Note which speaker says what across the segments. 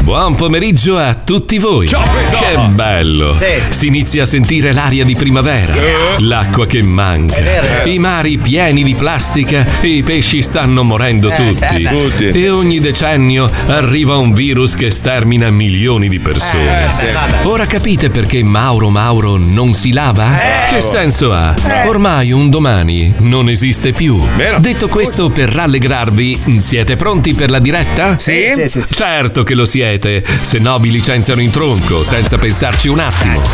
Speaker 1: Buon pomeriggio a tutti voi. Che bello! Si inizia a sentire l'aria di primavera, l'acqua che manca, i mari pieni di plastica e i pesci stanno morendo
Speaker 2: Eh,
Speaker 1: tutti.
Speaker 2: eh, beh. Tutti.
Speaker 1: E ogni decennio arriva un virus che stermina milioni di persone.
Speaker 2: Eh, sì.
Speaker 1: Ora capite perché Mauro Mauro non si
Speaker 2: Eh.
Speaker 1: lava? Che senso ha? Ormai un domani non esiste più. Detto questo, per rallegrarvi, siete pronti per la diretta?
Speaker 3: Sì. Sì, sì,
Speaker 1: Certo che lo siete, se no vi licenziano in tronco, senza pensarci un
Speaker 3: Eh,
Speaker 1: attimo.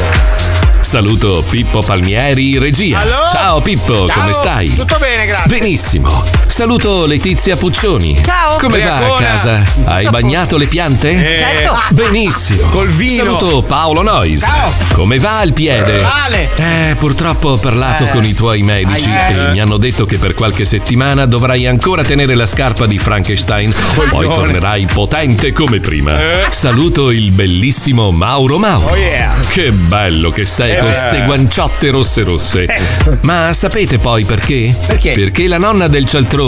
Speaker 1: Saluto Pippo Palmieri, regia.
Speaker 4: Allora?
Speaker 1: Ciao Pippo,
Speaker 4: Ciao,
Speaker 1: come stai?
Speaker 4: Tutto bene, grazie.
Speaker 1: Benissimo. Saluto Letizia Puccioni.
Speaker 4: Ciao.
Speaker 1: Come va a
Speaker 4: Ubriacona.
Speaker 1: casa? Hai bagnato le piante?
Speaker 4: Certo.
Speaker 1: Benissimo. Col
Speaker 4: vino.
Speaker 1: Saluto Paolo Nois.
Speaker 4: Ciao.
Speaker 1: Come va il piede?
Speaker 4: Male.
Speaker 1: Eh, purtroppo ho parlato
Speaker 4: Eh.
Speaker 1: con i tuoi medici
Speaker 4: Ai, eh.
Speaker 1: e mi hanno detto che per qualche settimana dovrai ancora tenere la scarpa di Frankenstein, poi
Speaker 4: Coglione.
Speaker 1: tornerai potente come prima. Saluto il bellissimo Mauro Mauro.
Speaker 4: Eh. Oh, yeah.
Speaker 1: Che bello che sei
Speaker 4: Eh,
Speaker 1: con
Speaker 4: beh.
Speaker 1: ste guanciotte rosse rosse.
Speaker 4: Eh.
Speaker 1: Ma sapete poi perché?
Speaker 4: Perché?
Speaker 1: Perché la nonna del cialtrone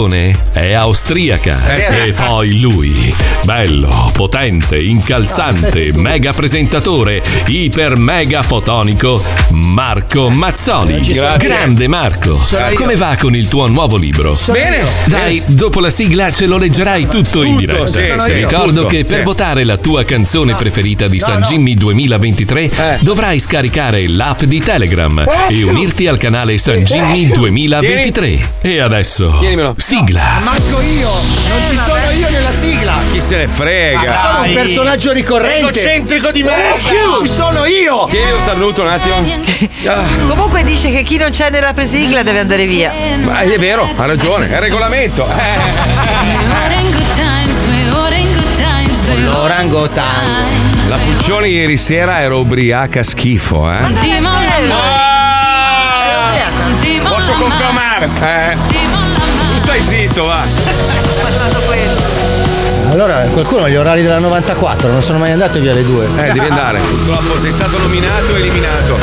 Speaker 1: è austriaca.
Speaker 4: Eh, sì.
Speaker 1: E poi lui, bello, potente, incalzante, mega presentatore, iper mega fotonico, Marco Mazzoli.
Speaker 4: ci sono io.
Speaker 1: Grande Marco.
Speaker 4: Sono io.
Speaker 1: Come va con il tuo nuovo libro?
Speaker 4: Bene.
Speaker 1: Dai, dopo la sigla ce lo leggerai tutto, in diretta.
Speaker 4: sì, sì,
Speaker 1: Ricordo
Speaker 4: tutto,
Speaker 1: che per
Speaker 4: sì.
Speaker 1: votare la tua canzone preferita di San Jimmy 2023
Speaker 4: Eh.
Speaker 1: dovrai scaricare l'app di Telegram e unirti al canale San
Speaker 4: Eh.
Speaker 1: Jimmy 2023. E adesso, sigla.
Speaker 5: Manco io, non ci sono io nella sigla.
Speaker 3: Chi se ne frega?
Speaker 5: Sono un personaggio ricorrente.
Speaker 3: Egocentrico di
Speaker 5: merda. Ci sono io.
Speaker 3: Tieni lo starnuto un attimo. Ah,
Speaker 6: Comunque dice che chi non c'è nella presigla deve andare via.
Speaker 3: ma è vero, ha ragione, è il regolamento. Eh,
Speaker 5: L'orangotango.
Speaker 3: La Puccioni ieri sera era ubriaca schifo, eh.
Speaker 4: Posso confermare?
Speaker 3: Eh. Tu stai zitto, va.
Speaker 5: Allora, qualcuno ha gli orari della 94, non sono mai andato via alle due.
Speaker 3: Eh, devi andare. Purtroppo sei stato nominato e eliminato.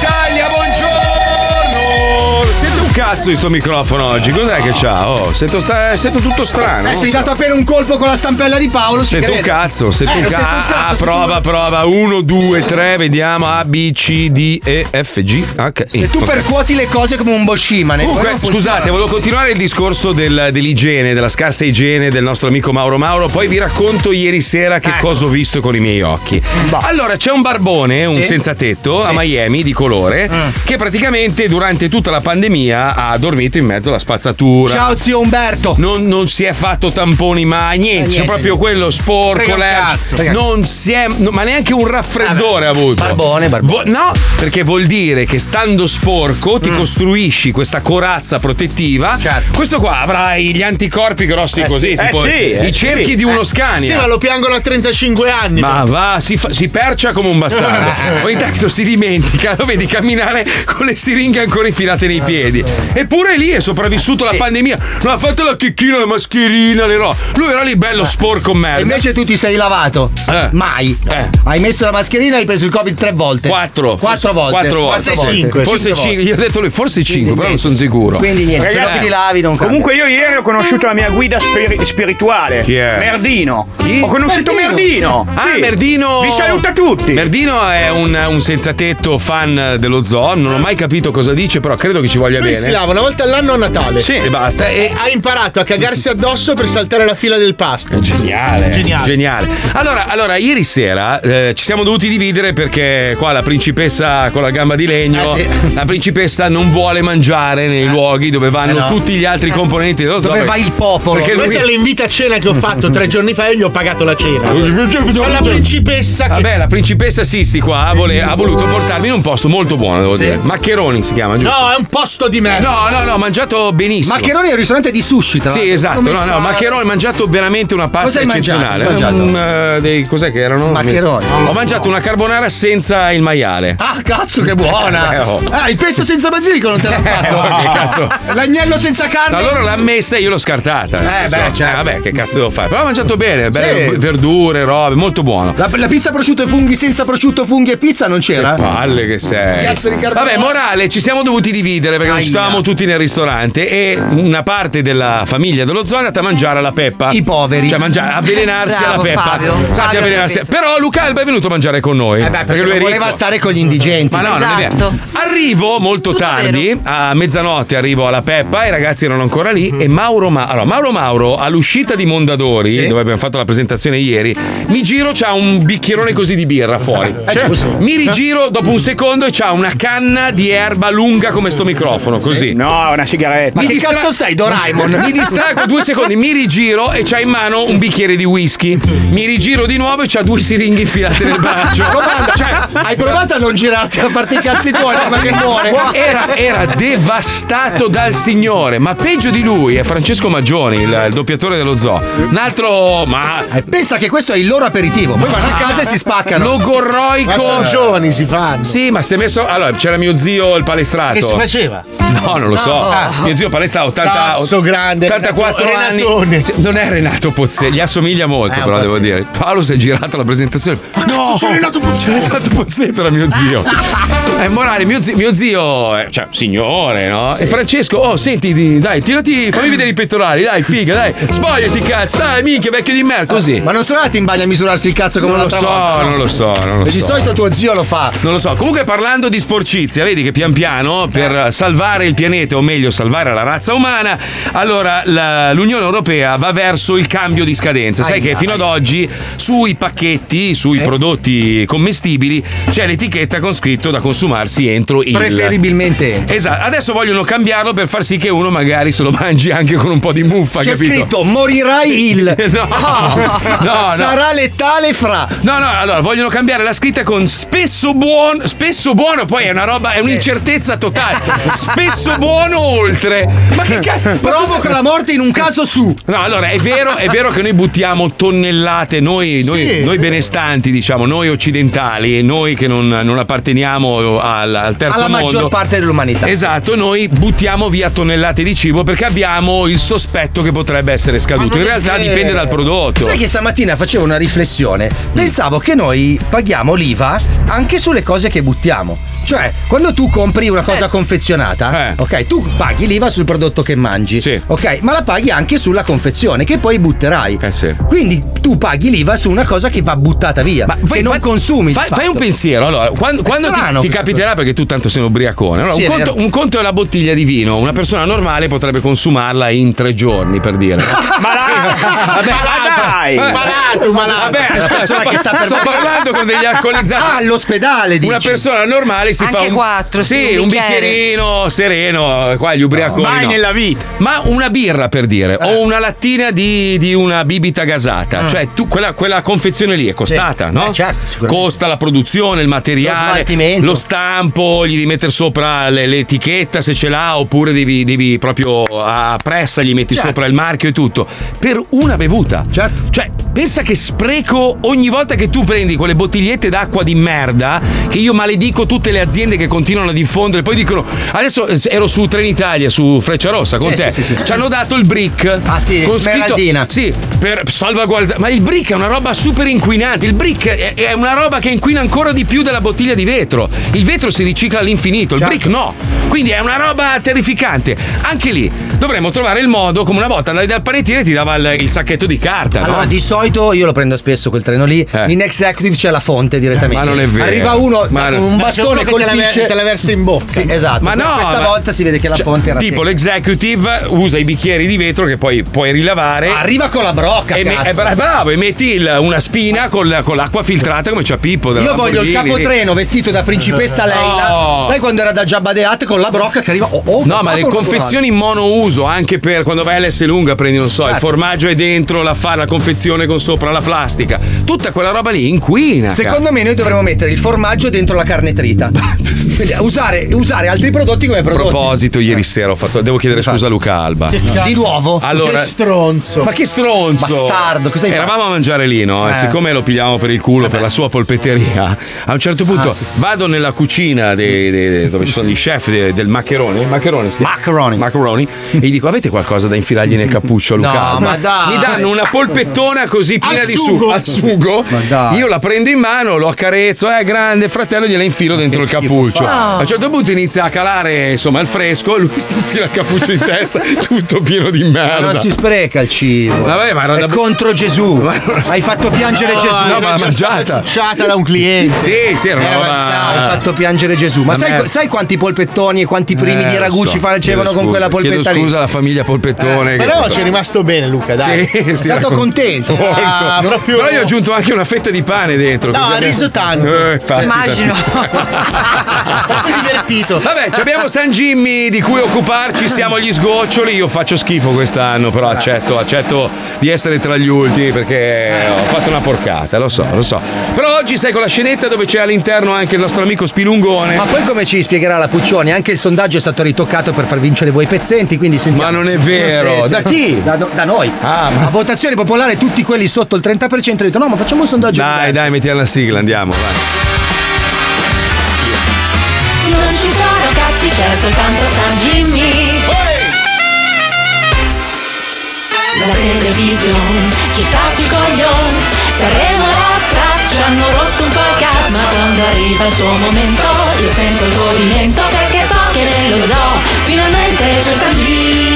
Speaker 3: Italia, buongiorno! Sento un cazzo di sto microfono oggi, cos'è che c'ha? Oh, sento, sta- sento tutto strano.
Speaker 5: Eh,
Speaker 3: non
Speaker 5: ci hai
Speaker 3: so.
Speaker 5: dato appena un colpo con la stampella di Paolo. ci
Speaker 3: Sento un
Speaker 5: credo.
Speaker 3: cazzo, sento
Speaker 5: Eh,
Speaker 3: un cazzo. Ah,
Speaker 5: sento un cazzo,
Speaker 3: prova, prova. 1, 2, 3, vediamo. A, B, C, D, E, F, G, H, I.
Speaker 5: Se tu
Speaker 3: Ok.
Speaker 5: percuoti le cose come un boscimane. poi
Speaker 3: Comunque,
Speaker 5: non funziona.
Speaker 3: scusate, volevo continuare il discorso del- dell'igiene, della scarsa igiene del nostro amico Mauro Mauro. Poi vi racconto ieri sera
Speaker 7: Ecco.
Speaker 3: che cosa ho visto con i miei occhi. Allora, c'è un barbone, un
Speaker 7: Boh. Sì.
Speaker 3: senza tetto a
Speaker 7: Sì. Mm.
Speaker 3: Miami di colore, che praticamente durante tutta la pandemia ha dormito in mezzo alla spazzatura.
Speaker 5: Ciao zio Umberto.
Speaker 3: Non, non si è fatto tamponi mai, niente, c'è
Speaker 5: niente.
Speaker 3: proprio quello
Speaker 5: Frega
Speaker 3: sporco,
Speaker 5: un
Speaker 3: lercio.
Speaker 5: cazzo. Frega.
Speaker 3: non si è, no, ma neanche un raffreddore ha avuto.
Speaker 5: Barbone,
Speaker 3: barbone. no, perché vuol dire che stando sporco
Speaker 8: Mm.
Speaker 3: ti costruisci questa corazza protettiva. Questo qua avrai gli anticorpi grossi
Speaker 8: Certo. Eh
Speaker 3: così,
Speaker 8: sì.
Speaker 3: tipo
Speaker 8: Eh sì,
Speaker 3: i
Speaker 8: eh
Speaker 3: cerchi
Speaker 8: sì.
Speaker 3: di uno
Speaker 8: Eh,
Speaker 3: scania.
Speaker 8: Sì, ma lo piangono a 35 anni.
Speaker 3: Ma va, si, fa- si percia come un
Speaker 8: Eh.
Speaker 3: bastardo. Ogni tanto si dimentica, lo vedi camminare con le siringhe ancora infilate nei piedi.
Speaker 8: Certo.
Speaker 3: Eppure lì è sopravvissuto la pandemia. Non ha fatto la chicchina, la mascherina, le robe. Lui era lì bello sporco merda.
Speaker 5: Eh.
Speaker 3: Eh.
Speaker 5: E invece tu ti sei lavato. Mai. Hai messo la mascherina e hai preso il Covid tre volte.
Speaker 3: Quattro.
Speaker 5: Quattro
Speaker 3: Forse-
Speaker 5: volte.
Speaker 3: Quattro volte.
Speaker 5: Quattro volte.
Speaker 3: Forse
Speaker 5: Cinque
Speaker 3: cinque. Io ho detto lui, forse cinque, però non sono sicuro.
Speaker 5: Quindi niente, se non ti lavi non cambia.
Speaker 9: Comunque io ieri ho conosciuto la mia guida spiri- spirituale.
Speaker 3: Chi è?
Speaker 9: Merdino. Ho conosciuto Merdino.
Speaker 3: Ah,
Speaker 9: Sì.
Speaker 3: Merdino.
Speaker 9: Vi saluta tutti.
Speaker 3: Merdino è un, un senzatetto fan dello zoo. Non ho mai capito cosa dice, però credo che ci voglia
Speaker 8: Lui
Speaker 3: bene.
Speaker 8: si lava una volta all'anno a Natale.
Speaker 3: Sì. E basta.
Speaker 8: E
Speaker 3: E-
Speaker 8: ha imparato a cagarsi addosso per saltare la fila del pasto.
Speaker 3: Geniale,
Speaker 8: Geniale.
Speaker 3: Allora, allora, ieri sera eh, ci siamo dovuti dividere perché qua la principessa con la gamba di
Speaker 8: Ah,
Speaker 3: legno,
Speaker 5: Eh,
Speaker 3: la principessa non vuole mangiare nei luoghi dove vanno
Speaker 8: Eh, no.
Speaker 3: tutti gli altri componenti dello zoo.
Speaker 8: Dove
Speaker 3: perché-
Speaker 8: va il popolo?
Speaker 3: Perché lui...
Speaker 8: Questa è l'invita a cena che ho fatto tre giorni fa e gli ho pagato la cena. Sono la principessa che...
Speaker 3: Vabbè, la principessa Sissi qua vole- ha voluto portarmi in un posto molto buono, devo
Speaker 8: Sì.
Speaker 3: dire. Maccheroni si chiama, giusto?
Speaker 8: No, è un posto gusto di merda.
Speaker 3: No, no, no, ho mangiato benissimo.
Speaker 5: Maccheroni è un ristorante di sushi, tra
Speaker 3: Sì,
Speaker 5: l'altro.
Speaker 3: esatto.
Speaker 5: Come
Speaker 3: No, no,
Speaker 5: fa-
Speaker 3: maccheroni, ho mangiato veramente una pasta
Speaker 5: Cosa hai mangiato?
Speaker 3: eccezionale.
Speaker 5: Cosa hai mangiato?
Speaker 3: Un, eh, dei- cos'è che erano?
Speaker 5: Maccheroni.
Speaker 3: Ho mangiato una carbonara senza il maiale.
Speaker 5: Ah, cazzo, che buona!
Speaker 3: Eh, oh.
Speaker 5: Ah, il pesto senza basilico non te l'ha fatto.
Speaker 3: Eh, oh, che cazzo.
Speaker 5: L'agnello senza
Speaker 8: Ah,
Speaker 5: carne.
Speaker 3: Allora l'ha messa e io l'ho scartata.
Speaker 5: Eh,
Speaker 3: Nel
Speaker 5: beh,
Speaker 3: senso,
Speaker 5: certo.
Speaker 3: vabbè, che cazzo devo fare? Però ho mangiato bene, belle
Speaker 5: Sì.
Speaker 3: verdure, robe, molto buono.
Speaker 5: La, la pizza prosciutto e funghi senza prosciutto, funghi e pizza non c'era?
Speaker 3: Palle che sei.
Speaker 5: Cazzo di carbonara.
Speaker 3: Vabbè, morale, ci siamo dovuti dividere perché non ci
Speaker 5: Aia.
Speaker 3: stavamo tutti nel ristorante e una parte della famiglia dello zoo è andata a mangiare alla Peppa.
Speaker 5: I poveri.
Speaker 3: Cioè, mangiare, avvelenarsi
Speaker 6: Bravo,
Speaker 3: alla Peppa.
Speaker 6: Fabio.
Speaker 3: Sì,
Speaker 6: Fabio,
Speaker 3: avvelenarsi.
Speaker 6: capito.
Speaker 3: Però Luca Alba è venuto a mangiare con noi.
Speaker 5: Eh beh, perché,
Speaker 3: lui è
Speaker 5: non
Speaker 3: ricco.
Speaker 5: voleva stare con gli indigenti.
Speaker 3: Ma no, non è vero.
Speaker 6: Esatto.
Speaker 3: Arrivo molto
Speaker 6: Tutto
Speaker 3: tardi, a mezzanotte arrivo alla Peppa, i ragazzi erano ancora lì
Speaker 9: Mm-hmm.
Speaker 3: e Mauro, Ma- allora, Mauro Mauro all'uscita di Mondadori, dove abbiamo fatto la presentazione ieri, mi giro, c'ha un bicchierone così di birra fuori.
Speaker 9: Eh,
Speaker 3: Cioè,
Speaker 5: giusto.
Speaker 3: mi rigiro dopo un secondo e c'ha una canna di erba lunga come sto microfono, così.
Speaker 9: No, è una sigaretta.
Speaker 5: Ma che
Speaker 3: distra-
Speaker 5: cazzo sei, Doraemon?
Speaker 3: Mi distraggo due secondi, mi rigiro e c'ha in mano un bicchiere di whisky. Mi rigiro di nuovo e c'ha due siringhe infilate nel braccio.
Speaker 5: Comanda,
Speaker 3: Cioè,
Speaker 5: Hai provato a non girarti a farti i cazzi tuoi prima che muore?
Speaker 3: Era, era devastato dal signore, ma peggio di lui è Francesco Maggioni, il, il doppiatore dello zoo. Un altro, ma Ah,
Speaker 5: Eh, Pensa che questo è il loro aperitivo. Poi vanno a casa e si spaccano.
Speaker 8: Ma sono
Speaker 3: logorroico.
Speaker 8: giovani, si fanno.
Speaker 3: Sì, ma si è messo. Allora, c'era mio zio il palestrato.
Speaker 8: Che si faceva?
Speaker 3: No, non lo so. Mio zio Palestra ha 80
Speaker 8: Cazzo grande,
Speaker 3: 84
Speaker 8: Renato-
Speaker 3: anni.
Speaker 8: Renatone.
Speaker 3: Sì, Non è Renato Pozzelli, gli assomiglia molto,
Speaker 8: Eh, un
Speaker 3: però
Speaker 8: po'
Speaker 3: devo
Speaker 8: sì.
Speaker 3: dire. Paolo si è girato alla presentazione. no, c'è Renato Pozzetto. Renato Pozzetto era mio zio. Eh, morale, mio zio, mio zio è- cioè, signore, no? E Francesco, oh, senti, di- dai, tirati, fammi vedere i pettorali, dai, figa, dai. Spogliati, cazzo, dai, minchia, vecchio di merda, così.
Speaker 5: Ma non sono andati in bagno a misurarsi il cazzo come
Speaker 3: Non lo
Speaker 5: l'altra
Speaker 3: so,
Speaker 5: volta?
Speaker 3: non lo so, Ah, non lo
Speaker 5: E di
Speaker 3: so.
Speaker 5: solito tuo zio lo fa.
Speaker 3: Non lo so, comunque parlando di sporcizia, vedi che pian piano per salvare il pianeta, o meglio salvare la razza umana, allora la- l'Unione Europea va verso il cambio di scadenza. Sai che fino ad oggi sui pacchetti, sui prodotti commestibili, c'è l'etichetta con scritto da consumarsi entro il...
Speaker 5: Preferibilmente.
Speaker 3: Esatto, adesso vogliono cambiarlo per far sì che uno magari se lo mangi anche con un po' di muffa,
Speaker 5: C'è
Speaker 3: capito?
Speaker 5: scritto morirai il.
Speaker 3: No, no, no.
Speaker 5: Sarà letale fra.
Speaker 3: No, no, allora vogliono cambiare la scritta con spesso buono. Spesso buono, poi è una roba, è un'incertezza totale. Spesso buono oltre. Ma che cazzo?
Speaker 5: Provoca la morte in un caso su.
Speaker 3: No, allora è vero, è vero che noi buttiamo tonnellate, noi, noi- noi benestanti, diciamo, noi occidentali, noi che non, non apparteniamo al, al terzo
Speaker 5: Alla
Speaker 3: mondo.
Speaker 5: maggior parte dell'umanità.
Speaker 3: Esatto, noi buttiamo via tonnellate di cibo perché abbiamo il sospetto che potrebbe essere scaduto. In realtà dipende dal prodotto.
Speaker 5: Sai che stamattina facevo una riflessione. Pensavo che noi paghiamo l'IVA anche sulle cose che buttiamo. Cioè, quando tu compri una cosa confezionata,
Speaker 3: Eh.
Speaker 5: ok, tu paghi l'IVA sul prodotto che mangi,
Speaker 3: Sì.
Speaker 5: ok, ma la paghi anche sulla confezione che poi butterai.
Speaker 3: Eh sì.
Speaker 5: Quindi tu paghi l'IVA su una cosa che va buttata via,
Speaker 3: Ma fai-
Speaker 5: che non
Speaker 3: fai-
Speaker 5: consumi. di
Speaker 3: Fai, fai un
Speaker 5: fatto.
Speaker 3: pensiero. Allora, quando, quando ti-
Speaker 5: strano
Speaker 3: ti,
Speaker 5: questa
Speaker 3: capiterà, perché tu tanto sei un ubriacone. Allora,
Speaker 5: Sì,
Speaker 3: un,
Speaker 5: è
Speaker 3: conto,
Speaker 5: vero.
Speaker 3: un conto è la bottiglia di vino. Una persona normale potrebbe consumarla in tre giorni, per dire.
Speaker 9: Ma la-
Speaker 3: Vabbè,
Speaker 9: ma la dai!
Speaker 3: eh,
Speaker 8: Malato, malato.
Speaker 3: Vabbè, scusa, sto,
Speaker 5: persona
Speaker 3: par-
Speaker 5: che sta per-
Speaker 3: sto parlando con degli
Speaker 5: Ah,
Speaker 3: alcolizzati.
Speaker 5: all'ospedale dici.
Speaker 3: Una persona normale si
Speaker 6: Anche
Speaker 3: fa un,
Speaker 6: quattro, sì,
Speaker 3: sì,
Speaker 6: un
Speaker 3: un
Speaker 6: bicchiere.
Speaker 3: bicchierino sereno, qua gli ubriaconi.
Speaker 9: Mai
Speaker 3: no.
Speaker 9: nella vita.
Speaker 3: Ma una birra per dire,
Speaker 5: Eh.
Speaker 3: o una lattina di, di una bibita gasata, cioè tu, quella, quella confezione lì è costata,
Speaker 5: Ah. Sì.
Speaker 3: no?
Speaker 5: Eh, certo, sicuramente.
Speaker 3: Costa la produzione, il
Speaker 5: Lo
Speaker 3: materiale,
Speaker 5: smaltimento.
Speaker 3: stampo, gli devi mettere sopra le- l'etichetta se ce l'ha, oppure devi, devi proprio a pressa, gli metti sopra il marchio e tutto. Per una bevuta.
Speaker 5: Certo.
Speaker 3: Cioè, pensa che spreco ogni volta che tu prendi quelle bottigliette d'acqua di merda, che io maledico tutte le aziende che continuano a diffondere, poi dicono, adesso eh, ero su Trenitalia, su Freccia Rossa con
Speaker 5: Sì,
Speaker 3: te,
Speaker 5: sì, sì, sì.
Speaker 3: ci hanno dato il brick.
Speaker 5: Ah, sì,
Speaker 3: con scritto,
Speaker 5: smeraldina.
Speaker 3: Sì, per salvaguardare. Ma il brick è una roba super inquinante, il brick è, è una roba che inquina ancora di più della bottiglia di vetro. Il vetro si ricicla all'infinito, il brick no. Quindi è una roba terrificante. Anche lì dovremmo trovare il modo, come una volta andavi dal panettiere e ti dava il, il sacchetto di carta. no?
Speaker 5: Allora, di solito io lo prendo spesso quel treno lì.
Speaker 3: Eh.
Speaker 5: In executive c'è la fonte direttamente.
Speaker 3: Ma non è vero.
Speaker 5: Arriva uno
Speaker 3: Ma-
Speaker 5: con un
Speaker 8: Ma c'è uno
Speaker 5: bastone
Speaker 8: che te la ver-
Speaker 5: colpisce.
Speaker 8: te la versa in bocca.
Speaker 5: Sì, esatto.
Speaker 3: Cioè, Ma no,
Speaker 5: Questa
Speaker 3: ma-
Speaker 5: volta si vede che la
Speaker 3: Cioè,
Speaker 5: fonte era
Speaker 3: Tipo
Speaker 5: secca.
Speaker 3: l'executive usa i bicchieri di vetro che poi puoi rilavare.
Speaker 5: Arriva con la brocca,
Speaker 3: e me-
Speaker 5: cazzo.
Speaker 3: eh, bra- bravo, e metti il- una spina con, la- con l'acqua filtrata come c'ha Pippo. della
Speaker 5: Io voglio il
Speaker 3: Lamborghini.
Speaker 5: capotreno vestito da principessa Leila.
Speaker 3: No.
Speaker 5: Sai quando era da Jabba the Hutt con la brocca che arriva. Oh, oh,
Speaker 3: No,
Speaker 5: cazzo,
Speaker 3: ma le
Speaker 5: porco Certo.
Speaker 3: confezioni monouso anche per quando vai all'S lunga prendi, non so, il formaggio è dentro la fa la confezione con sopra la plastica. Tutta quella roba lì inquina.
Speaker 5: Secondo me noi dovremmo mettere il formaggio dentro la carne trita. Quindi eh, usare, usare altri prodotti come
Speaker 3: A
Speaker 5: prodotti. Eh.
Speaker 3: proposito, ieri sera ho fatto. Devo chiedere scusa a Luca Alba.
Speaker 5: Che cazzo? Di nuovo?
Speaker 3: Allora,
Speaker 5: Che stronzo.
Speaker 3: Ma che stronzo.
Speaker 5: Bastardo, cosa hai fatto?
Speaker 3: Eravamo a mangiare lì, no? E
Speaker 5: Eh.
Speaker 3: siccome lo pigliamo per il culo per la sua polpetteria, a un certo
Speaker 5: Ah,
Speaker 3: punto vado nella cucina dei- dei- dei- dove ci sono gli chef de- del maccherone. Maccherone, sì. Macaroni. E gli dico: avete qualcosa da infilargli nel cappuccio, Luca?
Speaker 5: No,
Speaker 3: Alba?"
Speaker 5: ma dai.
Speaker 3: Mi danno una polpettona così piena
Speaker 5: Al
Speaker 3: di
Speaker 5: sugo.
Speaker 3: sugo al sugo.
Speaker 5: Ma dai.
Speaker 3: Io la prendo in mano, lo accarezzo, è grande, fratello, gliela infilo dentro il cappuccio.
Speaker 5: fa.
Speaker 3: A un certo punto inizia a calare, insomma, al fresco, lui si infila il cappuccio in testa, tutto pieno di merda.
Speaker 5: non Eh, si spreca il cibo.
Speaker 3: Vabbè, ma era
Speaker 5: È
Speaker 3: da-
Speaker 5: contro Gesù. Hai fatto piangere
Speaker 8: No,
Speaker 5: Gesù.
Speaker 8: era No, ma già mangiata. stata ciucciata da un cliente.
Speaker 5: si
Speaker 8: Sì, sì, era una roba-
Speaker 5: Hai fatto piangere Gesù. Ma
Speaker 3: Ma
Speaker 5: sai,
Speaker 3: merda. Eh,
Speaker 5: sai quanti polpettoni e quanti primi di ragù ci facevano con quella polpetta
Speaker 3: Chiedo
Speaker 5: lì?
Speaker 3: scusa alla famiglia polpettone. che-
Speaker 8: Eh, Però ci è rimasto bene, Luca, dai.
Speaker 3: Sì, sì, raccon- Molto.
Speaker 8: Ah, proprio-
Speaker 3: Però io ho aggiunto anche una fetta di pane dentro.
Speaker 8: No,
Speaker 3: così
Speaker 8: ha
Speaker 3: abbiamo-
Speaker 8: riso tanto.
Speaker 3: Eh, infatti,
Speaker 8: Immagino.
Speaker 3: infatti.
Speaker 8: divertito.
Speaker 3: Vabbè, ci abbiamo San Jimmy di cui occuparci, siamo gli sgoccioli. Io faccio schifo quest'anno, però accetto, accetto di essere tra gli ultimi perché ho fatto una porcata, lo so, lo so. Però oggi sei con la scenetta dove c'è all'interno anche il nostro amico Spilungone.
Speaker 5: Ma poi come ci spiegherà la Puccioni? Anche il sondaggio è stato ritoccato per far vincere voi pezzenti, quindi sentiamo.
Speaker 3: Ma non è vero. Da chi? Ah,
Speaker 5: Da, da noi. A votazione popolare tutti quelli sotto il 30% hanno detto no, ma facciamo un sondaggio.
Speaker 3: Dai, dai, metti alla sigla, andiamo, vai.
Speaker 2: Non ci sono cazzi, c'è soltanto San Jimmy. La televisione ci sta sul coglion. Saremo la traccia, hanno rotto un po' il cazzo. Ma quando arriva il suo momento, io sento il movimento. Perché so che nello zoo finalmente c'è San Jimmy.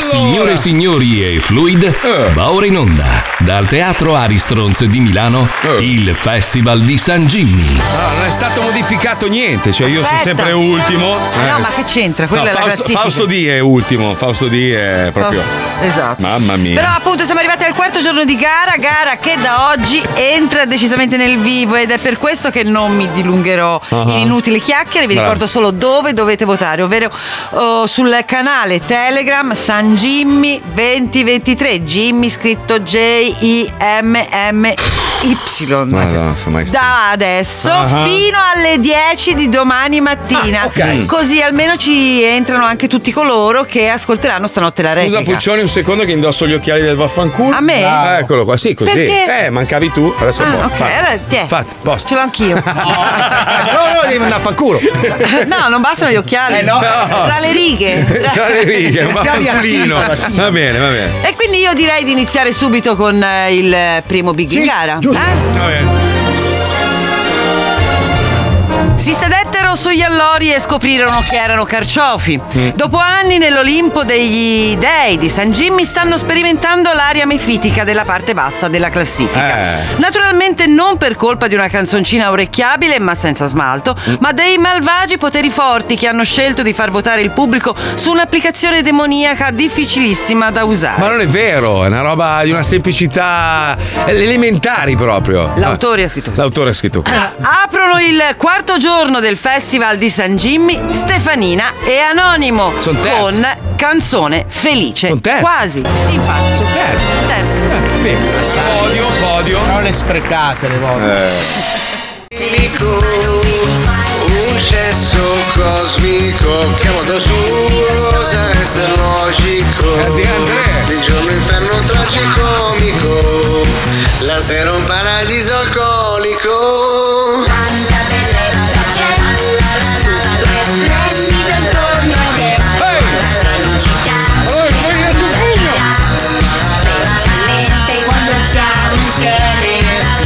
Speaker 1: Signore e signori e Fluid,
Speaker 3: Eh.
Speaker 1: va ora in onda dal Teatro Aristrons di Milano il Festival di San Jimmy.
Speaker 3: Allora, Eh. Ah, non è stato modificato niente, cioè io sono
Speaker 6: Aspetta.
Speaker 3: sempre ultimo.
Speaker 6: Ma no,
Speaker 3: Eh.
Speaker 6: ma che c'entra? Quella
Speaker 3: No,
Speaker 6: è la
Speaker 3: Fausto,
Speaker 6: classifica.
Speaker 3: Fausto D è ultimo, Fausto D è proprio.
Speaker 6: Oh, esatto.
Speaker 3: Mamma mia.
Speaker 6: Però appunto siamo arrivati al quarto giorno di gara, gara che da oggi entra decisamente nel vivo ed è per questo che non mi dilungherò
Speaker 7: Ah.
Speaker 6: in inutili chiacchiere, vi
Speaker 7: Bravo.
Speaker 6: ricordo solo dove dovete votare, ovvero oh, sul canale Telegram San Jimmy 2023, Jimmy scritto J-I-M-M-Y.
Speaker 3: Madonna, sono mai stato.
Speaker 6: Da adesso
Speaker 3: Ah.
Speaker 6: fino alle 10 di domani mattina.
Speaker 3: Ah, ok.
Speaker 6: Così almeno ci entrano anche tutti coloro che ascolteranno stanotte la replica.
Speaker 3: Scusa Puccioni un secondo che indosso gli occhiali del vaffanculo.
Speaker 6: A me?
Speaker 3: Ah, eccolo qua, sì, così.
Speaker 6: Perché?
Speaker 3: Eh, mancavi tu, adesso
Speaker 6: Ah,
Speaker 3: è posto.
Speaker 6: ok,
Speaker 3: fatto.
Speaker 6: allora tiè.
Speaker 3: Fatto, posto.
Speaker 6: Ce l'ho anch'io.
Speaker 5: no, devi andare a fanculo.
Speaker 6: no, non bastano gli occhiali.
Speaker 5: Eh, no. No.
Speaker 6: Tra le righe. Tra-
Speaker 3: Tra le righe, un vaffanculino. Va bene, va bene.
Speaker 6: E quindi io direi di iniziare subito con eh, il eh, primo big in gara. Eh?
Speaker 3: Va bene.
Speaker 6: Si sedettero sugli allori e scoprirono che erano carciofi. Dopo anni nell'Olimpo degli dei di San Jimmy stanno sperimentando l'aria mefitica della parte bassa della
Speaker 3: Eh.
Speaker 6: classifica. Naturalmente non per colpa di una canzoncina orecchiabile ma senza smalto, ma dei malvagi poteri forti che hanno scelto di far votare il pubblico su un'applicazione demoniaca difficilissima da usare.
Speaker 3: Ma non è vero, è una roba di una semplicità elementari proprio.
Speaker 6: L'autore ha scritto
Speaker 3: L'autore ha scritto questo.
Speaker 6: Ah, Aprono il quarto giorno del Festival di San Jimmy Stefanina e Anonimo
Speaker 3: Son terzi.
Speaker 6: con canzone felice.
Speaker 3: terzi.
Speaker 6: Quasi. Sì, infatti. Sono
Speaker 3: terzi.
Speaker 6: terzi.
Speaker 3: Eh,
Speaker 5: Eh,
Speaker 3: Podio, podio.
Speaker 8: Parole sprecate le vostre.
Speaker 3: Eh.
Speaker 10: Un cesso cosmico che modo su rosa e se logico
Speaker 3: Eh,
Speaker 10: Di giorno inferno tragicomico La sera un paradiso alcolico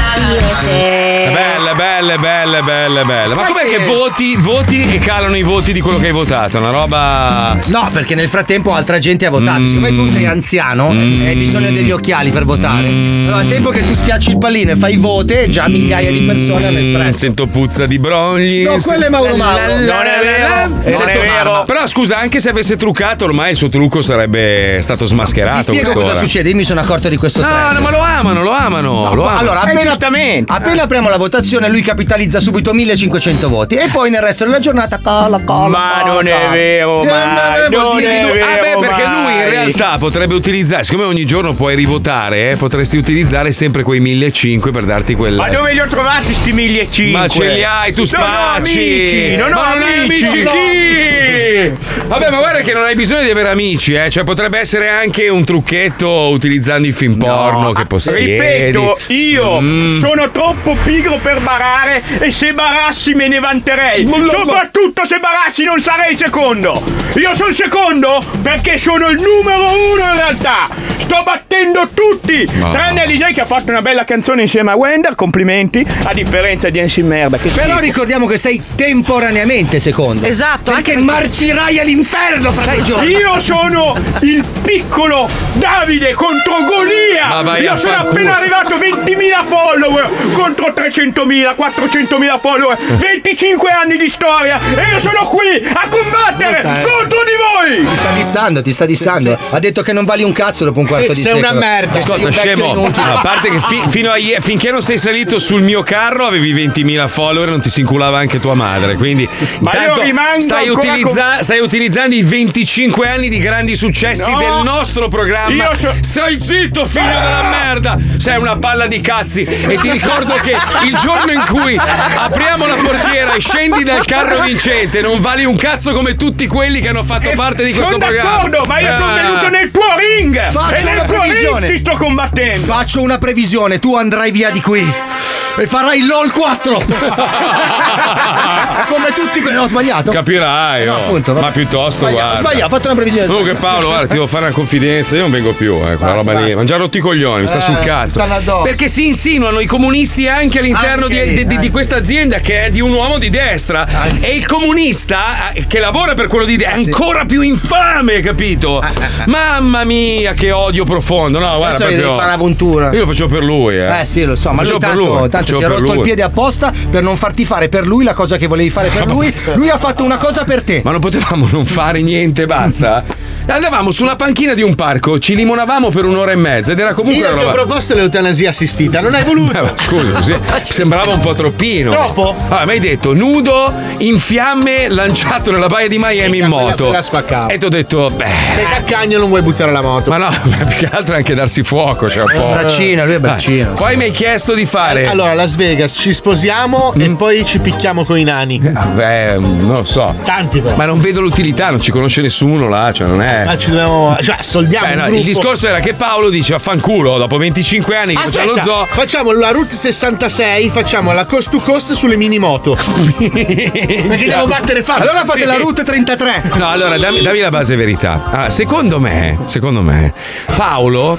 Speaker 6: Ah, eh.
Speaker 3: Belle, belle, belle, belle, belle. Ma
Speaker 5: Sai
Speaker 3: com'è
Speaker 5: che-
Speaker 3: che... voti, voti e calano i voti di quello che hai votato? Una roba.
Speaker 5: No, perché nel frattempo altra gente ha votato. Siccome tu sei anziano
Speaker 3: Mm.
Speaker 5: e hai bisogno degli occhiali per votare. Allora, al tempo che tu schiacci il pallino e fai i vote, già migliaia di persone hanno espresso.
Speaker 3: Mm, sento puzza di brogli.
Speaker 5: No,
Speaker 3: se-
Speaker 5: quello è Mauro Mauro.
Speaker 3: Non è vero.
Speaker 5: Non è
Speaker 3: Sento-
Speaker 5: vero.
Speaker 3: Però scusa, anche se avesse truccato, ormai il suo trucco sarebbe stato
Speaker 5: Ti
Speaker 3: smascherato.
Speaker 5: spiego cosa
Speaker 3: quest'ora.
Speaker 5: succede, io mi sono accorto di questo
Speaker 3: No,
Speaker 5: trend.
Speaker 3: no, ma lo amano, lo amano, lo
Speaker 5: qua-
Speaker 3: amano.
Speaker 5: Allora,
Speaker 3: Eh,
Speaker 5: appena, appena apriamo la votazione, lui capitalizza subito 1500 voti e poi nel resto della giornata cala, cala.
Speaker 9: Ma
Speaker 5: cala,
Speaker 9: Ah, non è
Speaker 5: cala.
Speaker 9: vero,
Speaker 5: Che
Speaker 9: ma
Speaker 5: non devo
Speaker 9: non
Speaker 5: dirgli
Speaker 9: è
Speaker 5: due-
Speaker 9: vero.
Speaker 5: Ah, beh,
Speaker 3: Eh, perché lui in realtà potrebbe utilizzare, siccome ogni giorno puoi rivotare, eh, potresti utilizzare sempre quei 1500 per darti quel.
Speaker 9: Ma dove li ho trovati sti 1500?
Speaker 3: Ma ce li hai, tu spacci!
Speaker 9: spacci! Non ho amici, non ho
Speaker 3: ma non hai
Speaker 9: amici,
Speaker 3: amici
Speaker 9: no.
Speaker 3: chi? Vabbè, ma guarda che non hai bisogno di avere amici, eh. Cioè, potrebbe essere anche un trucchetto utilizzando i film porno che possiedi.
Speaker 9: ah, Ripeto, io
Speaker 3: Mm.
Speaker 9: sono troppo pigro per barare e se barassi me ne vanterei. Soprattutto se barassi non sarei secondo. Io sono secondo perché sono il numero uno in realtà. Sto battendo tutti,
Speaker 7: No.
Speaker 9: tranne DJ che ha fatto una bella canzone insieme a Wender, complimenti, a differenza di Ensi Merda. Che
Speaker 5: Però
Speaker 9: schifo.
Speaker 5: ricordiamo che sei temporaneamente secondo.
Speaker 6: Esatto,
Speaker 5: Perché marcirai all'inferno fra sei giorni.
Speaker 9: Io sono il piccolo Davide contro
Speaker 3: Ma
Speaker 9: Golia.
Speaker 3: vai a
Speaker 9: Ecco, Io sono
Speaker 3: far culo.
Speaker 9: appena arrivato 20.000 follower contro 300.000, 400.000 follower, 25 anni di storia e io sono qui a combattere
Speaker 5: Guarda, eh.
Speaker 9: contro di voi.
Speaker 5: Ti sta dissando, ti sta dissando. ha detto che non vali un cazzo dopo un quarto
Speaker 8: Sì,
Speaker 5: di
Speaker 8: sei
Speaker 5: secolo.
Speaker 8: una merda.
Speaker 5: Sei
Speaker 3: Ascolta,
Speaker 5: un vecchio
Speaker 3: scemo,
Speaker 5: inutile.
Speaker 3: a parte che fi- fino a ie- finché non sei salito sul mio carro avevi 20.000 follower, non ti si inculava anche tua madre. Quindi,
Speaker 9: Ma io
Speaker 3: intanto
Speaker 9: rimango
Speaker 3: stai,
Speaker 9: ancora
Speaker 3: utilizza- stai utilizzando i 25 anni di grandi successi
Speaker 9: No.
Speaker 3: del nostro programma.
Speaker 9: Io so- Ah!
Speaker 3: Stai zitto, figlio della merda! Sei una palla di cazzi. E ti ricordo che il giorno in cui apriamo la portiera e scendi dal carro vincente, non vali un cazzo come tutti quelli che hanno fatto parte di questo
Speaker 9: Sono
Speaker 3: programma.
Speaker 9: d'accordo, ma io sono
Speaker 3: Ah.
Speaker 9: venuto nel tuo ring e
Speaker 5: Faccio
Speaker 9: nel
Speaker 5: una
Speaker 9: tuo ring
Speaker 5: previsione.
Speaker 9: ti sto combattendo.
Speaker 5: Faccio una previsione, tu andrai via di qui e farai LOL 4. Come tutti quelli. No, ho sbagliato.
Speaker 3: Capirai,
Speaker 5: Eh, No,
Speaker 3: oh.
Speaker 5: appunto, vabbè.
Speaker 3: ma piuttosto
Speaker 5: Sbagliato,
Speaker 3: guarda. Oh,
Speaker 5: sbagliato, ho fatto una previsione.
Speaker 3: Comunque Paolo, guarda, ti devo fare una confidenza, io non vengo più, eh, quella roba lì, mi ha già rotto i coglioni, mi sta
Speaker 5: Eh,
Speaker 3: sul cazzo.
Speaker 5: stanno addosso.
Speaker 3: Perché si insinuano i comunisti anche all'interno
Speaker 5: Anche
Speaker 3: di-
Speaker 5: lì,
Speaker 3: di, di- di
Speaker 5: anche.
Speaker 3: questa azienda che è di un uomo di destra e il comunista eh, che lavora per quello di destra è ancora più infame, capito? Mamma mia, che odio profondo. No, guarda,
Speaker 5: Eh, Adesso gli devi
Speaker 3: proprio-
Speaker 5: fare la puntura.
Speaker 3: Io lo facevo per lui, eh.
Speaker 5: Eh sì, lo so, ma
Speaker 3: Lo
Speaker 5: lui
Speaker 3: facevo
Speaker 5: tanto,
Speaker 3: per lui,
Speaker 5: tanto
Speaker 3: lo
Speaker 5: si è
Speaker 3: facevo per
Speaker 5: rotto il
Speaker 3: lui.
Speaker 5: piede apposta per non farti fare per lui la cosa che volevi fare per lui. Lui ha fatto una cosa per te.
Speaker 3: Ma non potevamo non fare niente, basta. Andavamo sulla panchina di un parco, ci limonavamo per un'ora e mezza ed era comunque
Speaker 8: Io
Speaker 3: una
Speaker 8: ti ho
Speaker 3: roba.
Speaker 8: proposto l'eutanasia assistita, non hai
Speaker 3: Eh,
Speaker 8: voluto.
Speaker 3: ma scusa, sì, sembrava un po' troppino.
Speaker 8: Troppo?
Speaker 3: Ah, mi hai detto nudo, in fiamme, lanciato nella baia di Miami in
Speaker 8: Minchia, quella-
Speaker 3: moto.
Speaker 8: quella spaccava.
Speaker 3: E ti ho detto, beh.
Speaker 8: Sei caccagno e non vuoi buttare la moto.
Speaker 3: Ma no, più che altro è anche darsi fuoco, c'è
Speaker 8: Eh,
Speaker 3: un po'. Eh,
Speaker 5: Braccino, lui è braccino.
Speaker 3: Ah, Poi mi hai chiesto di fare. Mm.
Speaker 8: Allora, Las Vegas, ci sposiamo e poi ci picchiamo con i
Speaker 3: Eh,
Speaker 8: nani.
Speaker 3: ah. Beh, non lo so.
Speaker 8: Tanti però.
Speaker 3: Ma non vedo l'utilità, non ci conosce nessuno là, cioè non è.
Speaker 8: Ma ci dobbiamo. Cioè, soldiamo.
Speaker 3: Beh,
Speaker 8: un
Speaker 3: no,
Speaker 8: gruppo.
Speaker 3: il discorso era che Paolo dice vaffanculo dopo 25 anni che c'è lo
Speaker 8: Aspetta,
Speaker 3: zoo.
Speaker 8: facciamo la Route 66, facciamo la cost to cost sulle mini moto. Perché devo battere fatti.
Speaker 5: Allora fate la route 33.
Speaker 3: No, allora dammi, dammi la base verità. Allora, secondo me, secondo me, Paolo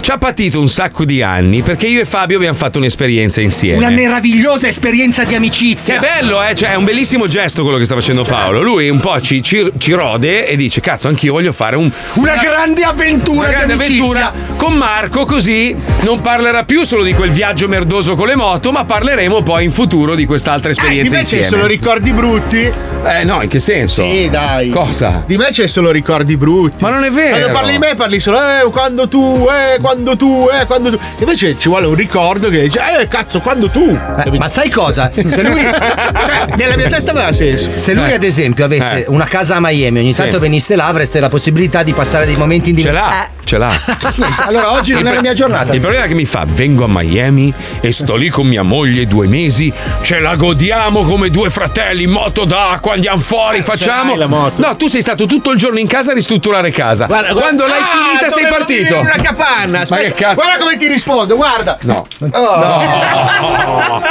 Speaker 3: ci ha patito un sacco di anni perché io e Fabio abbiamo fatto un'esperienza insieme.
Speaker 5: Una meravigliosa esperienza di
Speaker 3: Che
Speaker 5: amicizia.
Speaker 3: bello, eh? Cioè, è un bellissimo gesto quello che sta facendo Paolo. Lui un po' ci, ci- ci rode e dice: Cazzo, anch'io voglio fare un-
Speaker 5: Una grande avventura
Speaker 3: una grande
Speaker 5: di amicizia.
Speaker 3: avventura con Marco, così non parlerà più solo di quel viaggio merdoso con le moto, ma parleremo poi in futuro di quest'altra
Speaker 8: Eh, di
Speaker 3: esperienza
Speaker 8: me c'è
Speaker 3: insieme.
Speaker 8: solo ricordi brutti.
Speaker 3: Eh, no, in che senso?
Speaker 8: Sì, dai.
Speaker 3: Cosa?
Speaker 8: Di me c'è solo ricordi brutti.
Speaker 3: Ma non è vero.
Speaker 8: Quando parli di me parli solo eh, quando tu, eh, quando tu, eh, quando tu. Invece ci vuole un ricordo che dice eh cazzo, quando tu.
Speaker 5: Eh, ma sai cosa? Se lui,
Speaker 8: Cioè, nella mia testa aveva senso.
Speaker 5: se lui, ad esempio, avesse
Speaker 3: Eh.
Speaker 5: una casa a Miami, ogni tanto venisse là, avreste la possibilità di passare dei momenti Eh.
Speaker 3: Ce
Speaker 5: individuali.
Speaker 3: l'ha, ce l'ha.
Speaker 5: Allora, oggi non è la mia giornata.
Speaker 3: Il problema è che mi fa, vengo a Miami e sto lì con mia moglie due mesi, ce la godiamo come due fratelli, moto d'acqua, andiamo fuori, facciamo...
Speaker 8: Eh, l'hai la moto.
Speaker 3: No, tu sei stato tutto il giorno in casa a ristrutturare casa.
Speaker 8: Guarda, guarda-
Speaker 3: Quando l'hai
Speaker 8: Ah,
Speaker 3: finita sei
Speaker 8: dovevo
Speaker 3: partito.
Speaker 8: vivere in una capanna. Aspetta,
Speaker 3: che cazzo-
Speaker 8: Guarda come ti rispondo, guarda. Oh.
Speaker 3: No.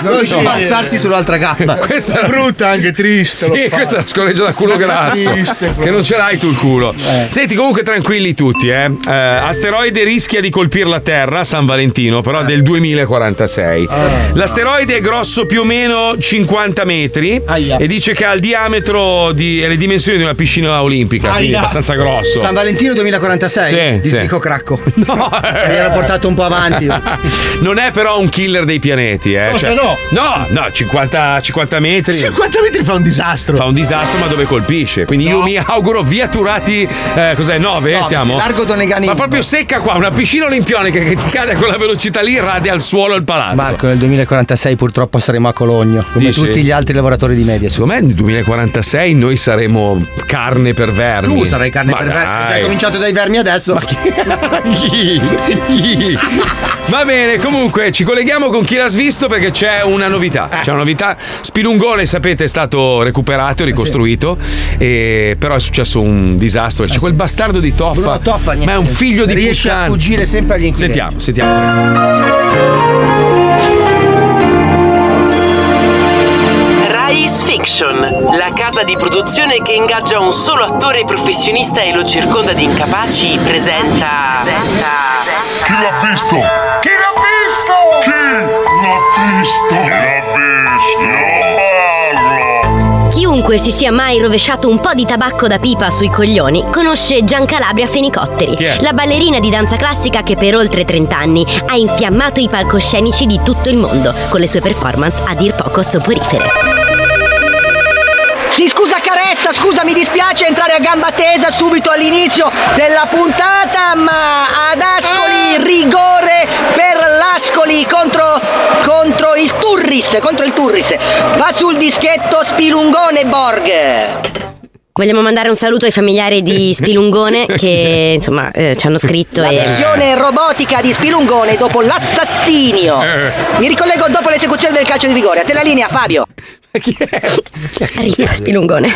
Speaker 5: Non riesce a balzarsi sull'altra gamba.
Speaker 3: Questa
Speaker 8: È
Speaker 3: era-
Speaker 8: brutta anche triste. lo
Speaker 3: Sì,
Speaker 8: fa.
Speaker 3: questa la scorreggia da culo grasso.
Speaker 8: triste, proprio.
Speaker 3: Che non ce l'hai tu il culo.
Speaker 8: Eh.
Speaker 3: Senti, comunque tranquilli tutti, eh. Eh, asteroide rischia di colpire la Terra, San Valentino, però del 2046.
Speaker 8: Eh.
Speaker 3: L'asteroide è grosso più o meno 50 metri
Speaker 8: Aia.
Speaker 3: e dice che ha il diametro di- e le dimensioni di una piscina olimpica, quindi
Speaker 8: Aia.
Speaker 3: abbastanza grosso.
Speaker 5: San Valentino 2046.
Speaker 3: Sì,
Speaker 5: Gli
Speaker 3: sì.
Speaker 5: dico cracco.
Speaker 3: No,
Speaker 5: Mi
Speaker 3: eh.
Speaker 5: ero portato un po' avanti.
Speaker 3: Non è però un killer dei pianeti, eh.
Speaker 8: Cosa no?
Speaker 3: No, no, 50, 50 metri.
Speaker 8: 50 metri fa un disastro.
Speaker 3: fa un disastro ma dove colpisce quindi io mi auguro via Turati eh, cos'è 9
Speaker 5: No,
Speaker 3: siamo
Speaker 5: Largo Donegani.
Speaker 3: ma proprio secca qua una piscina olimpionica che ti cade a quella velocità lì rade al suolo il palazzo.
Speaker 5: Marco, nel 2046 purtroppo saremo a Cologno, come
Speaker 3: Dici?
Speaker 5: tutti gli altri lavoratori di media.
Speaker 3: Secondo me nel 2046 noi saremo Oh, carne per vermi.
Speaker 5: Tu sarai carne
Speaker 3: Ma
Speaker 5: per vermi.
Speaker 3: dai.
Speaker 5: Cioè, hai cominciato dai vermi adesso. Ma
Speaker 3: Va bene, comunque ci colleghiamo con chi l'ha svisto perché c'è una novità. C'è una novità. Spilungone, sapete, è stato recuperato, ricostruito, e- però è successo un disastro.
Speaker 5: Eh
Speaker 3: C'è quel bastardo di Toffa.
Speaker 5: Bruno Toffa, niente.
Speaker 3: ma è un figlio di
Speaker 5: Riesce a
Speaker 3: puttana.
Speaker 5: sfuggire sempre agli inquilini.
Speaker 3: Sentiamo, sentiamo.
Speaker 7: Rise Fiction, la casa di produzione che ingaggia un solo attore professionista e lo circonda di incapaci, presenta.
Speaker 4: Chi l'ha visto? Chi l'ha visto? Chi l'ha visto? Chi l'ha visto?
Speaker 11: Chiunque si sia mai rovesciato un po' di tabacco da pipa sui coglioni conosce Giancalabria Fenicotteri,
Speaker 12: Chi è?
Speaker 11: la ballerina di danza classica che per oltre 30 anni ha infiammato i palcoscenici di tutto il mondo con le sue performance a dir poco soporifere.
Speaker 13: Sì, scusa Carezza, scusa, mi dispiace entrare a gamba tesa subito all'inizio della puntata, ma ad Ascoli rigore per l'Ascoli contro, contro il Turris, contro il Turris. Va sul dischetto Spilungone Borg.
Speaker 11: Vogliamo mandare un saluto ai familiari di Spilungone che insomma eh, ci hanno scritto
Speaker 13: La
Speaker 11: e...
Speaker 13: versione robotica di Spilungone dopo l'assassinio. Mi ricollego dopo l'esecuzione del calcio di rigore. A te la linea, Fabio.
Speaker 11: Arriva Spilungone.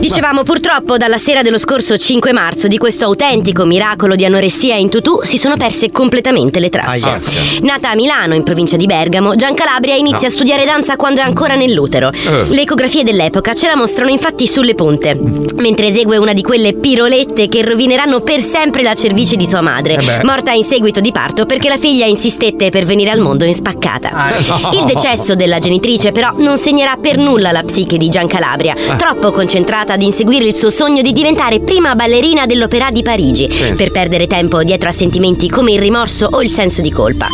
Speaker 11: Dicevamo purtroppo dalla sera dello scorso 5 marzo di questo autentico miracolo di anoressia in tutù si sono perse completamente le tracce.
Speaker 12: Ahia.
Speaker 11: Nata a Milano, in provincia di Bergamo, Giancalabria inizia
Speaker 12: No.
Speaker 11: a studiare danza quando è ancora nell'utero.
Speaker 12: Eh.
Speaker 11: Le ecografie dell'epoca ce la mostrano infatti sulle ponte, mentre esegue una di quelle pirolette che rovineranno per sempre la cervice di sua madre,
Speaker 12: Eh beh.
Speaker 11: morta in seguito di parto perché la figlia insistette per venire al mondo in spaccata.
Speaker 12: Ah, no.
Speaker 11: Il decesso della genitrice però non segnerà per nulla la psiche di Giancalabria,
Speaker 12: Ah.
Speaker 11: troppo concentrata ad inseguire il suo sogno di diventare prima ballerina dell'Opera di Parigi,
Speaker 12: Pensa.
Speaker 11: per perdere tempo dietro a sentimenti come il rimorso o il senso di colpa.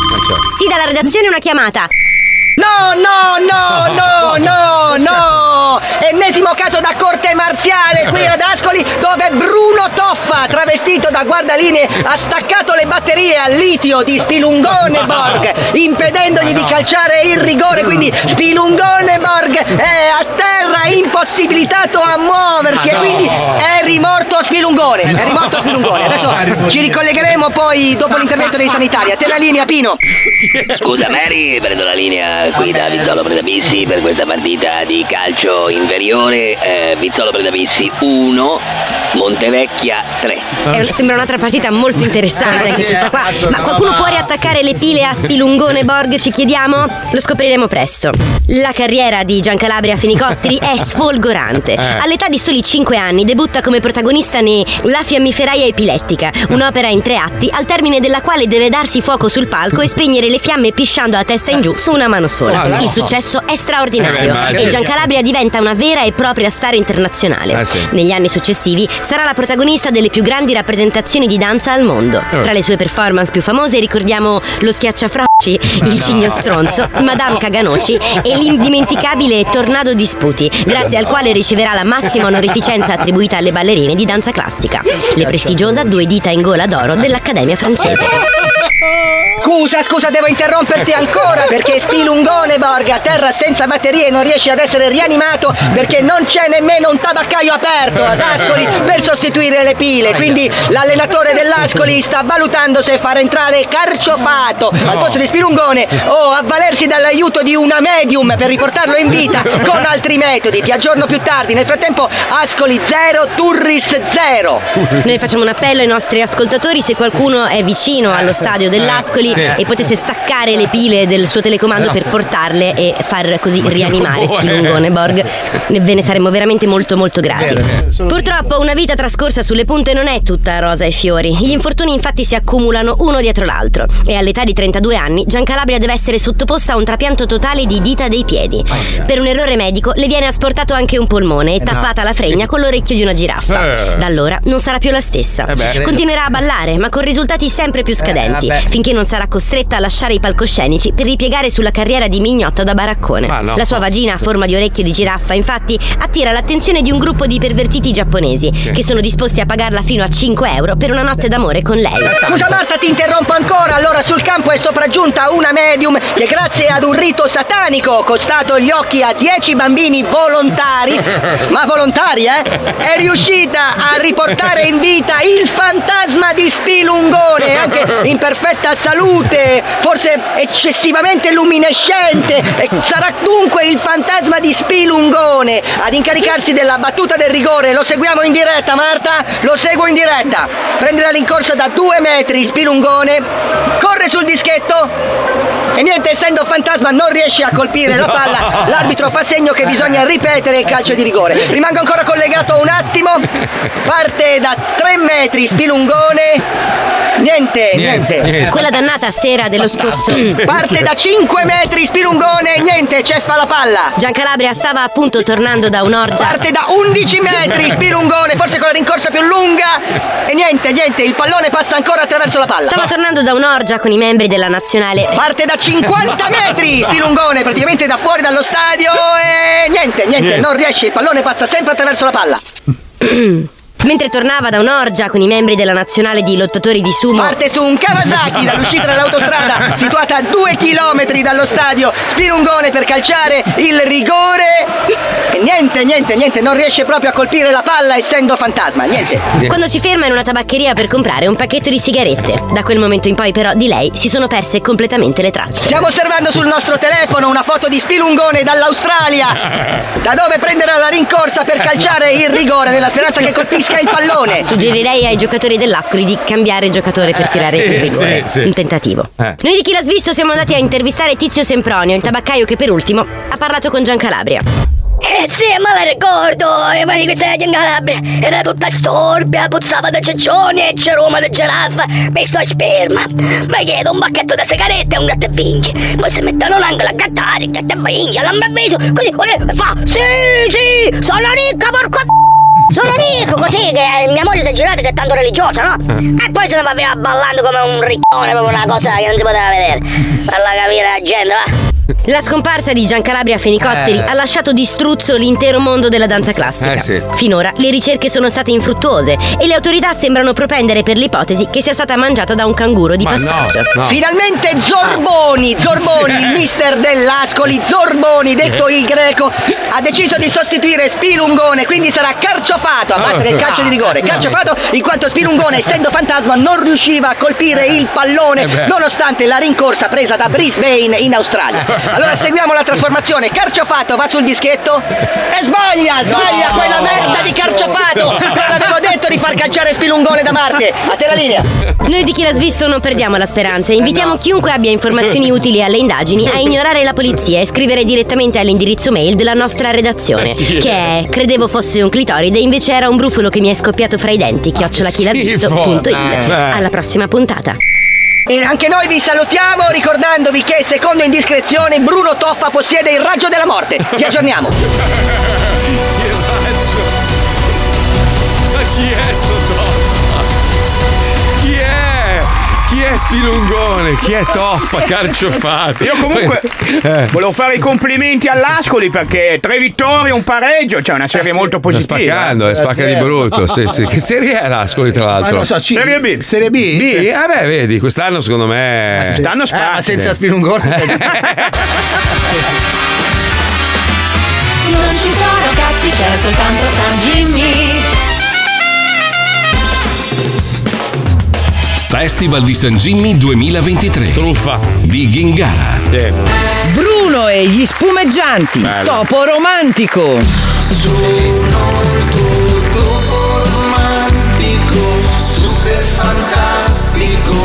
Speaker 11: Sì, dalla redazione una chiamata.
Speaker 13: No, no, no, no, no,
Speaker 11: Cosa?
Speaker 13: no! Ennesimo caso da corte marziale qui ad Ascoli dove Bruno Toffa, travestito da guardalinee, ha staccato le batterie al litio di Spilungone Borg, impedendogli di calciare il rigore, quindi Spilungone Borg è a terra impossibilitato a muoversi
Speaker 12: Ma
Speaker 13: e
Speaker 12: no.
Speaker 13: quindi è rimorto Spilungone, è rimorto Spilungone. Adesso ci ricollegheremo poi dopo l'intervento dei sanitari. A te la linea Pino.
Speaker 14: Scusa Mary, prendo la linea qui da Vizzolo Predavissi per questa partita di calcio inferiore. Eh, Vizzolo Predavissi 1, Montevecchia 3.
Speaker 12: Eh,
Speaker 11: È un- sembra un'altra partita molto interessante che ci sta qua. Ma qualcuno può riattaccare le pile a Spilungone Borg, ci chiediamo? Lo scopriremo presto. La carriera di Giancalabria Fenicotteri è sfolgorante.
Speaker 12: Eh.
Speaker 11: All'età di soli 5 anni debutta come protagonista ne La fiammiferaia epilettica, un'opera in tre atti al termine della quale deve darsi fuoco sul palco e spegnere le fiamme pisciando a testa in giù su una mano sola.
Speaker 12: Ah, no.
Speaker 11: Il successo è
Speaker 12: Eh beh,
Speaker 11: straordinario
Speaker 12: immagino.
Speaker 11: e Giancalabria diventa una vera e propria star internazionale.
Speaker 12: Eh sì.
Speaker 11: Negli anni successivi sarà la protagonista delle più grandi rappresentazioni di danza al mondo.
Speaker 12: Eh.
Speaker 11: Tra le sue performance più famose ricordiamo lo schiacciafrocci, il
Speaker 12: No.
Speaker 11: cigno stronzo, Madame Caganoci e l'indimenticabile Tornado di Sputi, grazie al quale riceverà la massima onorificenza attribuita alle ballerine di danza classica, le prestigiosa due dita in gola d'oro dell'Accademia francese.
Speaker 13: Scusa, scusa, devo interromperti ancora perché Spilungone Borg a terra senza batterie non riesce ad essere rianimato perché non c'è nemmeno un tabaccaio aperto ad Ascoli per sostituire le pile. Quindi l'allenatore dell'Ascoli sta valutando se far entrare Carciopato al posto di Spilungone o avvalersi dall'aiuto di una medium per riportarlo in vita con altri metodi. Ti aggiorno più tardi. Nel frattempo Ascoli 0, Turris 0.
Speaker 11: Noi facciamo un appello ai nostri ascoltatori se qualcuno è vicino allo stadio dell'Ascoli
Speaker 13: Eh, sì.
Speaker 11: e potesse staccare le pile del suo telecomando per portarle e far così
Speaker 12: Ma che
Speaker 11: rianimare
Speaker 12: robo è?
Speaker 11: Spilungone Borg. Ne- Ve ne saremmo veramente molto molto grati.
Speaker 12: Vero, vero. Sono-
Speaker 11: Purtroppo una vita trascorsa sulle punte non è tutta rosa e fiori. Gli infortuni infatti si accumulano uno dietro l'altro e all'età di 32 anni Giancalabria deve essere sottoposta a un trapianto totale di dita dei piedi. Per un errore medico le viene asportato anche un polmone e
Speaker 12: Eh no.
Speaker 11: tappata la fregna con l'orecchio di una giraffa.
Speaker 12: Eh.
Speaker 11: Da allora non sarà più la stessa.
Speaker 12: Eh beh.
Speaker 11: Continuerà a ballare, ma con risultati sempre più scadenti.
Speaker 12: Eh,
Speaker 11: finché non sarà costretta a lasciare i palcoscenici per ripiegare sulla carriera di mignotta da baraccone.
Speaker 12: Ma no.
Speaker 11: La sua vagina a forma di orecchio di giraffa, infatti, attira l'attenzione di un gruppo di pervertiti giapponesi
Speaker 12: Sì.
Speaker 11: che sono disposti a pagarla fino a 5 euro per una notte d'amore con lei.
Speaker 13: Scusa Marta, ti interrompo ancora. Allora, sul campo è sopraggiunta una medium che grazie ad un rito satanico costato gli occhi a 10 bambini volontari, ma volontari, eh, è riuscita a riportare in vita il fantasma di Spilungone, anche in perfetta salute, forse eccessivamente luminescente. E sarà dunque il fantasma di Spilungone ad incaricarsi della battuta del rigore. Lo seguiamo in diretta, Marta, lo seguo in diretta. Prende la rincorsa da due metri, Spilungone, corre sul dischetto. E niente, essendo fantasma non riesce a colpire la
Speaker 12: No.
Speaker 13: palla. L'arbitro fa segno che bisogna ripetere il
Speaker 12: Eh,
Speaker 13: calcio
Speaker 12: sì.
Speaker 13: di rigore. Rimango ancora collegato un attimo. Parte da tre metri, Spilungone. Niente, niente.
Speaker 11: Quella dannata sera dello scorso.
Speaker 13: Parte da 5 metri, Spilungone, niente, c'è fa la palla.
Speaker 11: Giancalabria stava appunto tornando da un'orgia.
Speaker 13: Parte da 11 metri, Spilungone, forse con la rincorsa più lunga. E niente, niente, il pallone passa ancora attraverso la palla.
Speaker 11: Stava tornando da un'orgia con i membri della nazionale.
Speaker 13: Parte da 50 metri, Spilungone, praticamente da fuori dallo stadio. E niente, niente,
Speaker 11: Niente.
Speaker 13: non riesce, il pallone passa sempre attraverso la palla.
Speaker 11: Mentre tornava da un'orgia con i membri della nazionale di lottatori di sumo.
Speaker 13: Parte su un Kawasaki dall'uscita dall'autostrada situata a 2 km dallo stadio Spirungone per calciare il rigore E niente niente niente non riesce proprio a colpire la palla essendo fantasma niente
Speaker 11: Quando si ferma in una tabaccheria per comprare un pacchetto di sigarette. Da quel momento in poi, però, di lei si sono perse completamente le tracce.
Speaker 13: Stiamo osservando sul nostro telefono una foto di Spilungone dall'Australia, da dove prenderà la rincorsa per calciare il rigore nella speranza che colpisca il pallone.
Speaker 11: Suggerirei ai giocatori dell'Ascoli di cambiare giocatore per tirare
Speaker 12: Eh, sì,
Speaker 11: il rigore.
Speaker 12: sì, sì.
Speaker 11: Un tentativo.
Speaker 12: Eh.
Speaker 11: Noi di chi l'ha svisto siamo andati a intervistare Tizio Sempronio, il tabaccaio che per ultimo ha parlato con Giancalabria.
Speaker 15: Eh sì, me la ricordo, eh, ma di questa in Calabria era tutta storpia, puzzava da ciccioni e c'eroma da giraffa, misto a sperma. Mi chiedo un pacchetto di sigarette e un gatto vinci, poi si mettono l'angolo a gattare, il gatto vinci, all'ambravviso, così, e fa, sì, sì, sono ricca, porco d- sono ricco, così, che eh, mia moglie si è girata che è tanto religiosa, no? E poi se ne va via ballando come un riccone, proprio una cosa che non si poteva vedere. Falla capire la gente, va.
Speaker 11: La scomparsa di Giancalabria Fenicotteri
Speaker 15: Eh.
Speaker 11: ha lasciato distruzzo l'intero mondo della danza classica.
Speaker 12: Eh, sì.
Speaker 11: Finora le ricerche sono state infruttuose e le autorità sembrano propendere per l'ipotesi che sia stata mangiata da un canguro di passaggio.
Speaker 13: Finalmente Zorboni, Zorboni, il mister dell'Ascoli, Zorboni, detto
Speaker 12: Eh.
Speaker 13: il greco, ha deciso di sostituire Spilungone, quindi sarà carciofato a battere
Speaker 12: Ah.
Speaker 13: il calcio di rigore. Carciofato in quanto Spilungone, essendo fantasma, non riusciva a colpire il
Speaker 12: Eh
Speaker 13: pallone
Speaker 12: beh.
Speaker 13: nonostante la rincorsa presa da Brisbane in Australia.
Speaker 12: Eh.
Speaker 13: Allora seguiamo la trasformazione. Carciofato va sul dischetto e sbaglia, sbaglia
Speaker 12: No,
Speaker 13: quella merda di Carciofato. L'avevo detto di far calciare Spilungone da Marte. A te la linea.
Speaker 11: Noi di chi l'ha svisto non perdiamo la speranza e
Speaker 12: Eh,
Speaker 11: invitiamo chiunque abbia informazioni utili alle indagini a ignorare la polizia e scrivere direttamente all'indirizzo mail della nostra redazione,
Speaker 12: Sì.
Speaker 11: che è credevo fosse un clitoride, invece era un brufolo che mi è scoppiato fra i denti,
Speaker 12: Eh.
Speaker 11: chiocciolachilhavisto.it.
Speaker 13: Schifo.
Speaker 11: Alla prossima puntata.
Speaker 13: E anche noi vi salutiamo ricordandovi che secondo indiscrezione Bruno Toffa possiede il raggio della morte. Ci aggiorniamo.
Speaker 3: Ma chi è sto Toffa? Chi è? Chi è Spilungone? Chi è Toffa carciofato?
Speaker 9: Io comunque
Speaker 3: Eh.
Speaker 9: volevo fare i complimenti all'Ascoli perché tre vittorie, un pareggio, cioè una serie molto
Speaker 3: Sta
Speaker 9: positiva.
Speaker 3: spaccando, Ah, eh, spacca di brutto. Sì, sì. Che serie è l'Ascoli, tra l'altro?
Speaker 9: serie B.
Speaker 5: Serie B?
Speaker 3: B? Ah, beh, vedi, quest'anno secondo me.
Speaker 5: Stanno Eh, ma senza Spilungone.
Speaker 2: Non ci sono cazzi, c'è soltanto San Jimmy.
Speaker 1: Festival di San Jimmy 2023. Truffa di Gingara.
Speaker 3: Eh.
Speaker 16: Bruno e gli spumeggianti. Topo romantico.
Speaker 10: romantico, super fantastico,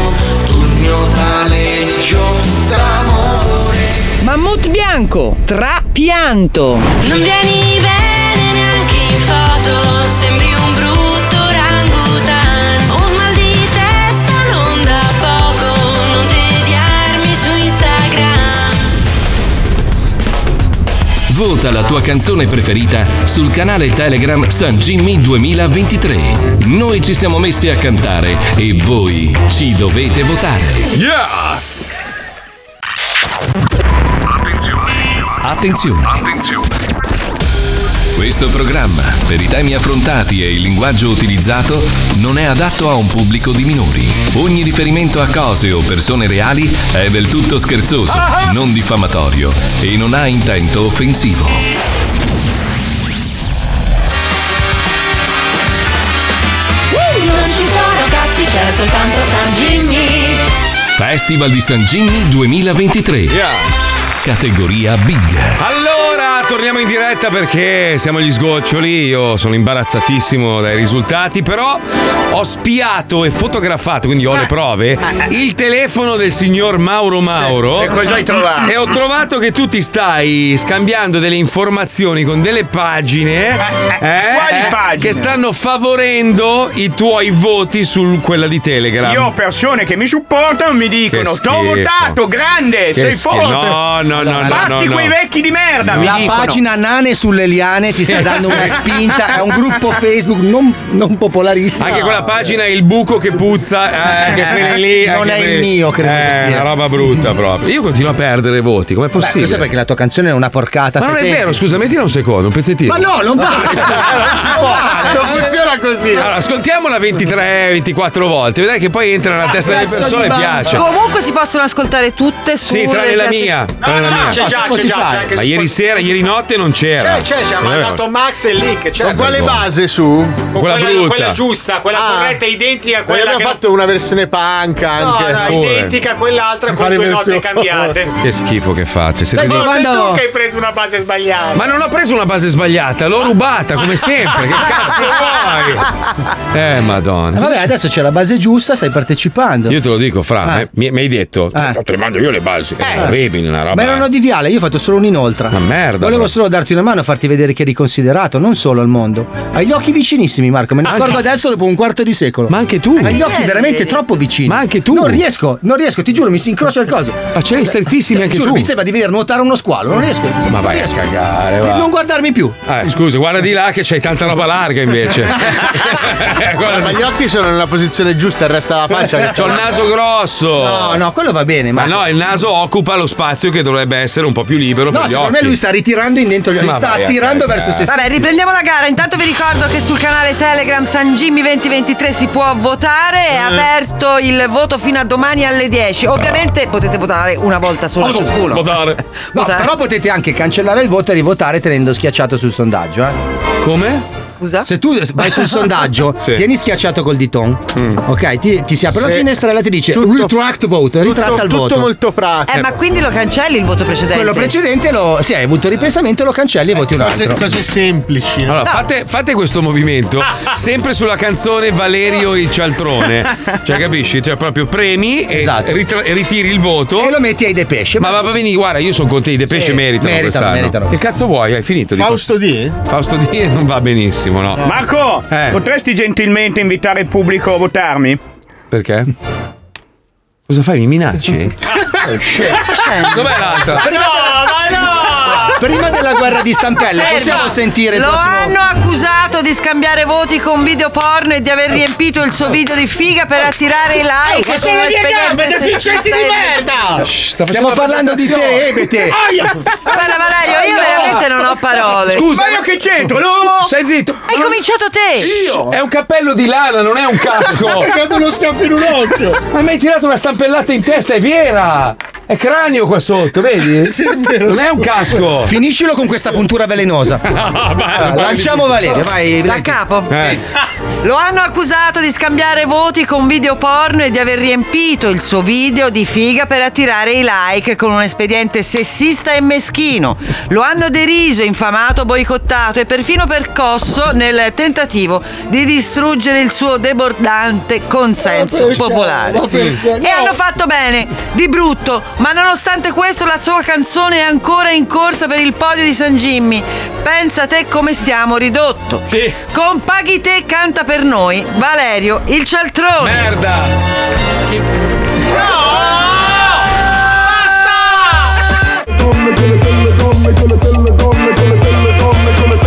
Speaker 10: tu il mio taleggio d'amore.
Speaker 16: Mammut bianco. Trapianto.
Speaker 12: Non vieni bene neanche in foto, sembri un brutto orangutan. Ho Un mal di testa non da poco, non tediarmi su Instagram.
Speaker 1: Vota Vota la tua canzone preferita sul canale Telegram San Jimmy 2023. Noi ci siamo messi a cantare e voi ci dovete votare.
Speaker 3: Yeah!
Speaker 1: Attenzione! Attenzione! Questo programma, per i temi affrontati e il linguaggio utilizzato, non è adatto a un pubblico di minori. Ogni riferimento a cose o persone reali è del tutto scherzoso, non diffamatorio e non ha intento offensivo.
Speaker 2: Non ci sono cazzi, c'è soltanto San Jimmy.
Speaker 1: Festival di San Gimmi 2023. Categoria Big.
Speaker 3: Allora, torniamo in diretta perché siamo agli sgoccioli. Io sono imbarazzatissimo dai risultati, però ho spiato e fotografato, quindi
Speaker 9: Ah.
Speaker 3: ho le prove, il telefono del signor Mauro Mauro.
Speaker 9: e cosa hai trovato?
Speaker 3: E ho trovato che tu ti stai scambiando delle informazioni con delle pagine. eh,
Speaker 9: quali
Speaker 3: eh,
Speaker 9: pagine?
Speaker 3: Che stanno favorendo i tuoi voti su quella di Telegram.
Speaker 9: Io ho persone che mi supportano mi dicono:
Speaker 3: Che
Speaker 9: T'ho
Speaker 3: schifo.
Speaker 9: votato,
Speaker 3: Che
Speaker 9: grande, sei
Speaker 3: schifo.
Speaker 9: forte.
Speaker 3: No, no, no, no,
Speaker 9: Batti
Speaker 3: no,
Speaker 9: quei
Speaker 3: no.
Speaker 9: vecchi di merda. Mi
Speaker 5: la
Speaker 9: dicono.
Speaker 5: pagina Nane sulle liane
Speaker 3: Sì,
Speaker 5: ti sta dando
Speaker 3: sì.
Speaker 5: una spinta. È un gruppo Facebook non, non popolarissimo.
Speaker 3: Anche quella pagina il buco che puzza, eh, anche quelli lì.
Speaker 5: Non
Speaker 3: anche
Speaker 5: è il
Speaker 3: quelli-
Speaker 5: mio, credo
Speaker 3: Eh,
Speaker 5: che sia.
Speaker 3: una roba brutta proprio. Io continuo a perdere voti, com'è
Speaker 5: Beh,
Speaker 3: possibile?
Speaker 5: questo è perché la tua canzone è una porcata.
Speaker 3: Ma non è
Speaker 5: fetente.
Speaker 3: vero, scusa, mettila un secondo, un pezzettino.
Speaker 5: Ma no, non va!
Speaker 8: Non funziona così.
Speaker 3: Allora, ascoltiamola 23-24 volte, vedrai che poi entra nella testa delle
Speaker 6: Cazzo
Speaker 3: persone e
Speaker 6: di bamba.
Speaker 3: piace.
Speaker 6: Comunque si possono ascoltare tutte su.
Speaker 3: Sì, tranne la mia. tranne la
Speaker 6: no,
Speaker 3: mia.
Speaker 6: c'è già, c'è già, c'è anche
Speaker 3: Ma
Speaker 6: su
Speaker 3: ieri sera, ieri notte non c'era.
Speaker 8: Ah, C'è, c'è, ci ha
Speaker 3: Non era-
Speaker 8: mandato Max e Lick. C'è
Speaker 3: Con quale base
Speaker 8: su?
Speaker 3: Con quella brutta.
Speaker 8: giusta, quella corretta, identica a
Speaker 17: quella
Speaker 8: Ah. Eh, Abbiamo
Speaker 17: che-
Speaker 8: fatto una versione punk anche.
Speaker 17: no,
Speaker 3: Pure.
Speaker 17: identica a quell'altra con
Speaker 8: Fare
Speaker 17: due note
Speaker 8: versione.
Speaker 17: cambiate.
Speaker 3: Che schifo che fate. Siete
Speaker 17: Stai
Speaker 3: dei-
Speaker 17: tu
Speaker 5: oh.
Speaker 17: che hai preso una base sbagliata.
Speaker 3: Ma non ho preso una base sbagliata, l'ho rubata come sempre. Che
Speaker 9: Ah,
Speaker 3: cazzo vuoi? Eh, madonna.
Speaker 5: Vabbè, adesso c'è la base giusta, stai partecipando.
Speaker 3: Io te lo dico, Fra,
Speaker 5: Ah.
Speaker 3: eh, mi, mi hai detto, te le mando io le basi.
Speaker 17: Eh.
Speaker 3: È orribile una roba. eh.
Speaker 5: Ma erano di Viale, io ho fatto solo un'inoltra. Ma
Speaker 3: merda.
Speaker 5: Volevo solo darti una mano, farti vedere che eri considerato, non solo al mondo. Hai gli occhi vicinissimi, Marco. Me ne
Speaker 3: Anche-
Speaker 5: accorgo adesso dopo un quarto di secolo. Ma
Speaker 3: anche tu.
Speaker 5: Hai gli occhi
Speaker 3: Eh,
Speaker 5: veramente
Speaker 3: eh.
Speaker 5: troppo vicini. Ma
Speaker 3: anche tu.
Speaker 5: Non riesco, non riesco, ti giuro, mi si incrocia il coso.
Speaker 3: Ma ce l'hai strettissimi anche
Speaker 5: giuro,
Speaker 3: tu.
Speaker 5: Mi sembra di vedere nuotare uno squalo, non riesco.
Speaker 3: Ma vai Eh, a cagare, va.
Speaker 5: Non guardarmi più.
Speaker 3: Eh, scusa, guarda di là che c'hai tanta roba larga invece.
Speaker 8: Ma gli occhi sono nella posizione giusta, il resto della faccia. che-
Speaker 3: Eh, C'ho il naso grosso.
Speaker 5: No, no, quello va bene,
Speaker 3: Ma
Speaker 5: ma.
Speaker 3: no, il naso occupa lo spazio che dovrebbe essere un po' più libero
Speaker 5: No,
Speaker 3: per gli
Speaker 5: secondo
Speaker 3: occhi.
Speaker 5: me lui sta ritirando in dentro gli occhi.
Speaker 3: Ma
Speaker 5: Sta
Speaker 3: vai eh. a
Speaker 5: attirando
Speaker 3: cagare.
Speaker 5: verso se stesso.
Speaker 6: Vabbè, riprendiamo la gara. Intanto vi ricordo che sul canale Telegram San Jimmy 2023 si può votare. È aperto il voto fino a domani alle 10. Ovviamente potete votare una volta sola ciascuno.
Speaker 5: No, però potete anche cancellare il voto e rivotare tenendo schiacciato sul sondaggio. eh.
Speaker 3: Come?
Speaker 6: Scusa?
Speaker 5: Se tu vai sul sondaggio,
Speaker 3: Sì.
Speaker 5: tieni schiacciato col ditone, ok? Ti, ti si apre la
Speaker 8: Sì.
Speaker 5: finestrella e ti dice retract vote,
Speaker 8: tutto-
Speaker 5: ritratta il
Speaker 8: tutto
Speaker 5: voto.
Speaker 8: molto pratico.
Speaker 6: Eh, ma quindi lo cancelli il voto precedente?
Speaker 5: Quello precedente lo. Sì, hai avuto ripensamento, lo cancelli e voti un
Speaker 8: Cose,
Speaker 5: altro.
Speaker 8: cose semplici.
Speaker 3: Allora, fate, fate questo movimento sempre sulla canzone Valerio il cialtrone. Cioè, capisci? Cioè, proprio premi e
Speaker 8: Esatto.
Speaker 3: ritra- e ritiri il voto. E
Speaker 5: lo metti ai Depeche.
Speaker 3: Ma va bene, guarda, io sono contento. I Depeche
Speaker 8: Sì,
Speaker 3: meritano,
Speaker 8: meritano,
Speaker 3: quest'anno.
Speaker 8: meritano.
Speaker 3: Che cazzo vuoi? Hai finito di
Speaker 8: Fausto D?
Speaker 3: Fausto D non va benissimo, no?
Speaker 9: Marco,
Speaker 3: Eh.
Speaker 9: potresti gentilmente invitare il pubblico a votarmi?
Speaker 3: Perché? Eh? Cosa fai? Mi minacci?
Speaker 8: Oh,
Speaker 3: Dov'è l'altra?
Speaker 5: Prima,
Speaker 17: della,
Speaker 5: prima della guerra di stampelle,
Speaker 6: Ah! Ferma.
Speaker 5: possiamo sentire il
Speaker 6: Lo
Speaker 5: prossimo.
Speaker 6: hanno accusato di scambiare voti con video porno e di aver riempito il suo video di figa per attirare i
Speaker 17: Ma
Speaker 6: like. con
Speaker 17: sono
Speaker 6: un
Speaker 17: le mie
Speaker 6: esperimento
Speaker 17: gambe, Ecco, deficienti di
Speaker 6: sessista e
Speaker 17: merda!
Speaker 5: Stiamo parlando di te, Ebete.
Speaker 6: Guarda Valerio, io
Speaker 17: No.
Speaker 6: veramente non ho parole.
Speaker 3: Scusa, Stai zitto.
Speaker 6: Hai cominciato te.
Speaker 5: Eh,
Speaker 3: Io? È un cappello di lana, non è un casco.
Speaker 8: Ha pagato uno schiaffo in un occhio.
Speaker 3: Ma mi hai tirato una stampellata in testa, è vera! È cranio qua sotto, vedi? non è un casco!
Speaker 5: Finiscilo con questa puntura velenosa. Ah, lanciamo Valerio, vai.
Speaker 6: Da
Speaker 5: Leti.
Speaker 6: capo.
Speaker 5: Eh.
Speaker 6: Lo hanno accusato di scambiare voti con video porno e di aver riempito il suo video di figa per attirare i like con un espediente sessista e meschino. Lo hanno deriso, infamato, boicottato e perfino percosso nel tentativo di distruggere il suo debordante consenso
Speaker 17: Ma perché?
Speaker 6: popolare.
Speaker 17: Ma perché?
Speaker 6: E hanno fatto bene, di brutto, ma nonostante questo la sua canzone è ancora in corsa per il podio di San Jimmy. Pensa te come siamo ridotto.
Speaker 3: Sì.
Speaker 6: Con Paghi te canta per noi Valerio il cialtrone.
Speaker 3: Merda.
Speaker 17: Basta!
Speaker 2: Ah!
Speaker 10: Gomme, gomme, gomme, gomme, gomme, gomme, gomme,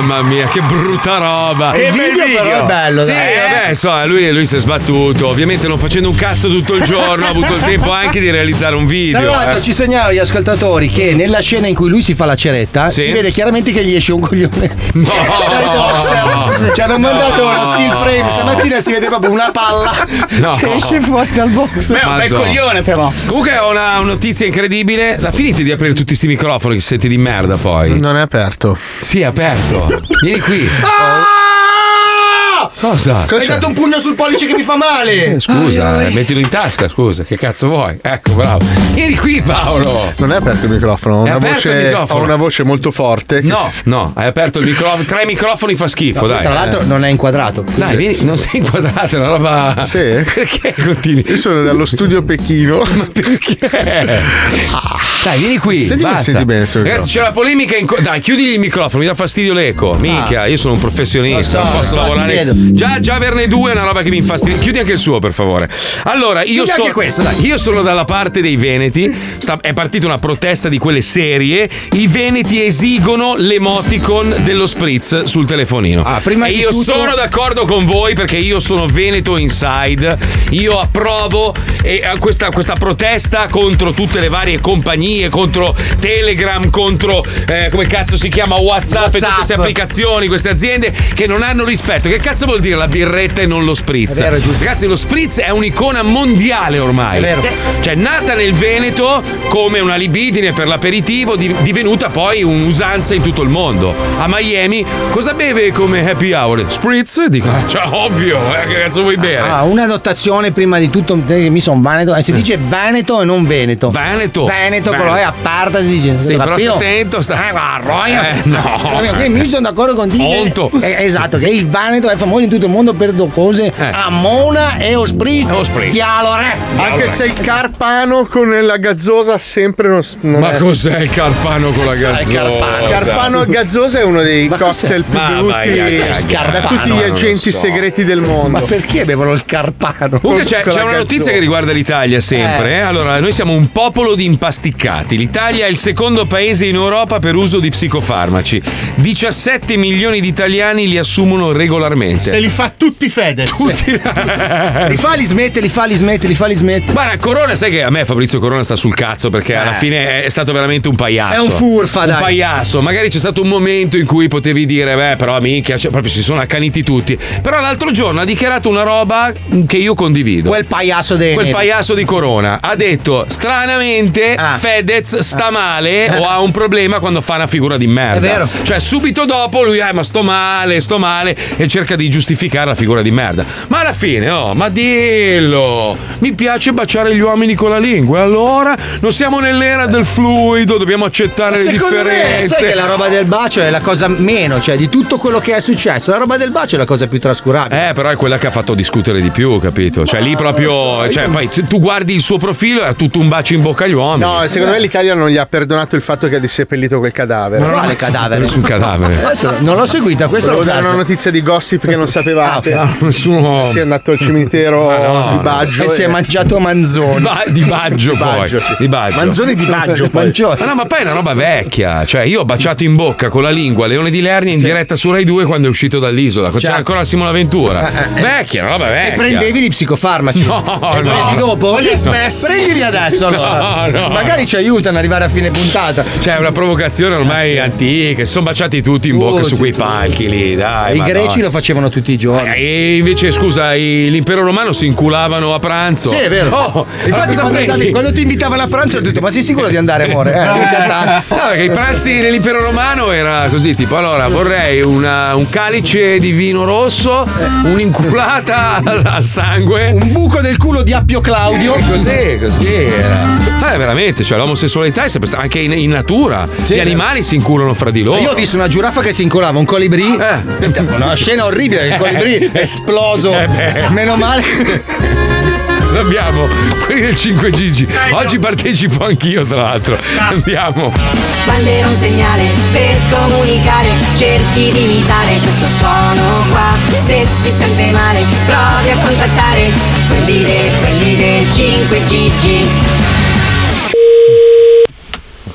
Speaker 3: Mamma mia, che brutta roba.
Speaker 5: Che Il bel video video. però è bello,
Speaker 3: Sì,
Speaker 5: dai, eh.
Speaker 3: vabbè, insomma, lui, lui si è sbattuto. Ovviamente non facendo un cazzo tutto il giorno, ha avuto il tempo anche di realizzare un video.
Speaker 5: Tra l'altro
Speaker 3: eh.
Speaker 5: ci segnalo gli ascoltatori che nella scena in cui lui si fa la ceretta
Speaker 3: Sì.
Speaker 5: si vede chiaramente che gli esce un coglione. No. Dai boxer. Ci hanno mandato uno steel frame, stamattina si vede proprio una palla
Speaker 3: No.
Speaker 5: che esce fuori dal box.
Speaker 3: Madonna. Comunque ho una notizia incredibile. La finite di aprire tutti questi microfoni che senti di merda poi.
Speaker 8: Non è aperto.
Speaker 3: Sì, è aperto. Vieni qui. Cosa?
Speaker 5: Hai dato un pugno sul pollice che mi fa male.
Speaker 3: Eh, Scusa, eh, mettilo in tasca, scusa, che cazzo vuoi? Ecco, bravo. Vieni qui, Paolo.
Speaker 8: Non è aperto il microfono, ho
Speaker 3: È
Speaker 8: una,
Speaker 3: aperto il
Speaker 8: voce,
Speaker 3: microfono.
Speaker 8: ho una voce molto forte. che
Speaker 3: No,
Speaker 8: si-
Speaker 3: no, hai aperto il microfono. Tre microfoni fa schifo, dai.
Speaker 5: Tra l'altro non è inquadrato.
Speaker 3: Dai, vieni, non sei inquadrato, è una roba. Sì. Perché continui?
Speaker 8: Io sono dallo studio Pechino. Ma
Speaker 3: perché? Dai, vieni qui.
Speaker 8: Senti,
Speaker 3: basta.
Speaker 8: senti bene sul
Speaker 3: Ragazzi, c'è la polemica. In co- Dai, chiudili il microfono, mi dà fastidio l'eco. Minchia,
Speaker 5: Ah.
Speaker 3: io sono un professionista,
Speaker 5: Lo so,
Speaker 3: non posso
Speaker 5: lo so, ti
Speaker 3: lavorare.
Speaker 5: vedo.
Speaker 3: Già, già averne due è una roba che mi infastidisce. Chiudi anche il suo, per favore. Allora, io,
Speaker 5: Chiudi
Speaker 3: so-
Speaker 5: anche questo, dai.
Speaker 3: io sono dalla parte dei Veneti. Sta- È partita una protesta di quelle serie. I Veneti esigono l'emoticon dello spritz sul telefonino.
Speaker 5: Ah, prima
Speaker 3: e
Speaker 5: di
Speaker 3: io
Speaker 5: tutto-
Speaker 3: sono d'accordo con voi perché io sono Veneto Inside. Io approvo eh, questa, questa protesta contro tutte le varie compagnie, contro Telegram, contro eh, come cazzo si chiama WhatsApp, e tutte
Speaker 5: WhatsApp.
Speaker 3: queste applicazioni, queste aziende che non hanno rispetto. Che cazzo vuol dire la birretta e non lo spritz?
Speaker 5: È vero, è giusto.
Speaker 3: Ragazzi, lo spritz è un'icona mondiale ormai.
Speaker 5: È vero.
Speaker 3: Cioè, nata nel Veneto come una libidine per l'aperitivo, di- divenuta poi un'usanza in tutto il mondo. A Miami, cosa beve come happy hour? Spritz? Dico, ah, cioè, ovvio, eh, Mm. che cazzo vuoi bere?
Speaker 5: Ah, una notazione prima di tutto, eh, mi sono Veneto, eh, si dice Veneto e non Veneto.
Speaker 3: Veneto.
Speaker 5: Veneto, però
Speaker 3: Veneto.
Speaker 5: è a parte si dice.
Speaker 3: Sì, però sta
Speaker 5: capito?
Speaker 3: attento, sta. Eh, guarda, eh,
Speaker 5: Capito? Quindi
Speaker 3: no.
Speaker 5: mi sono d'accordo con te. che-
Speaker 3: Molto.
Speaker 5: eh, esatto, che il Veneto è famoso in tutto il mondo per due cose:
Speaker 3: eh.
Speaker 5: a Mona e Ospris.
Speaker 8: Ospris.
Speaker 5: Chialore.
Speaker 8: Anche se il carpano con la gazzosa sempre non, s- non
Speaker 3: Ma
Speaker 8: è-
Speaker 3: cos'è il carpano con la
Speaker 8: Cazzo, è il
Speaker 3: gazzosa?
Speaker 8: carpano. Carpano gazzosa è uno dei cocktail più
Speaker 3: Ma vai a cagare.
Speaker 8: bevuti da tutti
Speaker 3: Carpano,
Speaker 8: gli
Speaker 3: non lo
Speaker 8: agenti
Speaker 3: so.
Speaker 8: segreti del mondo. Ma
Speaker 5: perché bevono il carpano?
Speaker 3: Comunque c'è, c'è una notizia che riguarda l'Italia sempre.
Speaker 8: Eh.
Speaker 3: eh. Allora, noi siamo un popolo di impasticcati. L'Italia è il secondo paese in Europa per uso di psicofarmaci. 17 milioni di italiani li assumono regolarmente.
Speaker 8: Se li fa tutti Fedez.
Speaker 5: Li fa, li smette, li fa, li smette, li fa, li smette.
Speaker 3: Guarda, Corona, sai che a me Fabrizio Corona sta sul cazzo perché alla fine è stato veramente un paiazzo.
Speaker 5: Eh. È un furfa,
Speaker 3: Un
Speaker 5: dai.
Speaker 3: paiazzo. Magari c'è stato un momento in cui potevi dire, beh, però minchia, cioè, proprio si sono accaniti tutti. Però l'altro giorno ha dichiarato una roba che io condivido.
Speaker 5: Quel paiasso dei.
Speaker 3: Quel paiasso di Corona ha detto stranamente
Speaker 5: Ah.
Speaker 3: Fedez sta male o ha un problema quando fa una figura di merda.
Speaker 5: È vero.
Speaker 3: Cioè subito dopo lui eh ma sto male, sto male e cerca di giustificare la figura di merda. Ma alla fine oh, ma dillo! Mi piace baciare gli uomini con la lingua. Allora non siamo nell'era del fluido, dobbiamo accettare le
Speaker 5: Secondo me,
Speaker 3: differenze.
Speaker 5: sai che la roba del bacio è la cosa meno, cioè di tutto quello che è successo, la roba del bacio è la cosa più trascurabile.
Speaker 3: Eh, però è quella che ha fatto discutere di più, capito? Cioè, lì proprio. cioè, poi tu tu guardi il suo profilo e ha tutto un bacio in bocca agli uomini.
Speaker 8: No, secondo me l'Italia non gli ha perdonato il fatto che ha disseppellito quel cadavere.
Speaker 3: Ma quale cadavere? Nessun cadavere.
Speaker 5: Adesso Non l'ho seguita, questo
Speaker 8: Volevo
Speaker 5: l'ho
Speaker 8: dare
Speaker 5: perso.
Speaker 8: una notizia di gossip che non sapevate.
Speaker 3: Ah, nessuno.
Speaker 8: Si è andato al cimitero di Baggio.
Speaker 5: e si è mangiato Manzoni.
Speaker 3: Ba- di Baggio
Speaker 8: Di
Speaker 3: poi.
Speaker 8: Baggio, sì.
Speaker 3: Di Baggio.
Speaker 8: Manzoni di Baggio, poi.
Speaker 3: Ma no, ma poi è una roba vecchia. Cioè, io ho baciato in bocca con la lingua Leone di Lernia in diretta su Rai 2 quando è uscito dall'isola. C'era
Speaker 5: Certo.
Speaker 3: ancora Simone Ventura. Vecchia, una roba vecchia.
Speaker 5: Eh, E prendevi gli psicofarmaci.
Speaker 3: No,
Speaker 5: Li
Speaker 3: no.
Speaker 5: presi dopo?
Speaker 3: Quelli espressi.
Speaker 5: Prendili adesso allora.
Speaker 3: No, no.
Speaker 5: Magari ci aiutano ad arrivare a fine puntata.
Speaker 3: Cioè, è una provocazione
Speaker 5: Eh,
Speaker 3: ormai antica. Si sono baciati tutti in bocca su quei palchi lì, dai.
Speaker 5: Oh, I
Speaker 3: ma
Speaker 5: greci
Speaker 3: no.
Speaker 5: lo facevano tutti i giorni.
Speaker 3: E invece, scusa, i- l'impero romano si inculavano a pranzo.
Speaker 5: Sì, è vero.
Speaker 3: Oh, allora
Speaker 5: Infatti,
Speaker 3: cosa
Speaker 5: quando,
Speaker 3: prendi?
Speaker 5: andavi- quando ti invitavano a pranzo, ho detto: Ma sei sicuro di andare, amore? Eh, mica tanto.
Speaker 3: No, Ah, perché i pranzi nell'impero romano era così: tipo, allora vorrei una- un calice di vino rosso, un'inculata al, al sangue.
Speaker 5: Un buco del culo di Appio Claudio.
Speaker 3: Eh, così, così era. Ma è veramente, cioè, l'omosessualità è sempre stata anche in, in natura. Gli animali si inculano fra di loro.
Speaker 5: Io ho visto una giraffa che si incolava un colibrì. Una scena orribile, il colibrì è esploso.
Speaker 3: Eh, beh.
Speaker 5: Meno male.
Speaker 3: Abbiamo quelli del 5 Gigi. Oggi partecipo anch'io, tra l'altro. Andiamo.
Speaker 18: Bandere un segnale per comunicare, cerchi di imitare questo suono qua. Se si sente male, provi a contattare quelli del, quelli del 5 Gigi.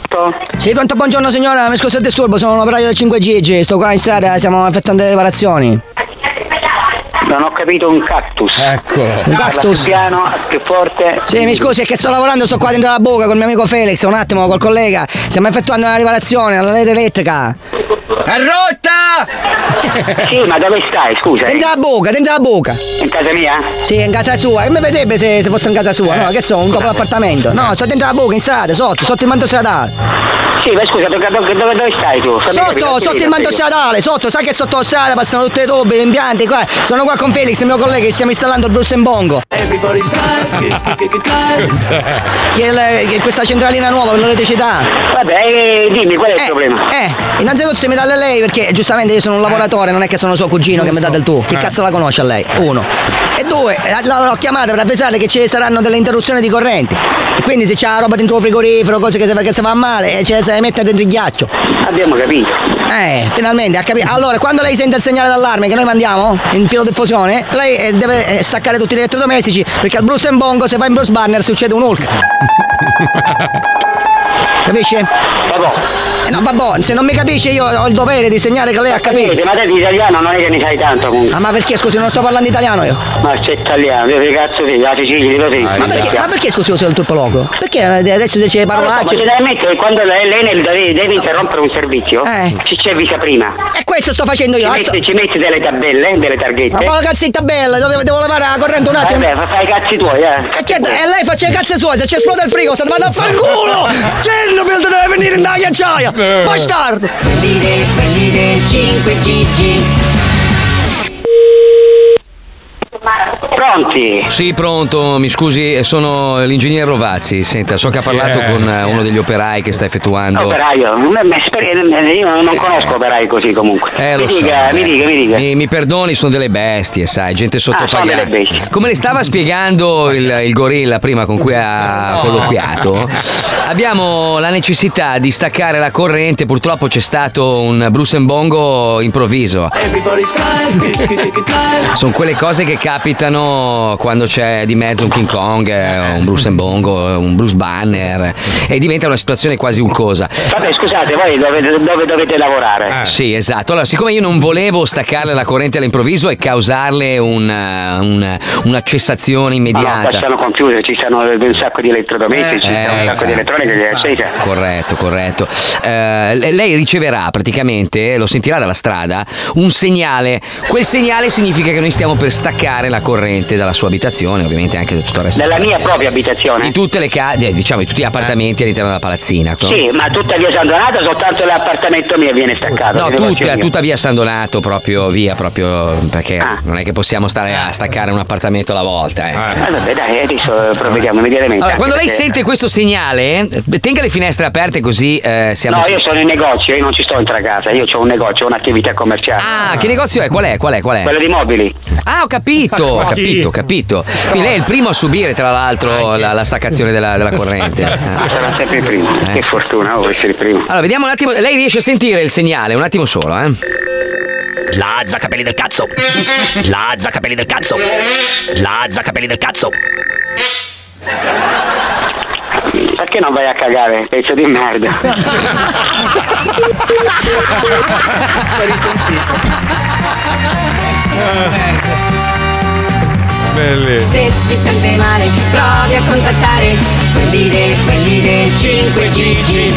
Speaker 2: Pronto?
Speaker 19: Sì, pronto, buongiorno signora, mi scusi il disturbo, sono un operaio del 5 Gigi, sto qua in strada, stiamo effettuando delle riparazioni.
Speaker 2: Non ho capito un cactus. Eccolo.
Speaker 19: Ecco. Un cactus.
Speaker 2: Più piano, più forte.
Speaker 19: Sì, mi scusi, è che sto lavorando, sto qua dentro la buca col mio amico Felix, un attimo, col collega, stiamo effettuando una riparazione alla rete elettrica.
Speaker 2: È rotta! Sì, ma dove stai,
Speaker 4: Eh,
Speaker 2: scusa? eh.
Speaker 19: Dentro la buca, dentro la buca.
Speaker 2: In casa mia?
Speaker 19: Sì, è in casa sua, che mi vedrebbe se, se fosse in casa sua, no, che so, un dopo l'appartamento. No, sto dentro la buca, in strada, sotto, sotto il manto stradale.
Speaker 2: Sì, ma scusa, dove, dove- dove- dove stai tu? Fammi capire,
Speaker 19: Sotto,
Speaker 2: non ti
Speaker 19: sotto il
Speaker 2: vedo,
Speaker 19: manto
Speaker 2: ti vedo.
Speaker 19: stradale, sotto, sai che sotto la strada passano tutte le tube, gli impianti, qua. Sono qua con Felix, il mio collega, che stiamo installando il Bruce Bongo.
Speaker 10: Cos'è?
Speaker 19: Che, è la- che è questa centralina nuova per l'elettricità.
Speaker 2: Vabbè, eh, dimmi qual è il problema?
Speaker 19: Eh, innanzitutto se mi dà lei perché giustamente io sono un lavoratore, non è che sono suo cugino che mi dà del tuo. Che
Speaker 2: Eh.
Speaker 19: cazzo la conosce a lei? Uno. E due, eh, la- l'ho chiamata per avvisarle che ci saranno delle interruzioni di corrente. E quindi se c'ha roba dentro il frigorifero, cose che si, che si fa male, eh, ce se le mette dentro il ghiaccio.
Speaker 2: Abbiamo capito.
Speaker 19: Eh, finalmente ha capito. Allora, quando lei sente il segnale d'allarme che noi mandiamo in filo di fusione, lei eh, deve eh, staccare tutti gli elettrodomestici perché al Bruce and Bongo se va in Bruce Banner succede un Hulk. Capisce? Eh no, babbo, se non mi capisce io ho il dovere di segnare che lei ha capito.
Speaker 2: Scusi, ma te di italiano non è che ne sai tanto comunque.
Speaker 19: Ah, ma perché scusi, non sto parlando italiano io?
Speaker 2: Ma c'è italiano, io che cazzo sei, la Sicilia, di così.
Speaker 19: Ma perché, ma perché scusi uso il turpoloco? Perché adesso dice le
Speaker 2: Ma
Speaker 19: parolacce?
Speaker 2: c'è da ammettere che quando lei, lei nel- deve, deve interrompere un servizio, ci c'è visa prima.
Speaker 19: Eh. E questo sto facendo
Speaker 2: Ci
Speaker 19: io, la sto-
Speaker 2: metti, ci metti delle tabelle, eh, delle
Speaker 19: Ma
Speaker 2: targhette.
Speaker 19: poi la cazzetta bella, dove devo lavare la corrente
Speaker 2: Ah,
Speaker 19: un attimo.
Speaker 2: Vabbè, fa- fai i cazzi tuoi, eh.
Speaker 19: E certo, e lei faccia le cazze sue, se ci esplode il frigo, se ne vado a fanculo! Chernobyl te deve venire in da ghiacciaia!
Speaker 2: Eh.
Speaker 19: Bastardo!
Speaker 20: Quelli dei, quelli dei 5 Gigi.
Speaker 2: Pronti?
Speaker 21: Sì, pronto, mi scusi, eh, sono l'ingegnere Rovazzi. Senta, so che ha parlato
Speaker 2: Chi è?
Speaker 21: con eh, uno degli operai che sta effettuando.
Speaker 2: Operaio, m- m- esper- io non conosco operai così comunque.
Speaker 21: Eh, lo
Speaker 2: mi,
Speaker 21: so,
Speaker 2: dica,
Speaker 21: eh.
Speaker 2: mi dica, mi dica.
Speaker 21: Mi, mi perdoni, sono delle bestie, sai, gente
Speaker 2: Ah,
Speaker 21: sottopagata.
Speaker 2: sono delle bestie.
Speaker 21: Come le stava spiegando il, il gorilla prima con cui ha
Speaker 2: No.
Speaker 21: colloquiato, abbiamo la necessità di staccare la corrente. Purtroppo c'è stato un Bruce and Bongo improvviso. Sono quelle cose che capitano quando c'è di mezzo un King Kong, eh, un Bruce and Bongo, un Bruce Banner e diventa una situazione quasi ulcosa.
Speaker 2: Vabbè, scusate, voi dove, dove dovete lavorare?
Speaker 21: Sì, esatto. Allora, siccome io non volevo staccarle la corrente all'improvviso e causarle un, eh, un- una cessazione
Speaker 2: Ah, no, qua ci
Speaker 21: immediata.
Speaker 2: sono computer, ci sono un sacco di
Speaker 21: Eh,
Speaker 2: elettrodomestici, ci sono un sacco di elettronica che accesa.
Speaker 21: Corretto, corretto. Eh, le- lei riceverà praticamente, lo sentirà dalla strada, un segnale. Quel segnale significa che noi stiamo per staccare la corrente dalla sua abitazione, ovviamente anche da tutto il resto.
Speaker 2: Dalla
Speaker 21: della
Speaker 2: mia
Speaker 21: palazzina.
Speaker 2: propria abitazione? Eh.
Speaker 21: Di tutte le case, diciamo, di tutti gli appartamenti all'interno della palazzina. no?
Speaker 2: Sì, ma tutta via San Donato, soltanto l'appartamento mio viene staccato.
Speaker 21: No,
Speaker 2: che Ah, devo
Speaker 21: tutta,
Speaker 2: farci io.
Speaker 21: tutta via San Donato, proprio via, proprio perché non è che possiamo stare a staccare un appartamento alla volta. eh.
Speaker 2: Ah, vabbè, dai, adesso eh, provvediamo immediatamente.
Speaker 21: Allora, quando lei
Speaker 2: Perché-
Speaker 21: sente questo segnale, eh, tenga le finestre aperte così eh, siamo...
Speaker 2: No,
Speaker 21: su-
Speaker 2: io sono in negozio, io non ci sto in casa, io ho un negozio, ho un'attività commerciale.
Speaker 21: Ah, eh. che negozio è? Qual è? Qual è? Qual è?
Speaker 2: Quello di mobili.
Speaker 21: Ah, ho capito, ho capito, ho capito. Quindi lei è il primo a subire, tra l'altro, la, la staccazione della, della corrente.
Speaker 2: Ah, sarà sempre il primo.
Speaker 21: Eh.
Speaker 2: Che fortuna, oh, essere il primo.
Speaker 21: Allora, vediamo un attimo. Lei riesce a sentire il segnale, un attimo solo, eh.
Speaker 13: Lazza capelli del cazzo. Lazza capelli del cazzo. Lazza capelli del cazzo.
Speaker 2: Perché non vai a cagare, pezzo di merda?
Speaker 10: Ho risentito.
Speaker 20: Se si sente male, provi a contattare quelli dei, quelli dei 5 Gigi.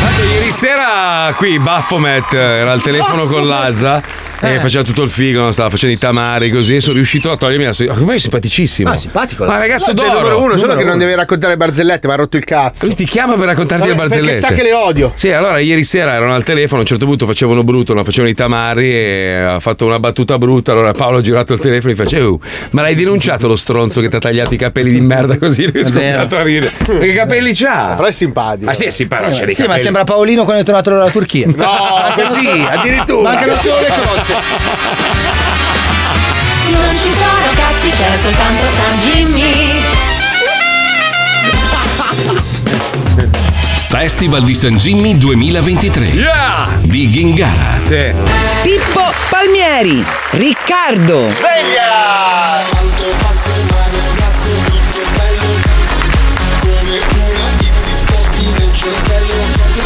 Speaker 3: Tanto Ieri sera qui Baphomet eh, era al telefono con Lazza
Speaker 8: Eh.
Speaker 3: e faceva tutto il figo, no? stava facendo i tamari così e sono riuscito a togliermi la ma Com'è simpaticissimo?
Speaker 8: Ah,
Speaker 3: simpatico. Ma ragazzo
Speaker 8: Lazza è il
Speaker 3: d'oro.
Speaker 8: numero uno, solo
Speaker 3: Numero
Speaker 8: che non
Speaker 3: uno.
Speaker 8: deve raccontare barzellette, ma ha rotto il cazzo. Eh,
Speaker 3: Lui ti chiama per raccontarti le barzellette.
Speaker 8: Perché sa che le odio.
Speaker 3: Sì, allora ieri sera erano al telefono, a un certo punto facevano brutto, non facevano i tamari e ha fatto una battuta brutta. Allora Paolo ha girato il telefono e gli faceva "Uh, ma l'hai denunciato lo stronzo che ti ha tagliato i capelli di merda così? Lui è scoppiato a ridere. Che capelli c'ha? Però
Speaker 8: è simpatico.
Speaker 3: Ah sì, si parla,
Speaker 8: Eh,
Speaker 3: c'è dei
Speaker 19: Sì, ma
Speaker 3: capelli.
Speaker 19: sembra Paolino quando è tornato dalla Turchia.
Speaker 3: No, così, addirittura.
Speaker 19: Mancano solo le cose.
Speaker 14: Non ci sono cazzi, c'è soltanto San Jimmy.
Speaker 1: Festival di San Jimmy 2023. Di Gingara.
Speaker 6: Pippo Palmieri, Riccardo.
Speaker 10: Sveglia!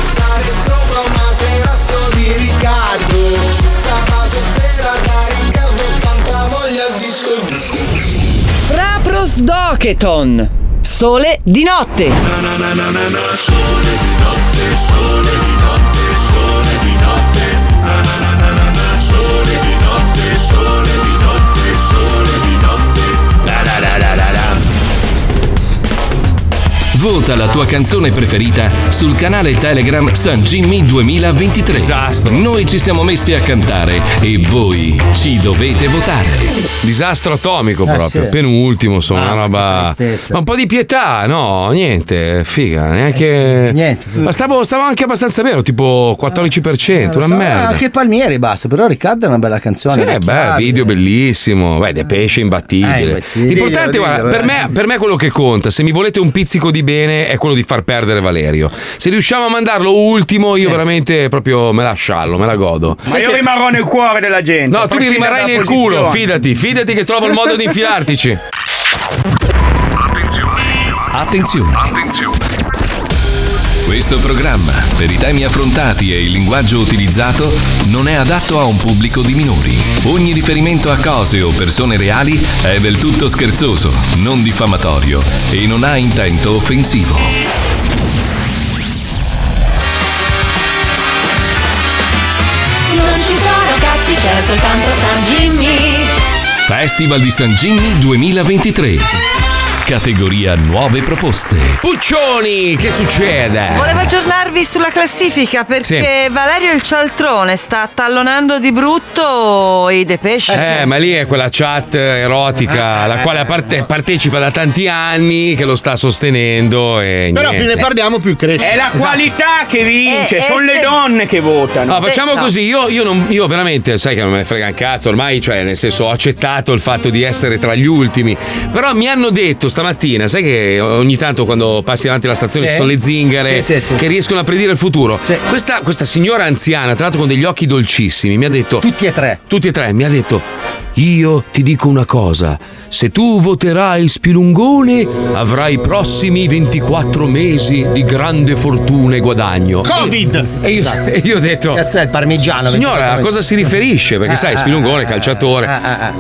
Speaker 10: Stare sopra un materasso di Riccardo Sabato sera da Riccardo Tanta voglia di disco
Speaker 16: Frapros Doketon. Sole di notte.
Speaker 10: Sole di notte, sole di notte, sole di notte Na na na na na na Sole di notte, sole di notte, sole di notte Na na na na na na
Speaker 1: Vota la tua canzone preferita sul canale Telegram San Jimmy 2023. Noi ci siamo messi a cantare e voi ci dovete votare.
Speaker 3: Disastro atomico
Speaker 1: Eh,
Speaker 3: Ecco, proprio,
Speaker 1: sì.
Speaker 3: penultimo, insomma,
Speaker 1: Ah,
Speaker 3: una roba.
Speaker 1: tristezza.
Speaker 3: Ma un po' di pietà, no, niente, figa, neanche. Niente. Ma stavo, stavo anche abbastanza vero, tipo 14%,
Speaker 5: Eh,
Speaker 3: una merda.
Speaker 4: Ah, che palmieri basta, però Riccardo è una bella
Speaker 3: Sì,
Speaker 4: canzone.
Speaker 3: beh,
Speaker 4: orecchiabile.
Speaker 3: video bellissimo, beh, De Pesce
Speaker 4: Eh,
Speaker 3: imbattibile.
Speaker 4: imbattibile.
Speaker 3: L'importante,
Speaker 4: Dillo,
Speaker 3: guarda,
Speaker 4: dillo,
Speaker 3: per,
Speaker 4: eh.
Speaker 3: me, per me quello che conta, se mi volete un pizzico di bene, è quello di far perdere Valerio. Se riusciamo a mandarlo ultimo, io veramente proprio me la sciallo, me la godo.
Speaker 9: Ma io rimarrò nel cuore della gente.
Speaker 3: No, tu mi rimarrai nel culo, fidati, fidati che trovo il modo di infilartici.
Speaker 1: Attenzione. Questo programma, per i temi affrontati e il linguaggio utilizzato, non è adatto a un pubblico di minori. Ogni riferimento a cose o persone reali è del tutto scherzoso, non diffamatorio e non ha intento offensivo.
Speaker 2: Non ci sono cazzi, c'è soltanto San Jimmy.
Speaker 1: Festival di San Gimmi 2023. Categoria Nuove proposte.
Speaker 3: Puccioni, che succede?
Speaker 6: Volevo aggiornarvi sulla classifica perché Valerio il cialtrone sta tallonando di brutto i De Pesce.
Speaker 3: Eh, ma lì è quella chat erotica, la quale parte- partecipa da tanti anni, che lo sta sostenendo e
Speaker 8: Però più
Speaker 3: niente.
Speaker 8: ne parliamo, più cresce. Esatto.
Speaker 9: È la qualità che vince,
Speaker 8: Eh, eh,
Speaker 9: sono le
Speaker 8: se-
Speaker 9: donne che votano.
Speaker 3: No, Ah, facciamo così, io, io non- io veramente, sai che non me ne frega un cazzo, ormai, cioè, nel senso, ho accettato il fatto di essere tra gli ultimi. Però mi hanno detto stamattina, sai che ogni tanto quando passi davanti alla stazione
Speaker 4: Sì.
Speaker 3: ci sono le zingare
Speaker 4: Sì, sì, sì.
Speaker 3: che riescono a predire il futuro. Questa, questa signora anziana, tra l'altro con degli occhi dolcissimi, mi ha detto. Tutti e tre. Tutti e tre, mi ha detto: Io ti dico una cosa. Se tu voterai Spilungone, avrai i prossimi 24 mesi di grande fortuna e guadagno.
Speaker 8: Covid!
Speaker 3: E io, e io ho detto.
Speaker 4: Cazzo, è il
Speaker 5: Ah,
Speaker 4: parmigiano.
Speaker 3: Signora, a
Speaker 4: 24.
Speaker 3: cosa si riferisce? Perché
Speaker 4: Ah,
Speaker 3: sai,
Speaker 4: ah,
Speaker 3: Spilungone, calciatore.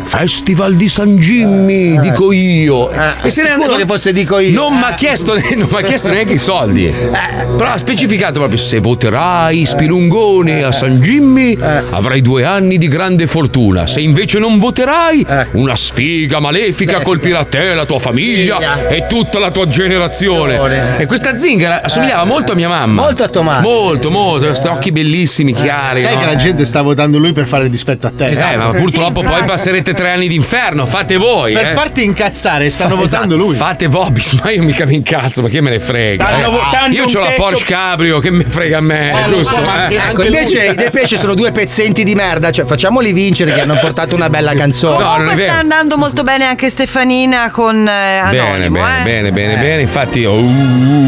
Speaker 3: Festival di San Gimmi, dico io. E se ne
Speaker 4: sicuro che
Speaker 3: fosse dico io. Non mi ha chiesto, non m'ha chiesto neanche i soldi. Eh, Però ha specificato proprio: se voterai Spilungone a San Gimmi, avrai due anni di grande fortuna. Se invece non voterai, una sfiga malefica colpirà te, la tua famiglia e tutta la tua generazione. E questa zingara assomigliava molto a mia mamma. Molto a Tommaso. Molto, molto. Questi occhi bellissimi, chiari.
Speaker 8: Sai
Speaker 3: no?
Speaker 8: che la gente sta votando lui per fare il dispetto a te.
Speaker 3: Eh, ma purtroppo poi passerete tre anni d'inferno, fate voi.
Speaker 8: Per
Speaker 3: eh.
Speaker 8: farti incazzare, stanno
Speaker 3: Fa-
Speaker 8: votando
Speaker 3: esatto,
Speaker 8: lui.
Speaker 3: Fate Vobis, ma io mica mi incazzo, ma che me ne frega.
Speaker 8: Stanno
Speaker 3: eh.
Speaker 8: votando
Speaker 3: Io
Speaker 8: un
Speaker 3: ho la
Speaker 8: testo-
Speaker 3: Porsche Cabrio, che me frega a me,
Speaker 8: Eh, lo
Speaker 3: giusto?
Speaker 8: so, ma
Speaker 3: eh?
Speaker 20: Ecco, invece i De Pesce sono due pezzenti di merda, cioè facciamoli vincere che hanno portato una bella canzone.
Speaker 6: Comunque sta andando molto bene anche Stefanina con eh,
Speaker 3: Bene,
Speaker 6: Anonimo.
Speaker 3: bene,
Speaker 6: eh.
Speaker 3: bene, bene, bene. Infatti, oh,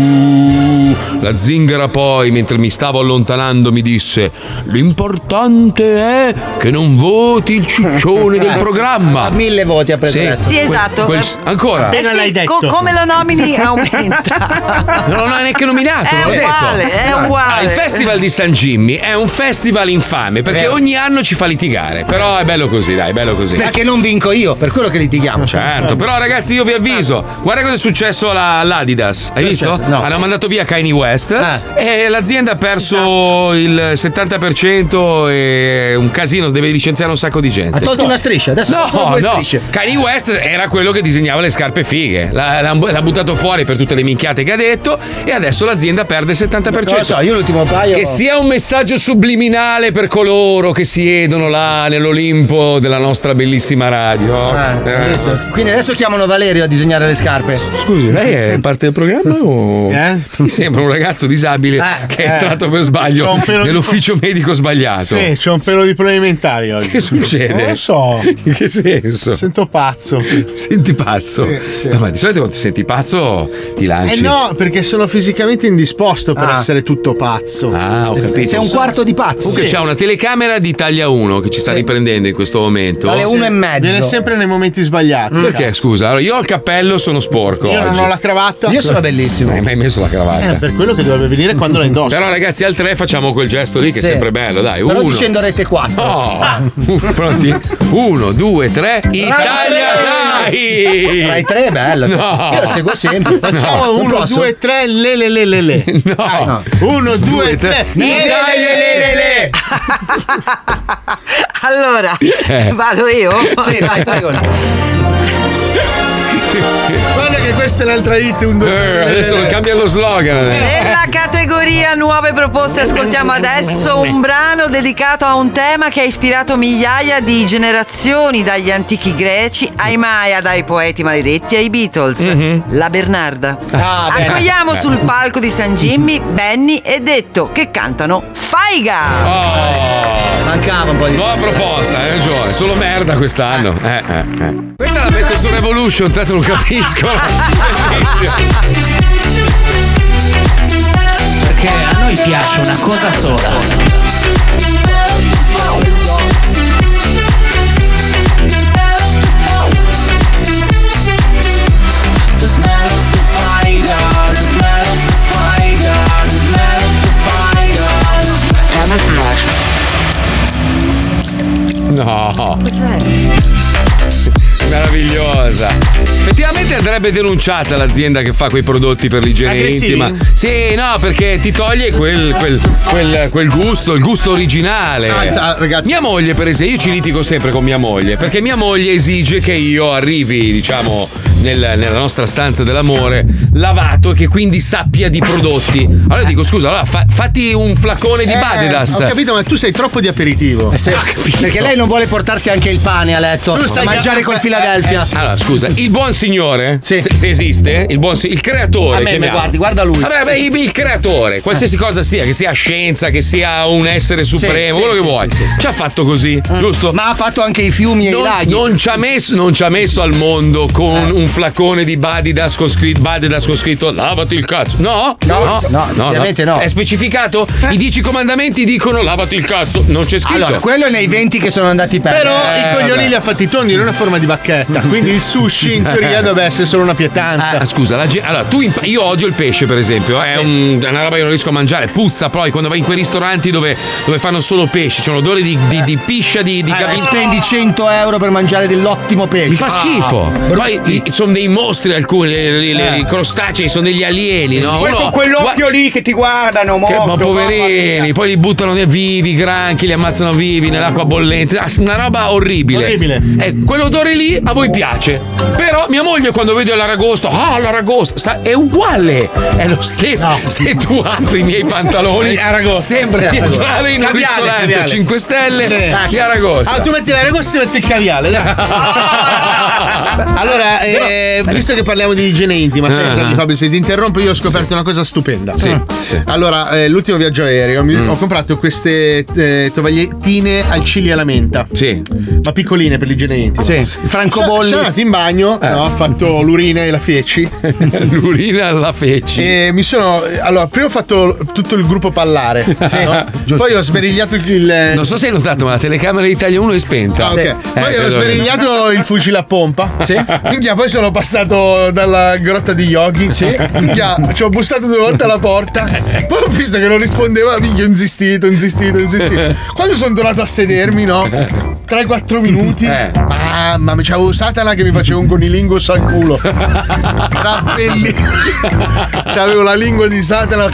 Speaker 3: uh, la zingara poi, mentre mi stavo allontanando, mi disse: L'importante è che non voti il ciccione del programma.
Speaker 20: A mille voti ha preso
Speaker 3: Sì.
Speaker 20: adesso.
Speaker 6: Sì,
Speaker 3: Quel-
Speaker 6: esatto.
Speaker 3: quel-
Speaker 6: Eh,
Speaker 3: ancora?
Speaker 6: eh sì, co- come lo nomini aumenta.
Speaker 3: Non l'ho neanche nominato,
Speaker 6: È
Speaker 3: l'ho
Speaker 6: uguale,
Speaker 3: detto.
Speaker 6: è uguale.
Speaker 3: Ah, il Festival di San Jimmy è un festival infame perché
Speaker 20: Vero.
Speaker 3: ogni anno ci fa litigare. Però è bello così, dai, è bello così.
Speaker 20: Eh. Perché non vinco io, per quello che litighiamo.
Speaker 3: Certo, però ragazzi io vi avviso, guarda cosa è successo alla- all'Adidas, hai
Speaker 20: Che è
Speaker 3: visto?
Speaker 20: successo? No. Eh.
Speaker 3: Hanno mandato via Kanye West e l'azienda ha perso il 70% e un casino, deve licenziare un sacco di gente.
Speaker 20: Ha tolto una striscia, adesso
Speaker 3: No,
Speaker 20: sono due
Speaker 3: no.
Speaker 20: strisce.
Speaker 3: Kanye West era quello che disegnava le scarpe fighe. L'ha, l'ha- l'ha buttato fuori per tutte le minchiate che ha detto e adesso l'azienda perde il 70%.
Speaker 20: Non lo so, io l'ultimo paio-
Speaker 3: certo. Che sia un messaggio subliminale per coloro che siedono là nell'Olimpo della nostra bellissima radio. Eh.
Speaker 20: Adesso- Quindi adesso chiamano Valerio a disegnare le scarpe.
Speaker 3: Scusi, lei è parte del programma o. Mi sembra un ragazzo disabile che è
Speaker 8: eh.
Speaker 3: entrato per
Speaker 8: C'ho
Speaker 3: sbaglio
Speaker 8: un pelo di-
Speaker 3: nell'ufficio medico sbagliato.
Speaker 8: Sì, c'ho un pelo di problemi mentali oggi.
Speaker 3: Che succede?
Speaker 8: Non lo so.
Speaker 3: In che senso?
Speaker 8: Sento pazzo.
Speaker 3: Senti pazzo?
Speaker 8: Sì, sì.
Speaker 3: No, ma di solito quando ti senti pazzo ti
Speaker 8: Eh
Speaker 3: lanci.
Speaker 8: no, perché sono fisicamente indisposto per
Speaker 3: Ah.
Speaker 8: essere tutto pazzo.
Speaker 3: Ah, ho capito.
Speaker 8: Sei un quarto
Speaker 20: di pazzo.
Speaker 3: Comunque c'è una telecamera di taglia 1 che ci sta riprendendo in questo momento.
Speaker 8: Viene sempre nei momenti sbagliati.
Speaker 3: Mm.
Speaker 5: Mm.
Speaker 3: Perché scusa, allora, io ho il cappello, sono sporco.
Speaker 8: Io non
Speaker 3: oggi.
Speaker 8: ho la cravatta.
Speaker 3: Eh, Ma hai messo la cravatta?
Speaker 8: Eh, per quello che dovrebbe venire quando la indossa.
Speaker 3: Però ragazzi al 3 facciamo quel gesto lì che
Speaker 8: Sì.
Speaker 3: è sempre bello, dai.
Speaker 8: Però
Speaker 3: uno.
Speaker 8: dicendo
Speaker 5: rete 4.
Speaker 3: No. Pronti? Uno, due, tre. Italia dai!
Speaker 5: Rai 3 è bello.
Speaker 3: No.
Speaker 5: Io lo seguo sempre.
Speaker 8: Facciamo
Speaker 5: No. Non
Speaker 8: 1,
Speaker 5: posso?
Speaker 8: 2, 3, le le le le le. No. 1, 2, 3,
Speaker 6: Allora,
Speaker 8: Eh.
Speaker 6: vado io?
Speaker 8: Sì, vai, prego. Guarda che questa è l'altra hit. Un,
Speaker 3: Eh, adesso cambia lo slogan.
Speaker 6: Nella categoria nuove proposte ascoltiamo adesso un brano dedicato a un tema che ha ispirato migliaia di generazioni dagli antichi greci ai Maya, dai poeti maledetti ai Beatles, la Bernarda.
Speaker 5: Ah, beh.
Speaker 6: Accogliamo
Speaker 5: Beh.
Speaker 6: sul palco di San Jimmy Benny e Detto che cantano Faiga.
Speaker 5: Mancava un po' di
Speaker 3: Oh. Nuova proposta, hai ragione. Solo merda quest'anno. Eh, eh, eh. Questa la metto su Revolution, tanto non capisco.
Speaker 7: Perché a noi piace una cosa sola.
Speaker 10: The smell of the fire, the smell of the fire, the smell of the fire. A me piace.
Speaker 3: No. Meravigliosa. Effettivamente andrebbe denunciata l'azienda che fa quei prodotti per l'igiene
Speaker 10: Aggressivi?
Speaker 3: intima. Sì, no, perché ti toglie quel, quel- quel- quel gusto, il gusto originale.
Speaker 8: Ah,
Speaker 3: Mia moglie, per esempio, io ci litigo sempre con mia moglie, perché mia moglie esige che io arrivi, diciamo, nel- nella nostra stanza dell'amore, lavato e che quindi sappia di prodotti. Allora dico, scusa, allora fa- fatti un flacone di Eh,
Speaker 8: Eh,
Speaker 3: Badedas.
Speaker 8: Ho capito, ma tu sei troppo di aperitivo.
Speaker 5: Eh,
Speaker 3: Ah,
Speaker 5: Perché lei non vuole portarsi anche il pane a letto.
Speaker 8: Tu sai che-
Speaker 5: mangiare col Philadelphia.
Speaker 3: Allora, scusa, il buon signore, se, se esiste, il, buon si- il
Speaker 5: A
Speaker 3: creatore.
Speaker 5: me, me
Speaker 3: chiamiamo.
Speaker 5: guardi, guarda lui. Ah.
Speaker 3: Vabbè, vabbè, il, il creatore, qualsiasi cosa sia, che sia scienza, che sia un essere supremo,
Speaker 5: sì,
Speaker 3: quello
Speaker 5: sì, Ah.
Speaker 3: che vuoi. Ci ha fatto così, giusto?
Speaker 5: Ma ha fatto anche i fiumi e i
Speaker 3: Non,
Speaker 5: laghi. Eh.
Speaker 3: non ci ha messo, non ci ha messo al mondo con un flacone di Badidas con scritto, Badidas con scritto lavati il cazzo. eh, No, Eh,
Speaker 5: No, no, effettivamente no.
Speaker 3: È specificato? I dieci comandamenti dicono lavati il cazzo, non c'è scritto.
Speaker 5: Allora, quello è nei 20 che sono andati per.
Speaker 8: Però
Speaker 3: Eh,
Speaker 8: i coglioni
Speaker 3: vabbè.
Speaker 8: li ha fatti tondi in una forma di bacchetta. Quindi il sushi in teoria
Speaker 5: Eh.
Speaker 8: dovrebbe essere solo una pietanza.
Speaker 3: Ah, scusa, la ge- allora, tu imp- io odio il pesce, per esempio. eh, È un- è una roba che non riesco a mangiare. Puzza poi quando vai in quei ristoranti dove, dove fanno solo pesce. C'è un odore di, di- di piscia, di, di
Speaker 5: Eh, Ah.
Speaker 3: gabinetto.
Speaker 5: spendi 100 euro per mangiare dell'ottimo pesce.
Speaker 3: Mi fa schifo. Poi i- sono dei mostri alcuni, le- le- le- i crostacei, sono degli alieni, no?
Speaker 9: Poi con
Speaker 3: Uno-
Speaker 9: quell'occhio lì che ti guardano,
Speaker 3: Che-
Speaker 9: mostro,
Speaker 3: ma poverini, poi li buttano via vivi, granchi, li ammazzano vivi nell'acqua bollente. Ah, Una roba orribile.
Speaker 8: Orribile.
Speaker 3: Eh, quell'odore lì a voi piace. Però mia moglie quando vede l'aragosto, ah, l'aragosto, sa- è uguale. È lo stesso. Se tu apri i miei pantaloni,
Speaker 8: Eh, aragosto.
Speaker 3: sembra di
Speaker 8: Eh, aragosto.
Speaker 3: entrare in un
Speaker 8: Caviale,
Speaker 3: ristorante
Speaker 8: caviale.
Speaker 3: 5 stelle di aragosto.
Speaker 8: Ah, tu metti l'aragosto e metti il caviale. dai. allora, eh, visto che parliamo di igiene intima,
Speaker 3: Ah.
Speaker 8: scusa, mi Fabio, se ti interrompo, io ho scoperto una cosa stupenda.
Speaker 3: Sì,
Speaker 8: Ah.
Speaker 3: sì.
Speaker 8: Allora, eh, l'ultimo viaggio aereo, mi-
Speaker 3: Mm.
Speaker 8: ho comprato queste eh, tovagliettine al cili alla menta.
Speaker 3: Sì.
Speaker 8: Ma piccoline per l'igiene intima.
Speaker 5: Sì. Francobolli.
Speaker 8: Sono andato in bagno,
Speaker 5: Eh.
Speaker 8: no, ho fatto l'urina e la feci.
Speaker 3: L'urina alla feci.
Speaker 8: E mi sono. Allora, prima ho fatto tutto il gruppo pallare.
Speaker 3: Sì.
Speaker 8: no? Poi ho smerigliato il. il-
Speaker 3: Non so se hai notato, ma la telecamera di Italia 1 è spenta.
Speaker 8: Ah, ok.
Speaker 3: Eh,
Speaker 8: Poi ho
Speaker 3: credo che-
Speaker 8: smerigliato il fucile a pompa. Minchia, poi sono passato dalla grotta di Yogi. Minchia, ci ho bussato due volte alla porta. Poi ho visto che non rispondeva. Minchia, ho insistito, ho insistito, ho insistito. Quando sono tornato a sedermi, no? 3-4 minuti.
Speaker 3: Eh.
Speaker 8: Mamma mia, c'avevo Satana che mi faceva un conilingus al culo. Rappelli. C'avevo la lingua di Satana.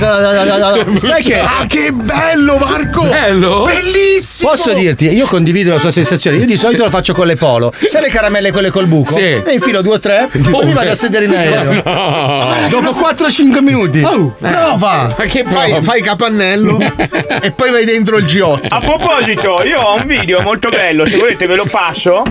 Speaker 5: Sai che-
Speaker 8: Ah, che bello, Marco! Bellissimo!
Speaker 5: Posso dirti, io condivido la sua sensazione. Io di solito la faccio con le polo. Sai le caramelle quelle col buco?
Speaker 8: Sì.
Speaker 5: Ne infilo due o tre, poi mi vado a sedere in aereo. Dopo 4-5 minuti.
Speaker 8: Oh, prova!
Speaker 5: Ma che prova?
Speaker 8: Fai, fai capannello e poi vai dentro il G8.
Speaker 9: A proposito, io ho un video molto bello, se volete ve lo passo,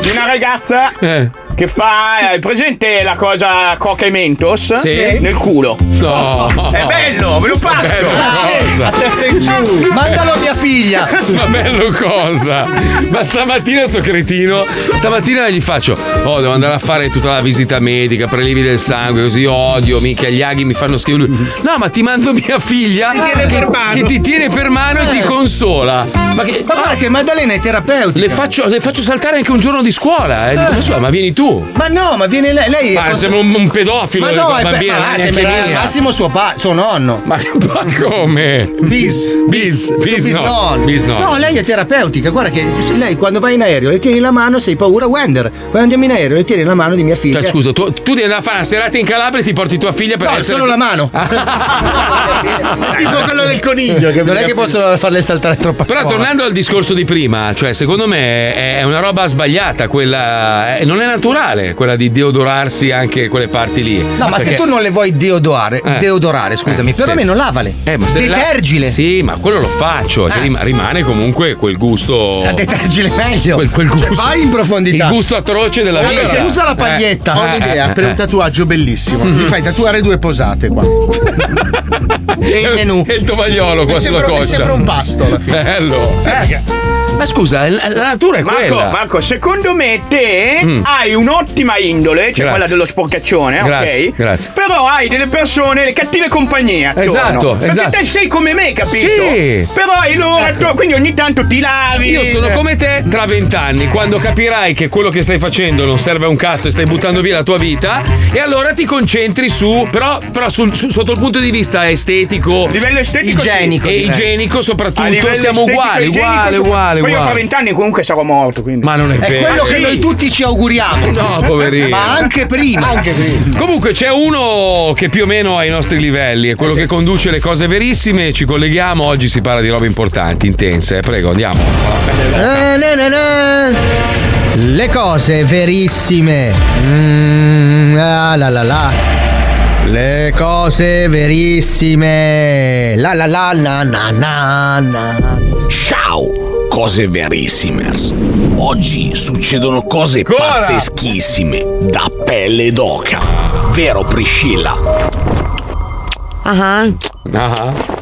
Speaker 9: di una ragazza
Speaker 3: Eh.
Speaker 9: che fa, hai presente la cosa coca e mentos?
Speaker 10: Sì.
Speaker 9: Nel culo. Eh,
Speaker 3: No.
Speaker 9: È bello, ve lo passo.
Speaker 10: Bella cosa.
Speaker 9: Eh,
Speaker 10: A testa in giù.
Speaker 5: Mandalo a mia figlia.
Speaker 3: Ma bello cosa? Ma stamattina sto cretino, stamattina gli faccio, oh devo andare a fare tutta la visita medica, prelievi del sangue, così odio, mica gli aghi mi fanno schifo. Lui, No, Ah, ma ti mando mia figlia che, che ti tiene per mano e ti
Speaker 5: Eh.
Speaker 3: consola. Ma, che, Ah.
Speaker 5: guarda che Maddalena è terapeuta.
Speaker 3: Le faccio, le faccio saltare anche un giorno di scuola. eh. Dico, ma scusa, ma vieni tu.
Speaker 5: Ma no, ma viene lei. lei
Speaker 3: Ma sembra un, un pedofilo.
Speaker 5: Ma no,
Speaker 3: la
Speaker 5: è per- ma
Speaker 3: bambina, non è eh, neanche
Speaker 5: sembra al
Speaker 3: mia.
Speaker 5: massimo suo, pa- suo nonno.
Speaker 3: Ma, come?
Speaker 5: Bis.
Speaker 3: Bis. Bis
Speaker 5: Bis
Speaker 3: no.
Speaker 5: nonno.
Speaker 3: Bis no.
Speaker 5: No, lei è terapeutica. Guarda che lei quando vai in aereo le tieni la mano, sei paura Wender. Quando andiamo in aereo le tieni la mano di mia figlia.
Speaker 3: Cioè, scusa, tu, tu devi andare a fare una serata in Calabria e ti porti tua figlia per
Speaker 5: No,
Speaker 3: essere...
Speaker 5: solo la mano. tipo quello del coniglio. che- Non è che possono farle saltare troppa
Speaker 3: Però
Speaker 5: scuola.
Speaker 3: tornando al discorso di prima, cioè secondo me è è una roba sbagliata quella, eh, non è naturale quella di deodorarsi anche quelle parti lì.
Speaker 5: No, ma se tu non le vuoi deodorare,
Speaker 3: Eh.
Speaker 5: deodorare, scusami,
Speaker 3: Eh,
Speaker 5: perlomeno
Speaker 3: sì.
Speaker 5: lavale.
Speaker 3: Eh, ma se la-
Speaker 5: Detergile.
Speaker 3: Sì, ma quello lo faccio, cioè,
Speaker 5: Eh.
Speaker 3: rim- rimane comunque quel gusto
Speaker 5: La detergile è meglio.
Speaker 3: Quel, quel
Speaker 5: Cioè,
Speaker 3: gusto.
Speaker 5: vai in profondità.
Speaker 3: Il gusto atroce della vita.
Speaker 8: Allora,
Speaker 3: Eh,
Speaker 8: Ho
Speaker 3: eh,
Speaker 8: un'idea
Speaker 3: eh,
Speaker 8: per un
Speaker 3: eh.
Speaker 8: tatuaggio bellissimo.
Speaker 3: Mm.
Speaker 8: Ti fai tatuare due posate qua.
Speaker 3: E il menù. E il tovagliolo qua
Speaker 8: Mi
Speaker 3: sulla
Speaker 8: sembra- mi
Speaker 3: coscia.
Speaker 8: sembra un pasto alla fine.
Speaker 3: Bello.
Speaker 8: Sì,
Speaker 3: Eh, ma scusa, la la natura è
Speaker 9: Marco,
Speaker 3: quella.
Speaker 9: Marco, secondo me te
Speaker 3: Mm.
Speaker 9: hai un'ottima indole, cioè
Speaker 3: Grazie.
Speaker 9: quella dello sporcaccione,
Speaker 3: Grazie,
Speaker 9: ok?
Speaker 3: grazie.
Speaker 9: Però hai delle persone, le cattive compagnie attorno.
Speaker 3: Esatto,
Speaker 9: Perché
Speaker 3: esatto.
Speaker 9: te sei come me, capito?
Speaker 3: Sì. Ecco.
Speaker 9: Però hai loro attorno, quindi ogni tanto ti lavi.
Speaker 3: Io sono come te tra vent'anni, quando capirai che quello che stai facendo non serve a un cazzo e stai buttando via la tua vita, e allora ti concentri su, però, però sul- su- sotto il punto di vista estetico,
Speaker 9: livello estetico sì.
Speaker 3: Igienico, e
Speaker 9: direi.
Speaker 3: igienico
Speaker 9: A
Speaker 3: soprattutto,
Speaker 9: livello
Speaker 3: siamo
Speaker 9: estetico,
Speaker 3: uguali,
Speaker 9: igienico,
Speaker 3: uguali,
Speaker 9: soprattutto.
Speaker 3: uguali,
Speaker 9: Poi io fra
Speaker 3: uguali.
Speaker 9: vent'anni comunque sarò morto, quindi.
Speaker 3: Ma non è
Speaker 5: È
Speaker 3: vero.
Speaker 5: quello
Speaker 3: Ah,
Speaker 5: che
Speaker 3: sì?
Speaker 5: noi tutti ci auguriamo.
Speaker 3: No, poverino.
Speaker 5: Ma anche prima. Anche prima.
Speaker 3: Comunque c'è uno che più o meno ha i nostri livelli, è quello che conduce le cose verissime, ci colleghiamo, oggi si parla di robe importanti, intense, eh, prego andiamo.
Speaker 10: Na, na, na, na. Eh, Le cose verissime. Mm, ah, la la la. Le cose verissime. La la la na na na na.
Speaker 15: Ciao, cose verissimers. Oggi succedono cose pazzeschissime da pelle d'oca. Vero Priscilla?
Speaker 12: Ah,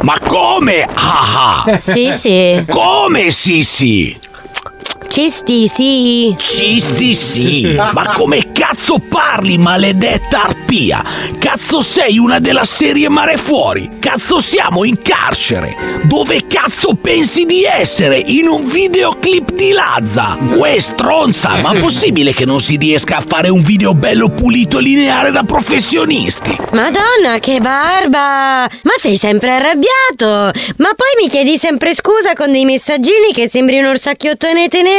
Speaker 15: Ma come? Ah ah.
Speaker 12: Sì, sì.
Speaker 15: Come sì sì?
Speaker 12: Cisti, sì.
Speaker 15: Cisti sì, ma come cazzo parli, maledetta arpia? Cazzo sei una della serie Mare Fuori? Cazzo siamo in carcere? Dove cazzo pensi di essere? In un videoclip di Lazza? Uè, stronza, ma possibile che non si riesca a fare un video bello pulito lineare da professionisti?
Speaker 12: Madonna, che barba! Ma sei sempre arrabbiato! Ma poi mi chiedi sempre scusa con dei messaggini che sembri un orsacchiottone tenerello.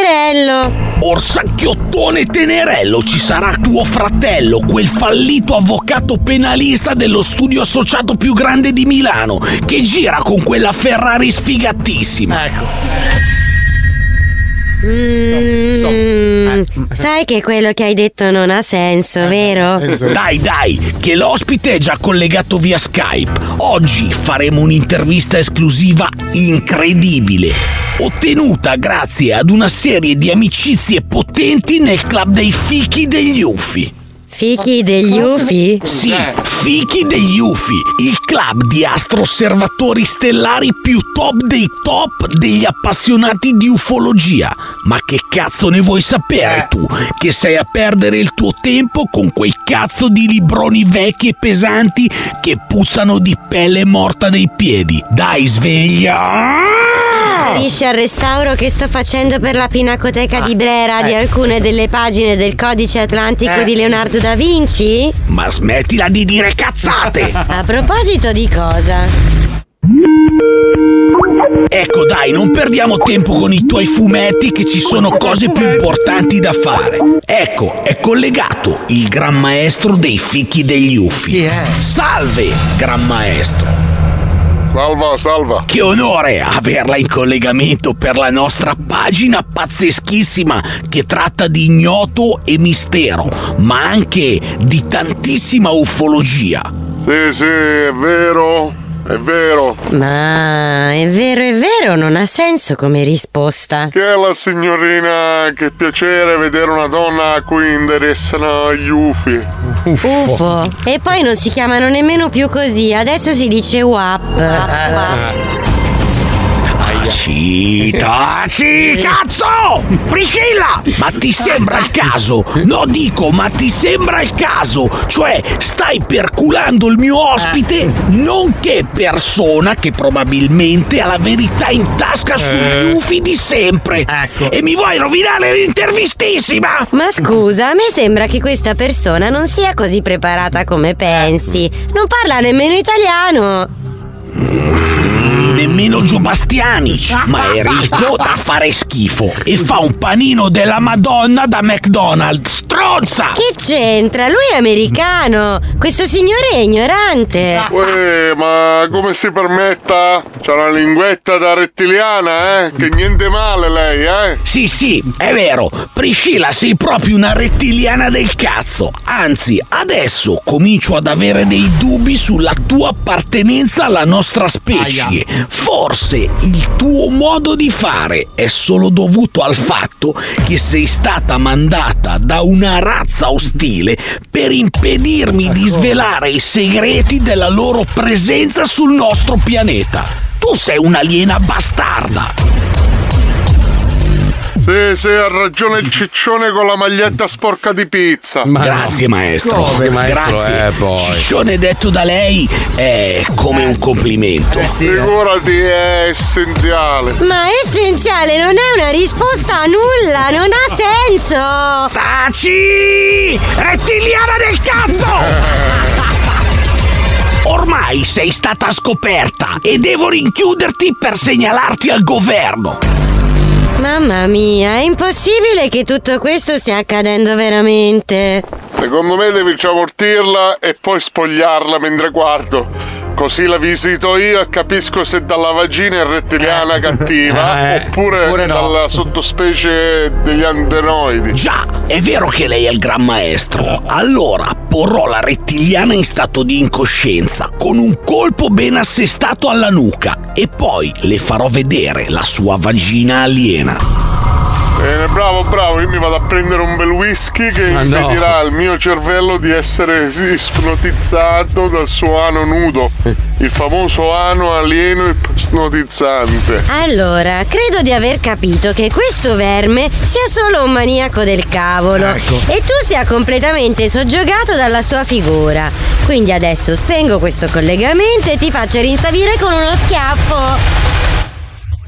Speaker 15: Orsacchiottone Tenerello ci sarà tuo fratello, quel fallito avvocato penalista dello studio associato più grande di Milano, che gira con quella Ferrari sfigatissima. Ecco.
Speaker 12: Mm, Sai che quello che hai detto non ha senso, vero?
Speaker 15: eh, Dai, dai, che l'ospite è già collegato via Skype. Oggi faremo un'intervista esclusiva incredibile, ottenuta grazie ad una serie di amicizie potenti nel club dei fichi degli Uffi.
Speaker 12: Fichi degli ufi?
Speaker 15: Sì, Eh. Fichi degli Ufi, il club di astrosservatori stellari più top dei top degli appassionati di ufologia. Ma che cazzo ne vuoi sapere tu, che sei a perdere il tuo tempo con quei cazzo di libroni vecchi e pesanti che puzzano di pelle morta nei piedi? Dai, sveglia!
Speaker 12: riferisce al restauro che sto facendo per la Pinacoteca di Brera di alcune delle pagine del codice atlantico di Leonardo da Vinci?
Speaker 15: Ma smettila di dire cazzate!
Speaker 12: A proposito di cosa?
Speaker 15: Ecco dai, non perdiamo tempo con i tuoi fumetti che ci sono cose più importanti da fare. Ecco, è collegato il gran maestro dei fichi degli uffi. Salve, gran maestro. Salva, salva. Che onore averla in collegamento per la nostra pagina pazzeschissima che tratta di ignoto e mistero, ma anche di tantissima ufologia.
Speaker 22: Sì, sì, è vero, è vero.
Speaker 12: Ma Ah, è vero, è vero, non ha senso come risposta.
Speaker 22: Che è la signorina, che piacere vedere una donna a cui interessano gli ufi.
Speaker 12: Ufo. E poi non si chiamano nemmeno più così, adesso si dice WAP.
Speaker 22: Ah,
Speaker 15: Taci, taci, cazzo! Priscilla! Ma ti sembra il caso? No, dico, ma ti sembra il caso? Cioè, stai perculando il mio ospite, nonché persona che probabilmente ha la verità in tasca sugli ufi di sempre.
Speaker 12: Ecco.
Speaker 15: Ecco. E mi vuoi rovinare l'intervistissima?
Speaker 12: Ma scusa, a me sembra che questa persona non sia così preparata come pensi. Non parla nemmeno italiano.
Speaker 15: Nemmeno Giubastianic, ma è ricco da fare schifo e fa un panino della Madonna da McDonald's. Stronza!
Speaker 12: Che c'entra? Lui è americano. Questo signore è ignorante.
Speaker 22: Uè, ma come si permetta? C'ha una linguetta da rettiliana, eh? Che niente male lei, eh?
Speaker 15: Sì, sì, è vero, Priscilla sei proprio una rettiliana del cazzo. Anzi, adesso comincio ad avere dei dubbi sulla tua appartenenza alla nostra specie. Forse il tuo modo di fare è solo dovuto al fatto che sei stata mandata da una razza ostile per impedirmi di svelare i segreti della loro presenza sul nostro pianeta. Tu sei un'aliena bastarda.
Speaker 22: Sì, sì, ha ragione il ciccione con la maglietta sporca di pizza.
Speaker 15: Grazie maestro.
Speaker 22: Come, maestro,
Speaker 15: Grazie.
Speaker 22: eh, poi.
Speaker 15: Ciccione detto da lei è come un complimento.
Speaker 22: Eh, Figurati, è essenziale.
Speaker 12: Ma essenziale non è una risposta a nulla, non ha senso!
Speaker 15: Taci! Rettiliana del cazzo! Ormai sei stata scoperta e devo rinchiuderti per segnalarti al governo.
Speaker 12: Mamma mia, è impossibile che tutto questo stia accadendo veramente.
Speaker 22: Secondo me devi ciamortirla e poi spogliarla mentre guardo. Così la visito io e capisco se dalla vagina è rettiliana cattiva Eh. oppure, dalla sottospecie degli antenoidi.
Speaker 15: Già, È vero che lei è il gran maestro. Allora porrò la rettiliana in stato di incoscienza con un colpo ben assestato alla nuca e poi le farò vedere la sua vagina aliena.
Speaker 22: Bene, bravo, bravo, io mi vado a prendere un bel whisky che
Speaker 15: no.
Speaker 22: impedirà al mio cervello di essere ipnotizzato dal suo ano nudo, il famoso ano alieno ipnotizzante.
Speaker 12: Allora, credo di aver capito che questo verme sia solo un maniaco del cavolo
Speaker 22: Ecco.
Speaker 12: e tu sia completamente soggiogato dalla sua figura. Quindi adesso spengo questo collegamento e ti faccio rinsavire con uno schiaffo.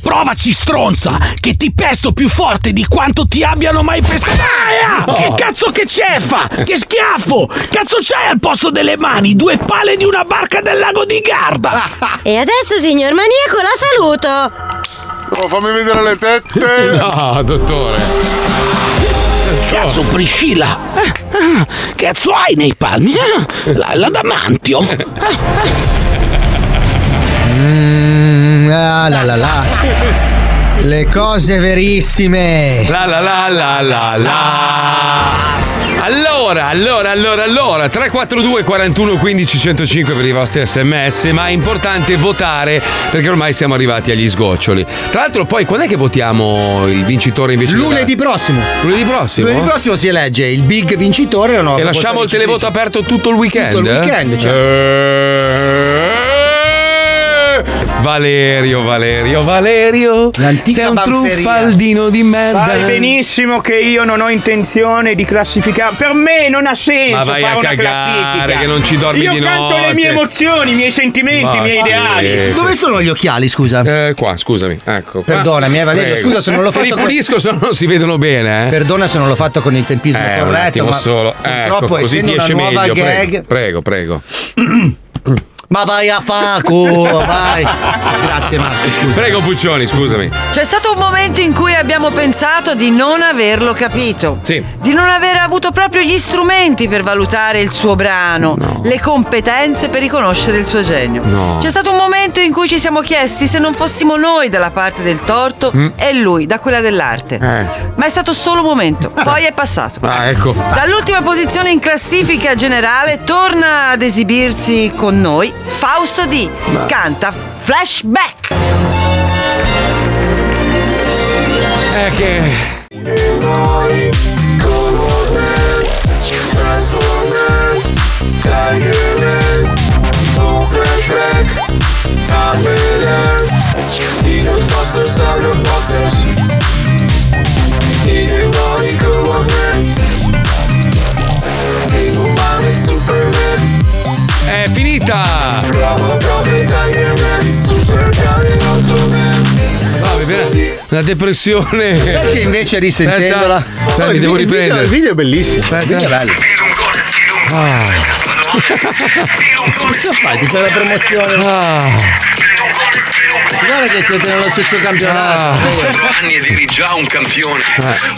Speaker 15: Provaci stronza, che ti pesto più forte di quanto ti abbiano mai pestato. Aia! Ah, Che cazzo che c'è fa? Che schiaffo! Cazzo c'hai al posto delle mani? Due pale di una barca del lago di Garda!
Speaker 12: E adesso, signor maniaco, la saluto.
Speaker 22: Oh, fammi vedere le
Speaker 12: Eh,
Speaker 22: tette.
Speaker 3: No, dottore.
Speaker 15: Cazzo Priscilla! Ah, ah, Cazzo hai nei palmi? Ah, La, l'adamantio?
Speaker 10: Mm, ah, la, la, la. Le cose
Speaker 5: Eh.
Speaker 10: verissime.
Speaker 3: La la la la la la. Allora, allora, allora, allora, 342 41 15 105 per i vostri sms, ma è importante votare perché ormai siamo arrivati agli sgoccioli. Tra l'altro poi quando è che votiamo il vincitore invece?
Speaker 5: Lunedì
Speaker 3: della-
Speaker 5: prossimo.
Speaker 3: Lunedì prossimo?
Speaker 5: Lunedì prossimo si elegge il big vincitore o no?
Speaker 3: E lasciamo il televoto aperto tutto il weekend? eh?
Speaker 5: Tutto il weekend, certo.
Speaker 3: Eh, Valerio, Valerio, Valerio. Sei un truffaldino di merda.
Speaker 9: Sai benissimo che io non ho intenzione di classificare. Per me non ha senso
Speaker 3: Ma vai
Speaker 9: fare
Speaker 3: a
Speaker 9: una
Speaker 3: cagare,
Speaker 9: classifica.
Speaker 3: che non ci dormi
Speaker 9: io
Speaker 3: di
Speaker 9: canto le
Speaker 3: notte.
Speaker 9: mie emozioni, i miei sentimenti, i miei
Speaker 3: Eh,
Speaker 9: ideali.
Speaker 5: Dove sono gli occhiali, scusa?
Speaker 3: qua, scusami, ecco. qua.
Speaker 5: Perdonami, eh, Valerio,
Speaker 3: Prego.
Speaker 5: scusa se non l'ho
Speaker 3: Ti
Speaker 5: fatto
Speaker 3: ripulisco, se non si vedono bene, eh.
Speaker 5: Perdona se non l'ho fatto con il tempismo
Speaker 3: Eh, un
Speaker 5: corretto,
Speaker 3: attimo
Speaker 5: ma
Speaker 3: solo. Ecco,
Speaker 5: purtroppo
Speaker 3: così
Speaker 5: essendo
Speaker 3: ti
Speaker 5: una
Speaker 3: esce
Speaker 5: nuova
Speaker 3: meglio.
Speaker 5: gag
Speaker 3: Prego, prego, prego.
Speaker 5: Ma vai a Faco, vai. Grazie Marco, scusa.
Speaker 3: Prego Puccioni, scusami.
Speaker 6: C'è stato un momento in cui abbiamo pensato di non averlo capito.
Speaker 3: Sì.
Speaker 6: Di non aver avuto proprio gli strumenti per valutare il suo brano, le competenze per riconoscere il suo genio.
Speaker 23: No.
Speaker 6: C'è stato un momento in cui ci siamo chiesti se non fossimo noi dalla parte del torto
Speaker 23: Mm.
Speaker 6: e lui da quella dell'arte. Ma è stato solo un momento, poi è passato.
Speaker 3: Eh. Ah, ecco.
Speaker 6: Dall'ultima posizione in classifica generale torna ad esibirsi con noi Fausto D.
Speaker 3: Ma-
Speaker 6: Canta Flashback.
Speaker 3: È Eh, che.
Speaker 2: Flashback, I'm in love. You know it's
Speaker 10: buses are the buses. Even though you go on red, people mind is Superman.
Speaker 3: È finita!
Speaker 10: Robocop e Tiger Man, Superman e Automan.
Speaker 3: La depressione.
Speaker 5: Sai che invece risentendola-
Speaker 3: Aspetta, aspetta,
Speaker 5: Oh,
Speaker 3: mi
Speaker 5: il
Speaker 3: devo
Speaker 5: vi- il video-
Speaker 3: riprendere.
Speaker 5: il video è
Speaker 3: bellissimo.
Speaker 5: Il video è bello.
Speaker 3: Ah. Cosa
Speaker 5: fai? Ti fai la promozione?
Speaker 3: Ah.
Speaker 5: Guarda che siete nello stesso
Speaker 3: Ah.
Speaker 5: campionato.
Speaker 12: Quattro anni ed eri già un campione.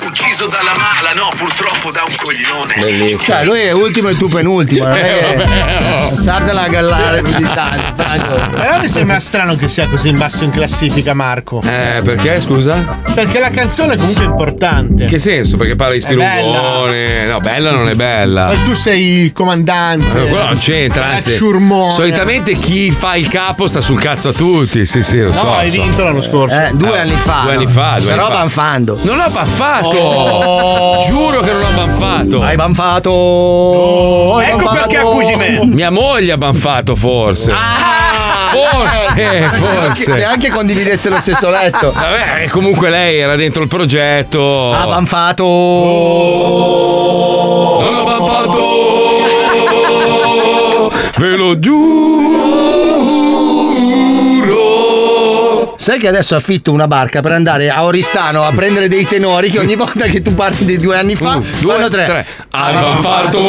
Speaker 12: Ucciso dalla mala, no, purtroppo da un coglione.
Speaker 5: Cioè, lui è ultimo e tu penultimo. Non è
Speaker 12: Eh, vabbè,
Speaker 5: che
Speaker 12: oh.
Speaker 5: startela a gallare più di tanto. Franco.
Speaker 8: Però mi Eh, sembra strano che sia così in basso in classifica, Marco.
Speaker 3: Eh, perché scusa?
Speaker 8: Perché la canzone comunque è importante.
Speaker 3: In che senso? Perché parla di spirungone. No, bella non è bella.
Speaker 8: Ma tu sei il comandante.
Speaker 3: Eh, Quello non c'entra, anzi.
Speaker 8: Sciurmone.
Speaker 3: Solitamente chi fa il capo sta sul cazzo a tutti. Sì, sì, lo
Speaker 8: No,
Speaker 3: so.
Speaker 8: hai
Speaker 3: lo so.
Speaker 8: vinto l'anno scorso.
Speaker 5: Eh, due
Speaker 3: Eh,
Speaker 5: anni fa.
Speaker 3: Due
Speaker 5: no?
Speaker 3: anni fa, due
Speaker 5: Però
Speaker 3: anni fa.
Speaker 5: banfando. Oh.
Speaker 3: Non ho banfato! Giuro che non ho banfato!
Speaker 5: Hai banfato! hai
Speaker 3: ecco
Speaker 5: banfato.
Speaker 3: perché accusi me! Mia moglie ha banfato, forse.
Speaker 5: Ah!
Speaker 3: Forse, forse.
Speaker 5: Neanche- Neanche condivideste lo stesso letto.
Speaker 3: Vabbè, Eh, comunque lei era dentro il progetto.
Speaker 5: Ha banfato!
Speaker 3: Non ho banfato! Ve lo giuro!
Speaker 5: Sai che adesso affitto una barca per andare a Oristano a prendere dei tenori che ogni volta che tu parli di due anni fa,
Speaker 3: Uh,
Speaker 5: fanno tre.
Speaker 3: Ha banfato!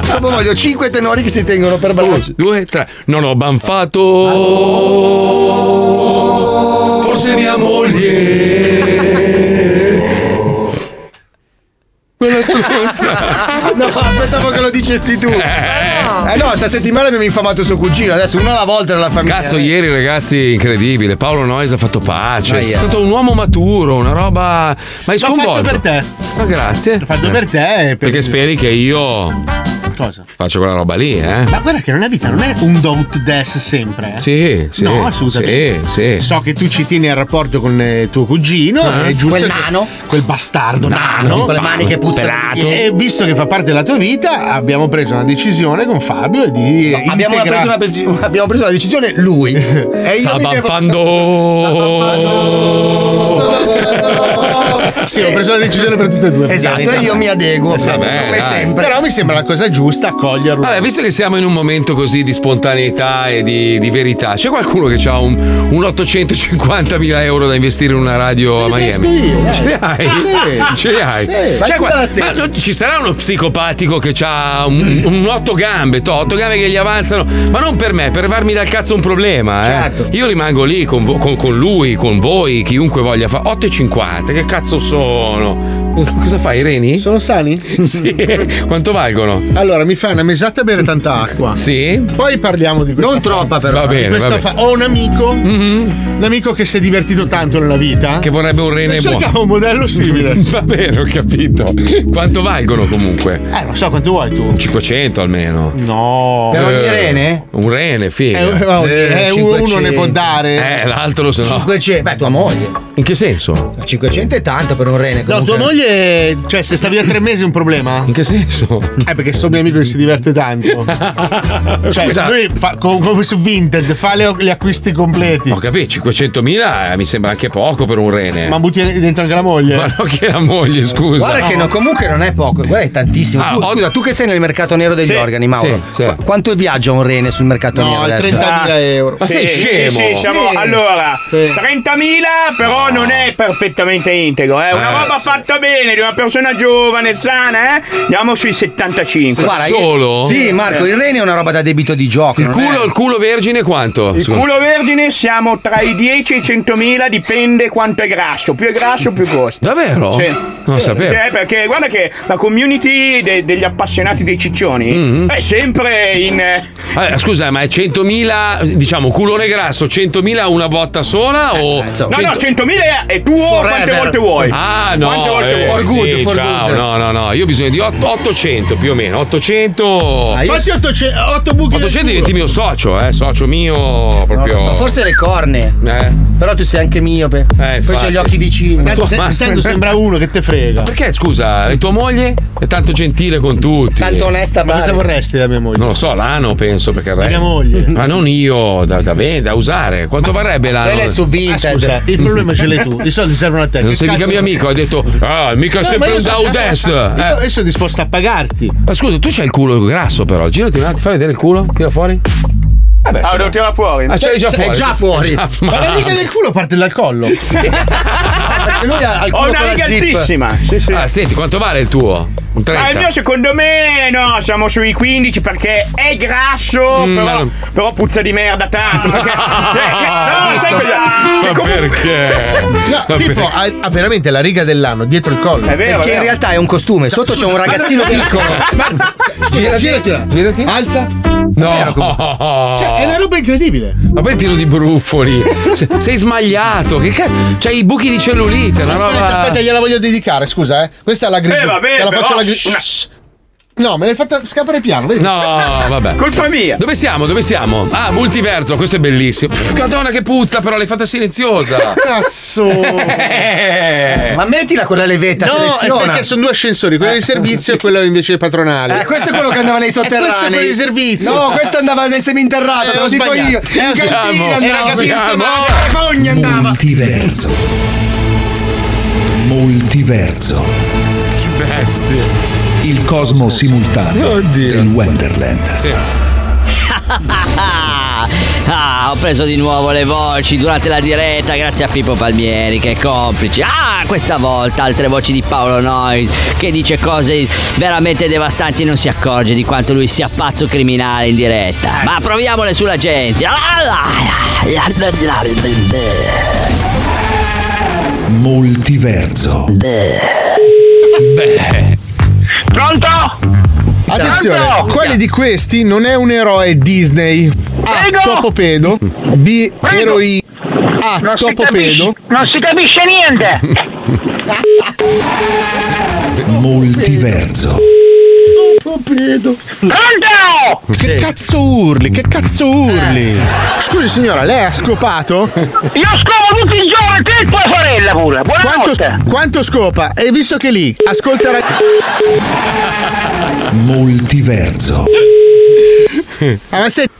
Speaker 5: Dopo voglio cinque tenori che si tengono per ballare.
Speaker 3: Due, tre. Non ho banfato! Forse mia moglie! Quella struzza!
Speaker 5: No, aspettavo che lo dicessi tu. Eh no, sta settimana abbiamo infamato suo cugino, adesso uno alla volta nella famiglia.
Speaker 3: Cazzo, ieri ragazzi, incredibile. Paolo Noyes ha fatto pace. È
Speaker 5: Ahia.
Speaker 3: stato un uomo maturo, una roba. Ma
Speaker 8: L'ho
Speaker 3: hai sconvolto.
Speaker 8: fatto per te.
Speaker 3: Ma grazie. L'ho
Speaker 8: fatto per te. e Per...
Speaker 3: Perché speri che io.
Speaker 8: Cosa?
Speaker 3: Faccio quella roba lì, eh?
Speaker 8: Ma guarda che la vita non è un don't des sempre. eh.
Speaker 3: Sì, sì.
Speaker 8: No, assolutamente.
Speaker 3: Sì, sì.
Speaker 8: So che tu ci tieni al rapporto con eh, tuo cugino,
Speaker 3: Eh.
Speaker 8: è giusto.
Speaker 3: Quel
Speaker 8: che- Quel bastardo
Speaker 3: Nano,
Speaker 8: nano.
Speaker 3: con le mani che puzzano di
Speaker 8: Pelato.
Speaker 3: piedi.
Speaker 8: E visto che fa parte della tua vita, abbiamo preso una decisione con Fabio di. eh,
Speaker 5: Abbiamo,
Speaker 8: integra-
Speaker 5: preso una, pe- abbiamo preso una decisione lui. E io
Speaker 8: Sta
Speaker 5: mi devo-
Speaker 8: Sì, ho preso la decisione per tutte e due.
Speaker 5: Esatto, e io mi adeguo,
Speaker 3: Vabbè,
Speaker 8: come
Speaker 3: dai.
Speaker 8: sempre. Però mi sembra la cosa giusta accoglierlo.
Speaker 3: Vabbè, visto che siamo in un momento così di spontaneità e di, di verità, c'è qualcuno che ha un, un 850 mila euro da investire in una radio a
Speaker 10: investo
Speaker 3: Miami?
Speaker 8: eh.
Speaker 10: io, dai.
Speaker 3: Eh. Ce li hai?
Speaker 10: Sì.
Speaker 3: Ce li hai?
Speaker 10: Sì,
Speaker 3: C'è
Speaker 10: faccio
Speaker 3: qual-
Speaker 10: dalla stessa.
Speaker 3: ma non- ci sarà uno psicopatico che ha un,
Speaker 8: Mm.
Speaker 3: un otto gambe, to, otto gambe che gli avanzano, ma non per me, per farmi dal cazzo un problema. eh.
Speaker 8: Certo.
Speaker 3: Io rimango lì con, vo- con- con lui, con voi, chiunque voglia fare. 8,50, che cazzo sono? Cosa fai, i reni?
Speaker 8: Sono sani?
Speaker 3: sì. Quanto valgono?
Speaker 8: Allora, mi fai una mesata a bere tanta acqua.
Speaker 3: Sì.
Speaker 8: Poi parliamo di questa.
Speaker 3: Non
Speaker 8: fa-
Speaker 3: troppa, però. eh, Va
Speaker 8: di
Speaker 3: bene,
Speaker 8: questa
Speaker 3: va bene.
Speaker 8: fa- Ho un amico. Mm-hmm. Un amico che si è divertito tanto nella vita.
Speaker 3: Che vorrebbe un rene buono.
Speaker 8: Eh, Cercavo un modello simile.
Speaker 3: Va bene, ho capito. Quanto valgono comunque?
Speaker 8: Eh, non so quanto vuoi tu.
Speaker 3: 500 almeno. Eh,
Speaker 8: No. Per ogni rene?
Speaker 3: Un rene, figa.
Speaker 8: Eh, oh, eh, uno- uno ne può dare.
Speaker 3: Eh, l'altro se no.
Speaker 5: 500, beh, tua moglie.
Speaker 3: In che senso?
Speaker 5: 500 è tanto per un rene.
Speaker 8: No,
Speaker 5: comunque.
Speaker 8: tua moglie, cioè, se sta via tre mesi è un problema? In
Speaker 3: che senso?
Speaker 8: Eh, perché sto mio amico che si diverte tanto. cioè,
Speaker 3: Scusa.
Speaker 8: lui fa, co- come su Vinted, fa le- gli acquisti completi.
Speaker 3: Ho capito, 500.000 eh, mi sembra anche poco per un rene.
Speaker 8: Ma
Speaker 3: Ma,
Speaker 8: butti dentro anche la moglie.
Speaker 3: no, che la moglie, scusa.
Speaker 5: Guarda che no, comunque non è poco, guarda è tantissimo.
Speaker 3: Ah,
Speaker 5: tu,
Speaker 3: ho-
Speaker 5: Scusa, tu che sei nel mercato nero degli
Speaker 3: Sì.
Speaker 5: organi, Mauro,
Speaker 3: Sì, sì.
Speaker 5: qu- quanto viaggia un rene sul mercato
Speaker 3: No,
Speaker 5: nero? adesso? Ah.
Speaker 8: 30.000 euro.
Speaker 3: Ma sei
Speaker 9: Sì,
Speaker 3: scemo?
Speaker 9: sì, sì, siamo-
Speaker 3: Sì.
Speaker 9: Allora, 30.000 però non è perfettamente integro, è una
Speaker 3: Eh,
Speaker 9: roba fatta bene di una persona giovane, sana, eh? Andiamo sui 75.
Speaker 5: Guarda, io- Sì, Marco, il rene è una roba da debito di gioco.
Speaker 3: Il culo, il culo vergine quanto?
Speaker 9: Il
Speaker 3: Secondo-
Speaker 9: culo vergine siamo tra i 10 e i 100.000, dipende quanto è grasso. Più è grasso, più costa.
Speaker 3: Davvero?
Speaker 9: Sì.
Speaker 3: Non lo sapevo.
Speaker 9: Sì, perché guarda che la community de- degli appassionati dei ciccioni
Speaker 3: Mm-hmm.
Speaker 9: è sempre in. eh,
Speaker 3: Ah, scusa, ma è 100.000, diciamo, culone grasso, 100.000 una botta sola o...
Speaker 9: No, no, 100.000 2000 e tu oh, quante
Speaker 3: Forever.
Speaker 9: volte vuoi?
Speaker 3: Ah, no.
Speaker 9: Quante volte
Speaker 3: eh,
Speaker 9: vuoi?
Speaker 3: sì, ciao, No, no, no. Io ho bisogno di ot- 800 più o meno. 800.
Speaker 8: Fatti 8 buchi.
Speaker 3: 800 diventi mio socio, eh, socio mio proprio. eh.
Speaker 5: Non lo so, forse le corne. Però tu sei anche miope. Poi c'hai
Speaker 3: infatti.
Speaker 5: gli occhi vicini.
Speaker 3: Ma tu-
Speaker 5: Tanto se-
Speaker 3: ma-
Speaker 5: sento, sembra
Speaker 8: uno che te frega.
Speaker 3: Perché scusa, e tua moglie è tanto gentile con tutti.
Speaker 8: Tanto onesta, Ma pare. cosa vorresti da mia moglie?
Speaker 3: Non lo so, l'ano penso perché
Speaker 8: Da mia moglie.
Speaker 3: Ma non io da, da, ve- da usare. Quanto varrebbe l'ano?
Speaker 8: Quella è su Vinted. Ah, scusa, il problema ce l'hai tu. I soldi servono a te.
Speaker 3: Non
Speaker 8: Che
Speaker 3: sei mica
Speaker 8: cazzo-
Speaker 3: mio amico, hai detto "Ah, mica
Speaker 8: No, ma
Speaker 3: sempre
Speaker 8: io
Speaker 3: un
Speaker 8: sono-
Speaker 3: Daus Est".
Speaker 8: Io,
Speaker 3: Eh.
Speaker 8: io sono disposto a pagarti.
Speaker 3: Ma scusa, tu c'hai il culo grasso però. Girati un attimo, fai vedere il culo, tira fuori. Vabbè,
Speaker 9: Ah, devo tirare fuori.
Speaker 3: Ah, ce l'hai già fuori.
Speaker 8: È già fuori.
Speaker 3: Già-
Speaker 8: Ma la riga del culo parte dal collo. Eh, Perché Ah, lui ha il
Speaker 9: Ho
Speaker 8: culo
Speaker 9: una
Speaker 8: con la
Speaker 9: riga
Speaker 8: zip.
Speaker 9: altissima. Sì, sì.
Speaker 3: Ah, senti, quanto vale il tuo? Un 30.
Speaker 4: Ah,
Speaker 9: Ma il mio secondo me no, siamo sui 15 perché è grasso,
Speaker 3: Mm,
Speaker 9: però,
Speaker 3: no.
Speaker 9: però puzza di merda tanto. Perché,
Speaker 3: Ah,
Speaker 8: Ah,
Speaker 9: eh, no, sai cosa?
Speaker 3: Ma perché?
Speaker 8: No, Pippo ha, ha veramente la riga dell'anno dietro il collo.
Speaker 5: È vero, Perché è vero. in realtà è un costume, sotto c'è un ragazzino piccolo.
Speaker 8: Ma- Scusa, giratela. Alza.
Speaker 3: No.
Speaker 8: Cioè, è una roba incredibile.
Speaker 3: Ma poi è pieno di brufoli. Se- Sei smagliato. Che cazzo? C'hai i buchi di cellulite. Una
Speaker 8: aspetta,
Speaker 3: roba...
Speaker 8: aspetta, gliela voglio dedicare, scusa, eh. Questa è la grigia.
Speaker 3: Eh, vabbè,
Speaker 8: Te la faccio
Speaker 3: però-
Speaker 8: la grigia. No, me l'hai fatta scappare piano, vedi?
Speaker 3: No, vabbè.
Speaker 8: Colpa mia.
Speaker 3: Dove siamo? Dove siamo? Ah, multiverso, questo è bellissimo. Madonna che puzza, però l'hai fatta silenziosa.
Speaker 8: Cazzo!
Speaker 5: Ma mettila quella levetta,
Speaker 8: Eh. no,
Speaker 5: seleziona.
Speaker 8: è perché sono due ascensori, quello di servizio e quello invece patronale.
Speaker 5: Eh, questo è quello che andava nei sotterranei.
Speaker 8: E questo è quello di servizio.
Speaker 5: No, questo andava nel seminterrato,
Speaker 8: Eh,
Speaker 5: te
Speaker 8: ho
Speaker 5: lo dico
Speaker 8: sbagliato.
Speaker 5: io.
Speaker 8: Eh,
Speaker 5: In
Speaker 8: andiamo.
Speaker 5: cantina
Speaker 8: Era
Speaker 3: Ah,
Speaker 5: andava.
Speaker 8: cantina,
Speaker 5: pensa,
Speaker 8: ma-
Speaker 5: cioè, ma- che fogna andava.
Speaker 24: Multiverso. Multiverso.
Speaker 3: Bestia.
Speaker 24: Il cosmo simultaneo del Wonderland.
Speaker 17: ah, ho preso di nuovo le voci durante la diretta grazie a Pippo Palmieri che è complice. Ah, questa volta altre voci di Paolo Noyes che dice cose veramente devastanti e non si accorge di quanto lui sia pazzo criminale in diretta. Ma proviamole sulla gente. Ah,
Speaker 24: Multiverso.
Speaker 3: Beh.
Speaker 8: Pronto? Attenzione,
Speaker 24: Pronto?
Speaker 8: quale di questi non è un eroe Disney? A. Topopedo. B. Eroi. A. Topopedo.
Speaker 24: Non si capisce niente. Multiverso.
Speaker 8: Topopedo. Pronto? Che cazzo urli? Che cazzo urli? Scusi signora, lei ha scopato? Io scopo tutti i giorni, te e tua sorella pure. Quanto, quanto scopa? E visto che lì ascolta
Speaker 24: Multiverso.
Speaker 8: Ah, ma senti.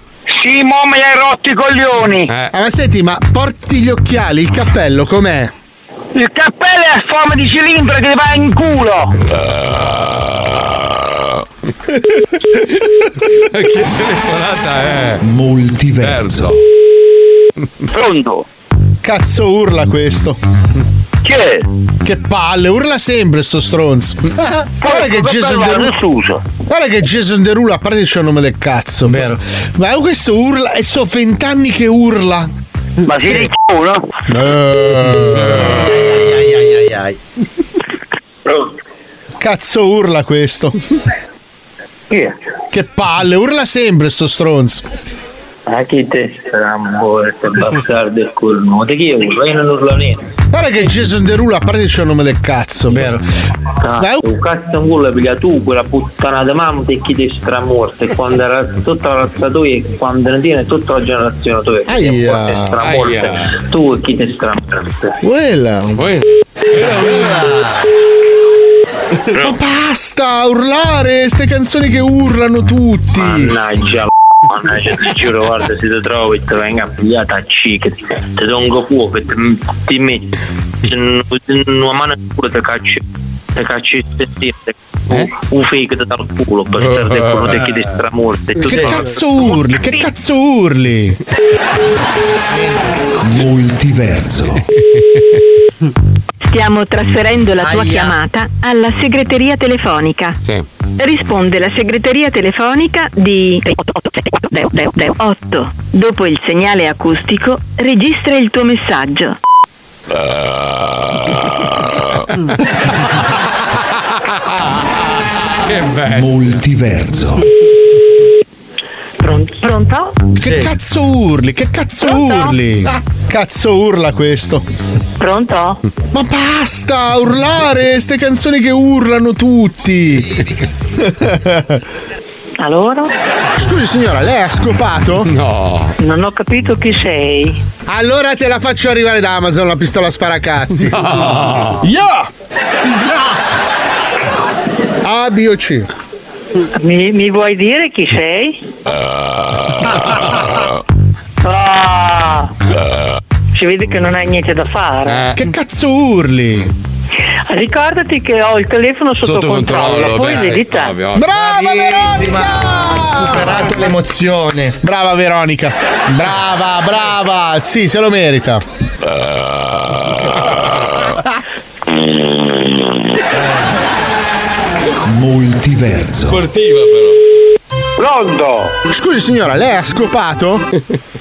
Speaker 8: Sì, mo mi hai rotti i coglioni. Ah, ma senti, ma porti gli occhiali, il cappello com'è? Il cappello è a forma di cilindro che va in culo.
Speaker 3: che telefonata è?
Speaker 24: Multiverso.
Speaker 8: Pronto. Cazzo urla questo. Che? Che palle, urla sempre sto stronzo. Guarda
Speaker 24: che
Speaker 8: che Jason
Speaker 24: parla,
Speaker 8: Derulo. Guarda che Jason Derulo, a parte che c'è il nome del cazzo. Vero. Ma questo urla e so vent'anni che urla. Ma si di culo? Eh.
Speaker 5: Ai, ai, ai, ai.
Speaker 8: Cazzo urla questo. Che palle, Ah, urla sempre sto stronzo.
Speaker 14: Ah, che te strambo, questo bastardo e cornuto. Che io urlo, io non urlo niente.
Speaker 8: Guarda che Jason Derulo, a parte che c'è il nome del cazzo. Vero.
Speaker 14: Cazzo, Ah, un cazzo in culo perché tu quella puttana di mamma te chi te stramorta e quando era tutta la razza tua e quando ne tiene tutta la generazione tua che ti
Speaker 8: Aia,
Speaker 14: porta e stramorta
Speaker 8: aia.
Speaker 14: tu e chi te stramorta
Speaker 8: Quella. Eh, oh, Ma basta urlare, ste canzoni che urlano tutti.
Speaker 14: mannaggia mannaggia ti giuro guarda se ti trovi ti venga pigliata a cica ti tongo fuoco e Deci, ti- ti metti in- in una mano in culo ti cacci ti cacci il sentire ti- un- un fake dal culo bastardo e cornuto e chi te stramorta e tu
Speaker 8: Che
Speaker 14: sei-
Speaker 8: cazzo urli? Che cazzo urli?
Speaker 24: Multiverso.
Speaker 2: Stiamo trasferendo la tua
Speaker 24: Aia.
Speaker 2: chiamata alla segreteria telefonica.
Speaker 3: Sì.
Speaker 2: Risponde la segreteria telefonica di 8. Dopo il segnale acustico, registra il tuo messaggio.
Speaker 24: Ah. Multiverso.
Speaker 2: Pronto?
Speaker 8: Che cazzo urli? Che cazzo urli? Cazzo urla questo.
Speaker 24: Pronto?
Speaker 8: Ma basta urlare ste canzoni che urlano tutti.
Speaker 24: Allora?
Speaker 8: Scusi signora, lei ha scopato?
Speaker 3: No.
Speaker 24: Non ho capito chi sei.
Speaker 8: Allora te la faccio arrivare da Amazon la pistola sparacazzi.
Speaker 10: No.
Speaker 8: Yeah! A, B o C.
Speaker 24: Mi, mi vuoi dire chi sei? Ah, si vede che non hai niente da fare.
Speaker 8: Eh. Che cazzo urli?
Speaker 24: Ricordati che ho il telefono sotto,
Speaker 8: Sotto
Speaker 24: controllo,
Speaker 8: controllo,
Speaker 24: poi
Speaker 8: beh, ecco.
Speaker 24: vedi
Speaker 8: sì,
Speaker 24: te.
Speaker 8: ovvio, ovvio. Brava,
Speaker 5: Ha superato l'emozione.
Speaker 8: Brava Veronica. Brava, brava. Sì, se lo merita.
Speaker 3: Eh.
Speaker 13: Multiverso.
Speaker 3: Sportiva però.
Speaker 8: Rondo! Scusi signora, lei ha scopato?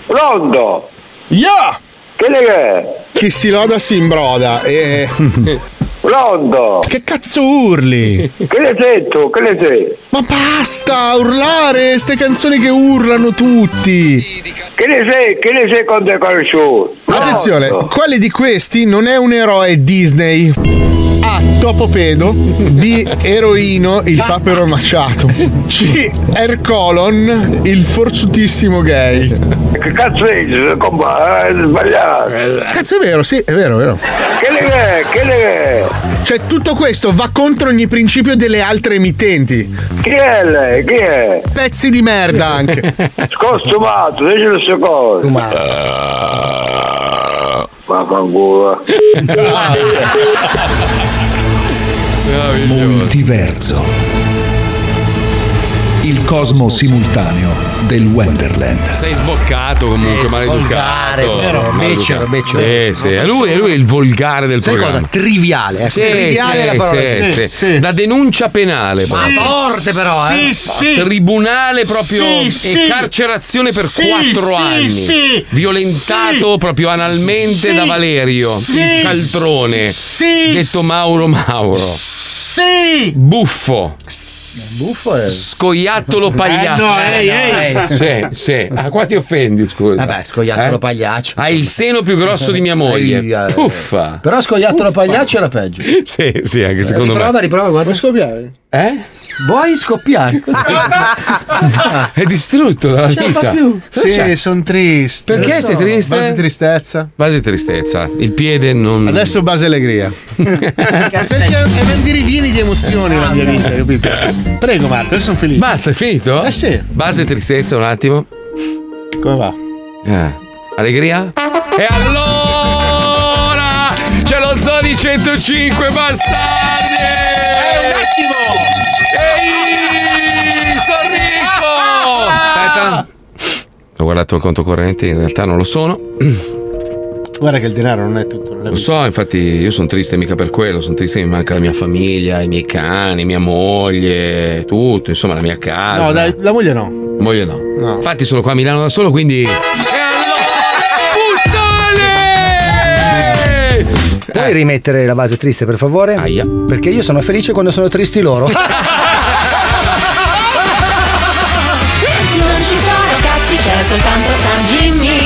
Speaker 24: Rondo!
Speaker 8: Yeah!
Speaker 24: Che le è?
Speaker 8: Chi si loda si imbroda. E...
Speaker 24: Rondo!
Speaker 8: Che cazzo urli?
Speaker 24: Che le sei tu? Che le sei?
Speaker 8: Ma basta urlare ste canzoni che urlano tutti.
Speaker 24: Che ne sei? Che ne sei con te conosciuto?
Speaker 8: Attenzione, quale di questi non è un eroe Disney? A. Topopedo. B. Eroino, il papero maciato. C. Ercolon, il forzutissimo gay.
Speaker 24: Che cazzo è? Compa, eh, sbagliato.
Speaker 8: Cazzo è vero, sì, è vero, è vero.
Speaker 24: Che le è? Che le è?
Speaker 8: Cioè tutto questo va contro ogni principio delle altre emittenti.
Speaker 24: Chi è lei? Chi è?
Speaker 8: Pezzi di merda anche.
Speaker 24: Scostumato, dici le sue cose. Eh. Ma con culo.
Speaker 13: Multiverso. Il cosmo simultaneo del Wonderland.
Speaker 3: Sei sboccato comunque,
Speaker 13: Sì,
Speaker 3: maleducato.
Speaker 13: volgare, vero,
Speaker 3: Maleducato.
Speaker 13: becero, becero.
Speaker 3: Sì, sì. Lui, lui è il volgare del
Speaker 5: Sai
Speaker 3: programma.
Speaker 5: cosa? Triviale, eh.
Speaker 3: Sì,
Speaker 5: Triviale
Speaker 3: sì,
Speaker 5: la parola.
Speaker 3: sì,
Speaker 5: Sì,
Speaker 3: sì.
Speaker 5: sì.
Speaker 3: Da denuncia penale.
Speaker 5: Ma
Speaker 3: proprio.
Speaker 5: forte però, eh.
Speaker 3: Sì, sì. Tribunale proprio
Speaker 5: Sì,
Speaker 3: e
Speaker 5: sì.
Speaker 3: carcerazione per
Speaker 5: Sì,
Speaker 3: quattro
Speaker 5: sì,
Speaker 3: anni.
Speaker 5: sì.
Speaker 3: Violentato
Speaker 5: Sì.
Speaker 3: proprio analmente
Speaker 5: Sì.
Speaker 3: da Valerio,
Speaker 5: Sì.
Speaker 3: il caltrone.
Speaker 5: Sì.
Speaker 3: Detto Mauro Mauro.
Speaker 5: Sì!
Speaker 3: Buffo.
Speaker 5: Buffo è.
Speaker 3: Scoiattolo pagliaccio.
Speaker 5: Eh, no, ehi, ehi.
Speaker 3: Sì, sì. Ah, qua ti offendi, scusa. Eh?
Speaker 5: Vabbè, scoiattolo pagliaccio.
Speaker 3: Hai il seno più grosso di mia moglie.
Speaker 5: Aia, eh.
Speaker 3: Puffa.
Speaker 5: Però scoiattolo pagliaccio era peggio.
Speaker 3: Sì, sì, anche secondo me.
Speaker 5: riprova, riprova, guarda. Vuoi scoppiare?
Speaker 3: Eh?
Speaker 5: Vuoi scoppiare? Ah.
Speaker 3: È distrutto dalla
Speaker 8: Ce la
Speaker 3: vita.
Speaker 8: fa più.
Speaker 3: Sì,
Speaker 8: Sì, sono triste.
Speaker 3: Perché
Speaker 8: Lo so.
Speaker 3: sei triste?
Speaker 8: Base tristezza.
Speaker 3: Base tristezza. Il piede non.
Speaker 8: Adesso base allegria. Perché è un andirivieni di emozioni la mia vita, capito? Prego Marco, io sono felice.
Speaker 3: Eh. Basta, è finito?
Speaker 8: Eh sì.
Speaker 3: Base tristezza un attimo.
Speaker 8: Come va?
Speaker 3: Eh. Allegria?
Speaker 8: Eh,
Speaker 3: E allora c'è lo zoo di 105 bastardi!
Speaker 8: Eh,
Speaker 3: un attimo! Ehi, sono ricco! Aspetta. Ho guardato il conto corrente, in realtà non lo sono.
Speaker 8: Guarda che il denaro non è tutto.
Speaker 3: Lo so, infatti io sono triste mica per quello, sono triste che mi manca la mia famiglia, i miei cani, mia moglie, tutto, insomma la mia casa.
Speaker 8: No, dai, la moglie no.
Speaker 3: Moglie no.
Speaker 8: No.
Speaker 3: Infatti sono qua a Milano da solo, quindi... Eh.
Speaker 5: Puoi rimettere la base triste, per favore? Perché io sono felice quando sono tristi loro.
Speaker 2: Non ci sono cazzi, c'è soltanto San Jimmy.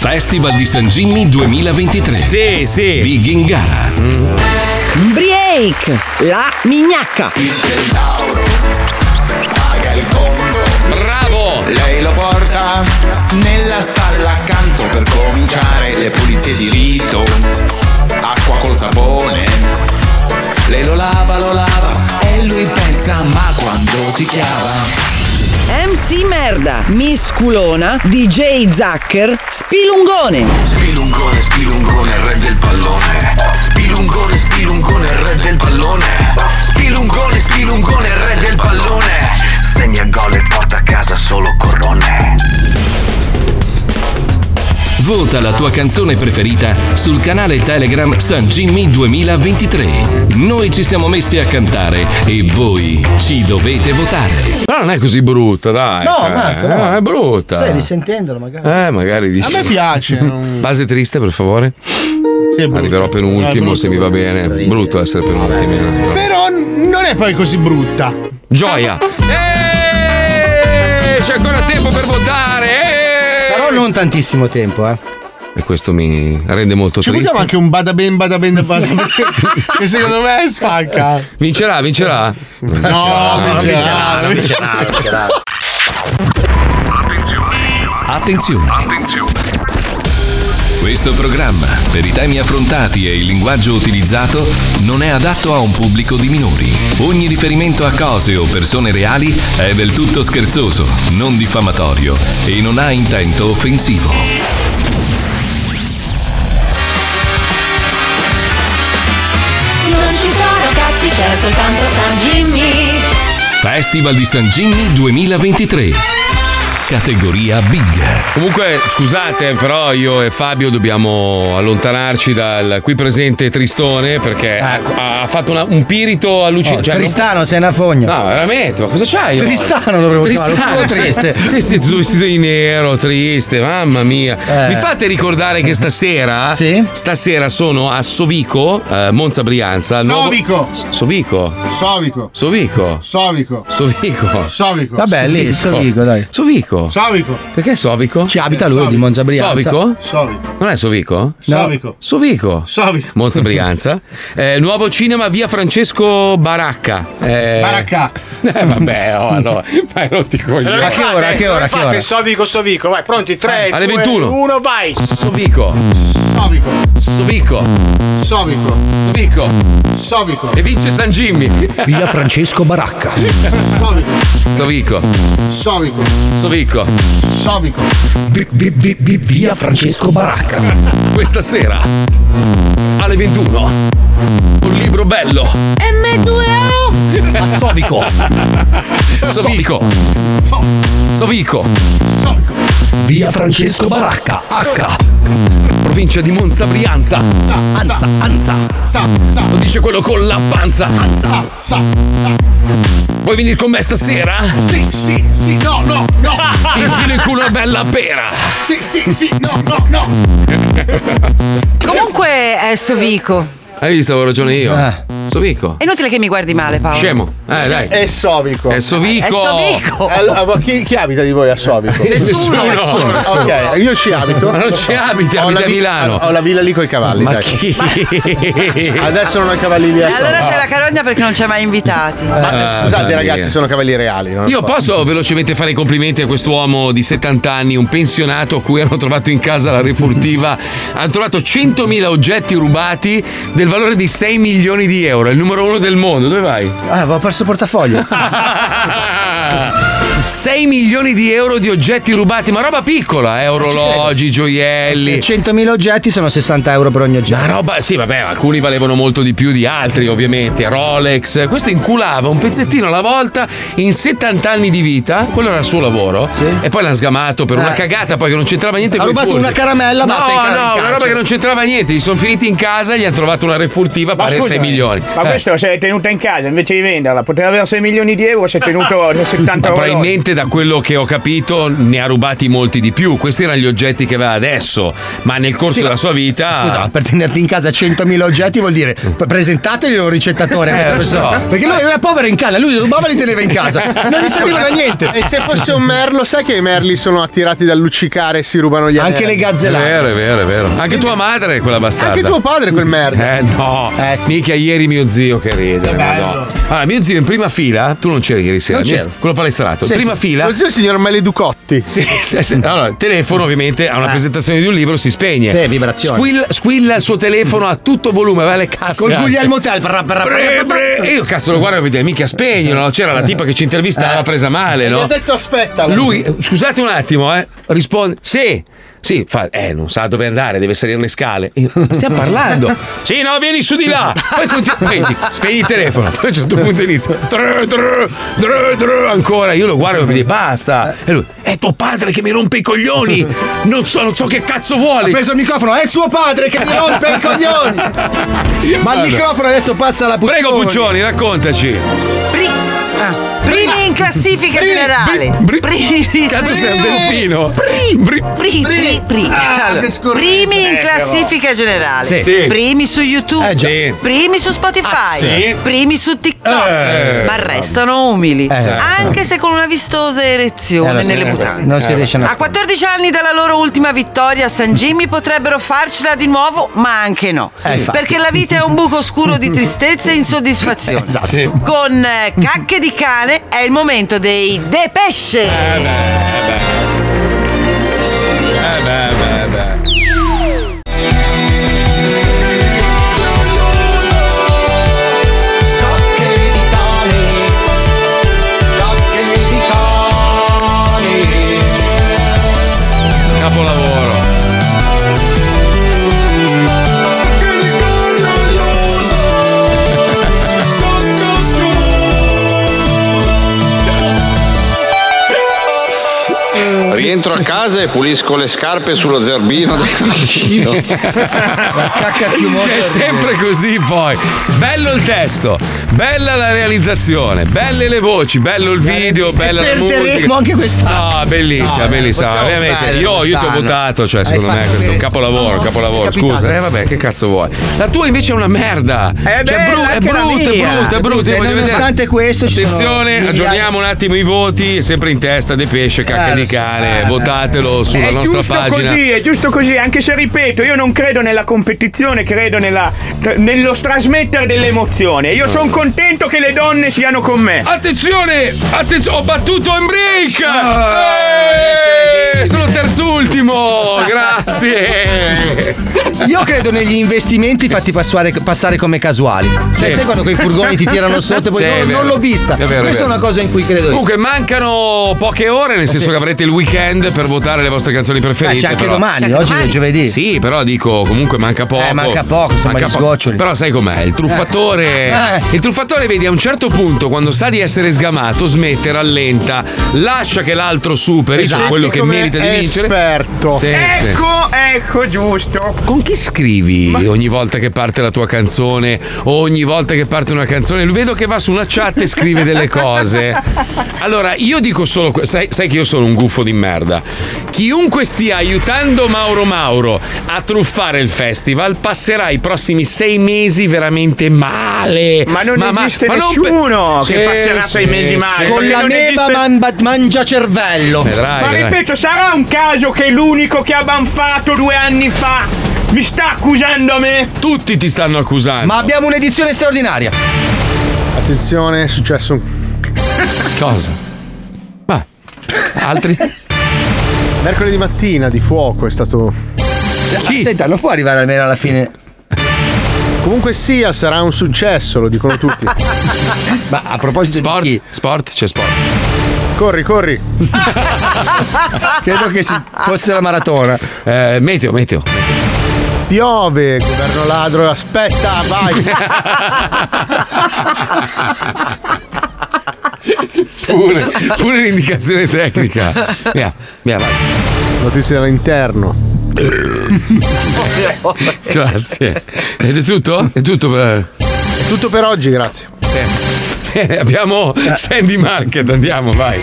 Speaker 1: Festival di San Gimmi 2023.
Speaker 3: Sì, sì.
Speaker 1: Big in gara.
Speaker 16: Break, la mignacca.
Speaker 10: paga il conto.
Speaker 3: Bravo!
Speaker 10: Lei lo porta nella stalla accanto per cominciare le pulizie di rito. Acqua col sapone. Lei lo lava, lo lava e lui pensa ma quando si chiama.
Speaker 16: MC Merda, Misculona, DJ Zacker, Spilungone.
Speaker 12: Spilungone, spilungone, re del pallone. Spilungone, spilungone, re del pallone. Spilungone, spilungone, re del pallone. Segna gol e porta a casa solo corone.
Speaker 1: Vota la tua canzone preferita sul canale Telegram San Jimmy 2023. Noi ci siamo messi a cantare e voi ci dovete votare.
Speaker 3: Però non è così brutta, dai.
Speaker 5: No,
Speaker 3: cioè,
Speaker 5: Marco, no.
Speaker 3: no, è brutta.
Speaker 5: Sai, risentendolo magari.
Speaker 3: Eh, magari dici.
Speaker 5: A me piace, non-
Speaker 3: Base triste, per favore. Arriverò
Speaker 8: No, è
Speaker 3: penultimo
Speaker 8: brutto.
Speaker 3: se mi va bene. Brutto essere penultimi. eh.
Speaker 8: Però n- non è poi così brutta.
Speaker 3: Ah. Gioia! Eeeh, c'è Eh, ancora tempo per votare. eh.
Speaker 5: non tantissimo tempo, eh.
Speaker 3: E questo mi Mm, rende molto
Speaker 8: Ci
Speaker 3: triste.
Speaker 8: buttiamo anche un bada ben, bada ben, bada ben. che secondo me spacca.
Speaker 3: Vincerà, vincerà. No,
Speaker 8: non vincerà, non
Speaker 10: vincerà, non vincerà.
Speaker 1: Attenzione. Questo programma, per i temi affrontati e il linguaggio utilizzato, non è adatto a un pubblico di minori. Ogni riferimento a cose o persone reali è del tutto scherzoso, non diffamatorio e non ha intento offensivo.
Speaker 2: Non ci sono cazzi, c'è soltanto San Jimmy.
Speaker 1: Festival di San Gimmi 2023. Categoria Big.
Speaker 3: Comunque, scusate, però io e Fabio dobbiamo allontanarci dal qui presente Tristone perché ha, ha fatto una- un pirito
Speaker 5: Oh,
Speaker 3: allucinante. Cioè, non-
Speaker 5: Tristano, sei una fogna.
Speaker 3: No, veramente, ma cosa c'hai? oggi?
Speaker 5: Tristano dovremmo
Speaker 3: Tristano,
Speaker 5: chiamarlo, pure
Speaker 3: sì.
Speaker 5: triste.
Speaker 3: Sì, sì, tutto vestito di nero, triste, mamma mia. Mi fate ricordare che stasera, stasera sono a Sovico, eh, Monza Brianza. al nuovo-
Speaker 8: Sovico.
Speaker 3: S- Sovico.
Speaker 8: Sovico.
Speaker 3: Sovico.
Speaker 8: Sovico.
Speaker 3: Sovico.
Speaker 8: Sovico.
Speaker 5: Vabbè, lì, Sovico, dai.
Speaker 3: Sovico.
Speaker 8: Sovico. Eh,
Speaker 3: Perché Sovico?
Speaker 5: Ci abita lui di Monza Brianza.
Speaker 3: Sovico?
Speaker 8: Sovico.
Speaker 3: Non è Sovico?
Speaker 8: Sovico.
Speaker 3: Sovico. Monza Brianza. Eh, nuovo cinema via Francesco Baracca. Eh,
Speaker 8: Baracca.
Speaker 3: Eh, vabbè, oh, no. Ma non ti
Speaker 8: Eh,
Speaker 3: coglioni.
Speaker 4: Allora fate, allora Fate Sovico, Sovico, vai, pronti? 3,
Speaker 3: Ah, Alle
Speaker 4: 2,
Speaker 3: 21.
Speaker 4: 1, vai.
Speaker 3: Sovico.
Speaker 8: Sovico.
Speaker 3: Sovico.
Speaker 8: Sovico.
Speaker 3: Sovico.
Speaker 8: Sovico.
Speaker 3: E vince San Jimmy.
Speaker 8: Villa
Speaker 3: Francesco Baracca.
Speaker 8: Sovico.
Speaker 3: Sovico.
Speaker 8: Sovico.
Speaker 3: Sovico.
Speaker 8: Sovico.
Speaker 3: via Francesco Baracca. Questa sera alle 21. Un libro bello.
Speaker 10: M2O!
Speaker 3: A Sovico. Sovico. Sovico. Via Francesco Baracca. H. Provincia di Monza Brianza. Anza, anza. Lo dice quello con la panza. Anza. Vuoi venire con me stasera?
Speaker 8: Sì, sì, sì, no, no, no.
Speaker 3: Infine in culo una bella pera.
Speaker 8: Sì, sì, sì, no, no, no.
Speaker 6: Comunque è Sovico.
Speaker 3: Hai visto, avevo ragione io. Sovico.
Speaker 6: È inutile che mi guardi male, Paolo.
Speaker 3: Scemo. Eh, dai.
Speaker 8: È Sovico.
Speaker 3: È Sovico.
Speaker 6: È Sovico.
Speaker 8: Allora, ma chi, chi abita di voi a Sovico?
Speaker 3: Nessuno. Nessuno.
Speaker 8: Ok, io ci abito.
Speaker 3: Ma non ci abiti,
Speaker 8: Ho
Speaker 3: abiti
Speaker 8: la
Speaker 3: a
Speaker 8: vi-
Speaker 3: Milano.
Speaker 8: Ho la villa lì coi cavalli.
Speaker 3: Ma
Speaker 8: dai.
Speaker 3: chi?
Speaker 8: Adesso non ho i cavalli lì
Speaker 6: E
Speaker 8: a
Speaker 6: allora
Speaker 8: Sovico.
Speaker 6: sei la carogna perché non ci hai mai invitati.
Speaker 8: Ma,
Speaker 3: Ah,
Speaker 8: scusate
Speaker 3: mamma
Speaker 8: ragazzi,
Speaker 3: mia.
Speaker 8: sono cavalli reali. non
Speaker 3: Io
Speaker 8: so.
Speaker 3: posso velocemente fare i complimenti a quest'uomo di 70 anni, un pensionato a cui hanno trovato in casa la refurtiva. Hanno trovato 100.000 oggetti rubati del valore di 6 milioni di euro. È il numero uno del mondo. Dove vai?
Speaker 5: Ah, avevo perso il portafoglio.
Speaker 3: 6 milioni di euro di oggetti rubati, ma roba piccola, eh? orologi, gioielli.
Speaker 5: 100.000 oggetti sono 60 euro per ogni oggetto.
Speaker 3: Ma roba, sì, vabbè, alcuni valevano molto di più di altri, ovviamente. Rolex, questo inculava un pezzettino alla volta in 70 anni di vita. Quello era il suo lavoro. E poi l'hanno sgamato per una
Speaker 5: Eh.
Speaker 3: cagata, poi che non c'entrava niente
Speaker 5: Ha
Speaker 3: con i
Speaker 5: rubato
Speaker 3: furti.
Speaker 5: una caramella,
Speaker 3: No,
Speaker 5: basta, in ca- in
Speaker 3: no, una
Speaker 5: carcere.
Speaker 3: roba che non c'entrava niente. Gli sono finiti in casa, gli hanno trovato una refurtiva pari a 6
Speaker 4: scusami,
Speaker 3: milioni.
Speaker 4: Ma
Speaker 3: Eh.
Speaker 4: questo se l'è tenuta in casa invece di venderla, poteva avere 6 milioni di euro, si è tenuto 70
Speaker 3: Ma
Speaker 4: euro.
Speaker 3: probabilmente da quello che ho capito ne ha rubati molti di più. Questi erano gli oggetti che aveva adesso, ma nel corso
Speaker 5: Sì, ma-
Speaker 3: della sua vita.
Speaker 5: Scusa, per tenerti in casa 100.000 oggetti vuol dire pre- presentateli a un ricettatore. a questa
Speaker 3: Mm. Eh, lo
Speaker 5: persona.
Speaker 3: so.
Speaker 5: Perché lui era povero in casa, lui li rubava e li teneva in casa. Non gli serviva da niente.
Speaker 8: E se fosse un merlo, sai che i merli sono attirati dal luccicare e si rubano gli anelli?
Speaker 3: Eh, È vero, è vero, è vero. Anche tua madre è quella bastarda.
Speaker 8: Anche tuo padre è quel merda.
Speaker 3: Eh no, mica ieri mio zio che ride. madonna. Allora, mio zio in prima fila, tu non c'eri ieri sera,
Speaker 8: Non
Speaker 3: mio
Speaker 8: c'ero.
Speaker 3: zio- quello palestrato. in prima fila.
Speaker 8: Lo zio è il signor Maleducotti.
Speaker 3: Sì, sì, sì. Allora, il telefono ovviamente a una presentazione di un libro si spegne.
Speaker 5: Sì, vibrazioni.
Speaker 3: Squilla, squilla il suo telefono a tutto volume, va alle casse.
Speaker 5: Col
Speaker 3: anche.
Speaker 5: Guglielmo Tell. parra, parra, parra,
Speaker 3: Bre, bre. Esatto. E io cazzo lo guardo e mi dico, mica spegno, no? c'era la tipa che ci intervistava presa male,
Speaker 8: Gli ha
Speaker 3: no?
Speaker 8: detto aspetta.
Speaker 3: Lui, scusate un attimo, eh, risponde: Sì, sì, fa, eh, non sa dove andare, deve salire le scale. Io, "Ma Stiamo parlando. Sì, no, vieni su di là. Poi continu- prendi, spegni il telefono. Poi a un certo punto inizia. "Tru, tru, tru, tru", ancora, io lo guardo e mi dice: Basta. E lui, è tuo padre che mi rompe i coglioni. Non so, non so che cazzo vuole.
Speaker 5: Ha preso il microfono, è suo padre che mi rompe i coglioni. Ma il microfono adesso passa alla Puccioni.
Speaker 3: Prego, Puccioni, raccontaci.
Speaker 6: Primi in classifica generale. Primi
Speaker 3: Cazzo, sei un
Speaker 6: primi-
Speaker 3: delfino.
Speaker 6: Pri, pri, pri, pri.
Speaker 3: Ah,
Speaker 6: Allora,
Speaker 3: che scorrevole.
Speaker 6: primi in
Speaker 3: Eh,
Speaker 6: classifica generale,
Speaker 3: Sì. Sì.
Speaker 6: primi su YouTube,
Speaker 3: Eh, già. Sì.
Speaker 6: primi su Spotify,
Speaker 3: Ah, sì?
Speaker 6: primi su TikTok,
Speaker 14: Eh.
Speaker 6: ma restano umili,
Speaker 3: Eh.
Speaker 6: anche se con una vistosa erezione
Speaker 14: Eh, lo so,
Speaker 6: nelle
Speaker 14: eh,
Speaker 6: mutande.
Speaker 14: non si riesce a
Speaker 6: A
Speaker 14: nascondere.
Speaker 6: 14 anni dalla loro ultima vittoria a San Jimmy potrebbero farcela di nuovo, ma anche no,
Speaker 14: Eh, infatti.
Speaker 6: perché la vita è un buco oscuro di tristezza e insoddisfazione.
Speaker 14: Esatto.
Speaker 6: Con eh, cacche di cane è il momento dei Depesce.
Speaker 3: Eh beh, beh, beh. Capolavoro.
Speaker 18: Rientro a casa e pulisco le scarpe sullo zerbino del cacchino. cacca schiumosa.
Speaker 3: È sempre così poi. Bello il testo, bella la realizzazione, belle le voci, bello il video, bella la
Speaker 5: Perderemo
Speaker 3: musica.
Speaker 5: anche quest'anno.
Speaker 3: Ah, bellissima,
Speaker 5: No,
Speaker 3: bellissima.
Speaker 5: possiamo
Speaker 3: Veramente,
Speaker 5: fare
Speaker 3: io, io ti ho
Speaker 5: quest'anno.
Speaker 3: votato, cioè, secondo
Speaker 5: Hai
Speaker 3: me
Speaker 5: fatto
Speaker 3: questo è un
Speaker 5: bene.
Speaker 3: capolavoro,
Speaker 5: No,
Speaker 3: capolavoro.
Speaker 5: è capitato.
Speaker 3: Scusa, eh vabbè, che cazzo vuoi? La tua invece è una merda.
Speaker 5: Eh beh,
Speaker 3: Cioè, bru- è
Speaker 5: anche la
Speaker 3: brutta, è
Speaker 5: mia.
Speaker 3: brutta, è brutta.
Speaker 5: E
Speaker 3: Io voglio vedere-
Speaker 5: nonostante questo ci sono
Speaker 3: Attenzione,
Speaker 5: migliaia-
Speaker 3: aggiorniamo un attimo i voti, sempre in testa De Pesce, cacca
Speaker 4: Eh,
Speaker 3: di
Speaker 4: lo so.
Speaker 3: cane,
Speaker 4: Eh,
Speaker 3: votatelo sulla
Speaker 4: è
Speaker 3: nostra
Speaker 4: giusto
Speaker 3: pagina.
Speaker 4: così, è giusto così, anche se ripeto, io non credo nella competizione, credo nella, tr- nello trasmettere dell'emozione.
Speaker 3: Ah.
Speaker 4: Io sono contento che le donne siano con me.
Speaker 3: Attenzione! Attenzione, ho battuto in break! Eh, sono terzultimo! Oh, Grazie!
Speaker 5: Io credo negli investimenti fatti passare, passare come casuali. Cioè,
Speaker 3: Sì.
Speaker 5: sai quando quei furgoni ti tirano sotto e poi
Speaker 3: Sì,
Speaker 5: "No,
Speaker 3: è
Speaker 5: non,
Speaker 3: vero.
Speaker 5: l'ho vista.
Speaker 3: È vero, è
Speaker 5: Questa è una
Speaker 3: vero.
Speaker 5: cosa in cui credo io.
Speaker 3: Comunque mancano poche ore, nel senso che avrete il weekend per votare le vostre canzoni preferite.
Speaker 5: Ah, Eh, c'è anche
Speaker 3: però-
Speaker 5: domani, C'è anche oggi è domani. giovedì.
Speaker 3: Sì, però dico comunque manca poco.
Speaker 5: Eh, manca poco, siamo agli sgoccioli.
Speaker 3: Però sai com'è? Il truffatore.
Speaker 5: Eh.
Speaker 3: Il truffatore, vedi, a un certo punto, quando sa di essere sgamato, smette, rallenta, lascia che l'altro superi su
Speaker 4: Esatto.
Speaker 3: quello che
Speaker 4: Come
Speaker 3: merita di vincere.
Speaker 4: esperto.
Speaker 3: Sì, sì.
Speaker 4: ecco, ecco, giusto.
Speaker 3: Con chi scrivi ogni volta che parte la tua canzone o ogni volta che parte una canzone? Lui vedo che va su una chat e scrive delle cose. Allora, io dico solo, que- sai, sai che io sono un gufo di merda. Chiunque stia aiutando Mauro Mauro a truffare il festival passerà i prossimi sei mesi veramente male.
Speaker 4: Ma non esiste
Speaker 3: non pe-
Speaker 4: nessuno che
Speaker 3: Sì,
Speaker 4: passerà sei
Speaker 3: sì, Eh,
Speaker 4: mesi male.
Speaker 3: sì.
Speaker 5: Con la
Speaker 4: non
Speaker 5: neva
Speaker 4: esiste-
Speaker 5: man- mangia cervello.
Speaker 3: Vedrai,
Speaker 4: Ma
Speaker 3: vedrai.
Speaker 4: ripeto, sarà un caso che l'unico che ha banfato due anni fa mi sta accusando a me?
Speaker 3: Tutti ti stanno accusando.
Speaker 5: Ma abbiamo un'edizione straordinaria.
Speaker 8: Attenzione, è successo un
Speaker 3: Cosa? Ma altri?
Speaker 8: Mercoledì mattina di fuoco è stato.
Speaker 5: Senta, non può arrivare almeno alla fine.
Speaker 8: Comunque sia, sarà un successo, lo dicono tutti.
Speaker 5: Ma a proposito
Speaker 3: sport, Sport, c'è sport.
Speaker 8: Corri, corri.
Speaker 5: Credo che si- fosse la maratona.
Speaker 3: Eh, meteo, meteo.
Speaker 8: Piove, governo ladro, aspetta, vai.
Speaker 3: Pure, pure l'indicazione tecnica. Via, via, vai.
Speaker 8: Notizie dall'interno.
Speaker 3: Grazie. Ed è tutto? È tutto per.
Speaker 8: È tutto per oggi, grazie.
Speaker 3: Bene, abbiamo Sandy Market, andiamo, vai.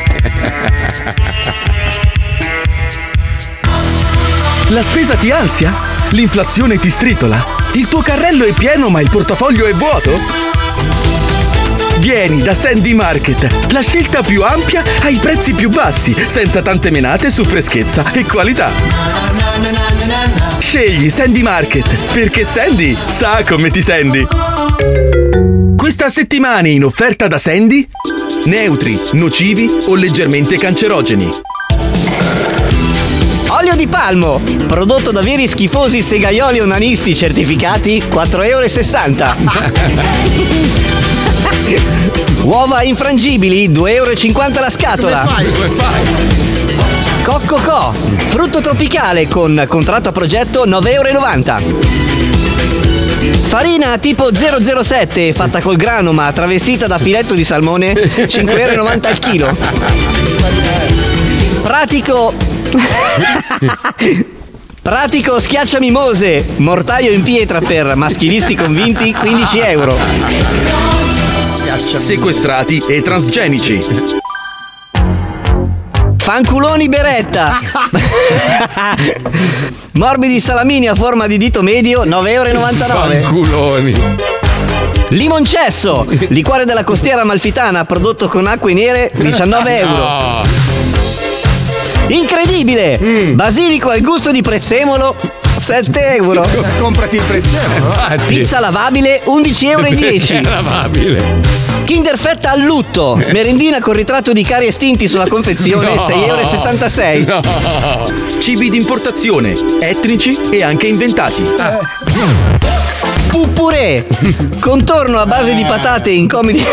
Speaker 25: La spesa ti ansia? L'inflazione ti stritola? Il tuo carrello è pieno ma il portafoglio è vuoto? Vieni da Sandy Market, la scelta più ampia ai prezzi più bassi, senza tante menate su freschezza e qualità. Scegli Sandy Market, perché Sandy sa come ti senti. Questa settimana in offerta da Sandy? Neutri, nocivi o leggermente cancerogeni.
Speaker 20: Olio di palmo, prodotto da veri schifosi segaioli onanisti certificati 4,60 euro. Uova infrangibili, 2,50 euro la scatola.
Speaker 10: Come fai?
Speaker 3: Come
Speaker 20: Cocco Co, frutto tropicale con contratto a progetto 9,90 Farina tipo 007 fatta col grano ma travestita da filetto di salmone 5,90 euro al chilo. Pratico Pratico schiaccia mimose, mortaio in pietra per maschilisti convinti 15 euro.
Speaker 25: sequestrati e transgenici.
Speaker 20: Fanculoni beretta. Morbidi salamini a forma di dito medio 9,99
Speaker 3: Fanculoni.
Speaker 20: Limoncesso, liquore della costiera malfitana prodotto con acque nere 19 euro.
Speaker 10: No.
Speaker 20: Incredibile!
Speaker 10: Mm.
Speaker 20: Basilico al gusto di prezzemolo 7 euro. Comprati il prezzemolo.
Speaker 10: Infatti.
Speaker 20: Pizza lavabile 11,10
Speaker 10: Perché è lavabile.
Speaker 20: Kinder fetta al lutto,
Speaker 10: Eh.
Speaker 20: merendina con ritratto di cari estinti sulla confezione
Speaker 25: No.
Speaker 20: 6,66 euro.
Speaker 25: Cibi d'importazione, etnici e anche inventati.
Speaker 3: Ah.
Speaker 20: Pupurè, contorno a base di patate incomodi.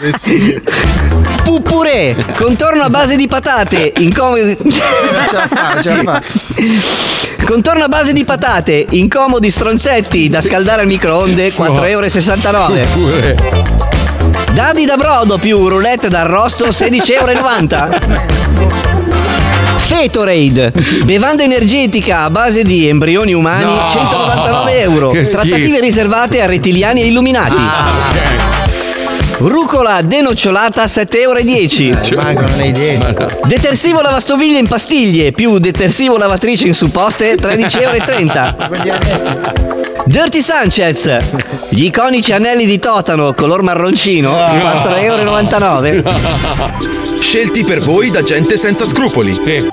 Speaker 10: Eh
Speaker 20: Pupurè, contorno a base di patate incomodi.
Speaker 10: ce la fa, non ce la fa.
Speaker 20: Contorno a base di patate, incomodi stronzetti da scaldare al microonde, 4,69
Speaker 10: Pupurè.
Speaker 20: Dadi da brodo più roulette d'arrosto, 16,90 Fetorade, bevanda energetica a base di embrioni umani,
Speaker 10: No,
Speaker 20: 199 euro.
Speaker 10: che schifo. Ah,
Speaker 20: Trattative riservate a rettiliani e illuminati. Rucola denocciolata 7,10
Speaker 10: Eh, cioè,
Speaker 20: euro.
Speaker 5: non hai idea.
Speaker 20: Detersivo lavastoviglie in pastiglie più detersivo lavatrice in supposte 13,30 Dirty Sanchez, gli iconici anelli di totano color marroncino
Speaker 3: Ah.
Speaker 20: 4,99
Speaker 25: Scelti per voi da gente senza scrupoli. Sì.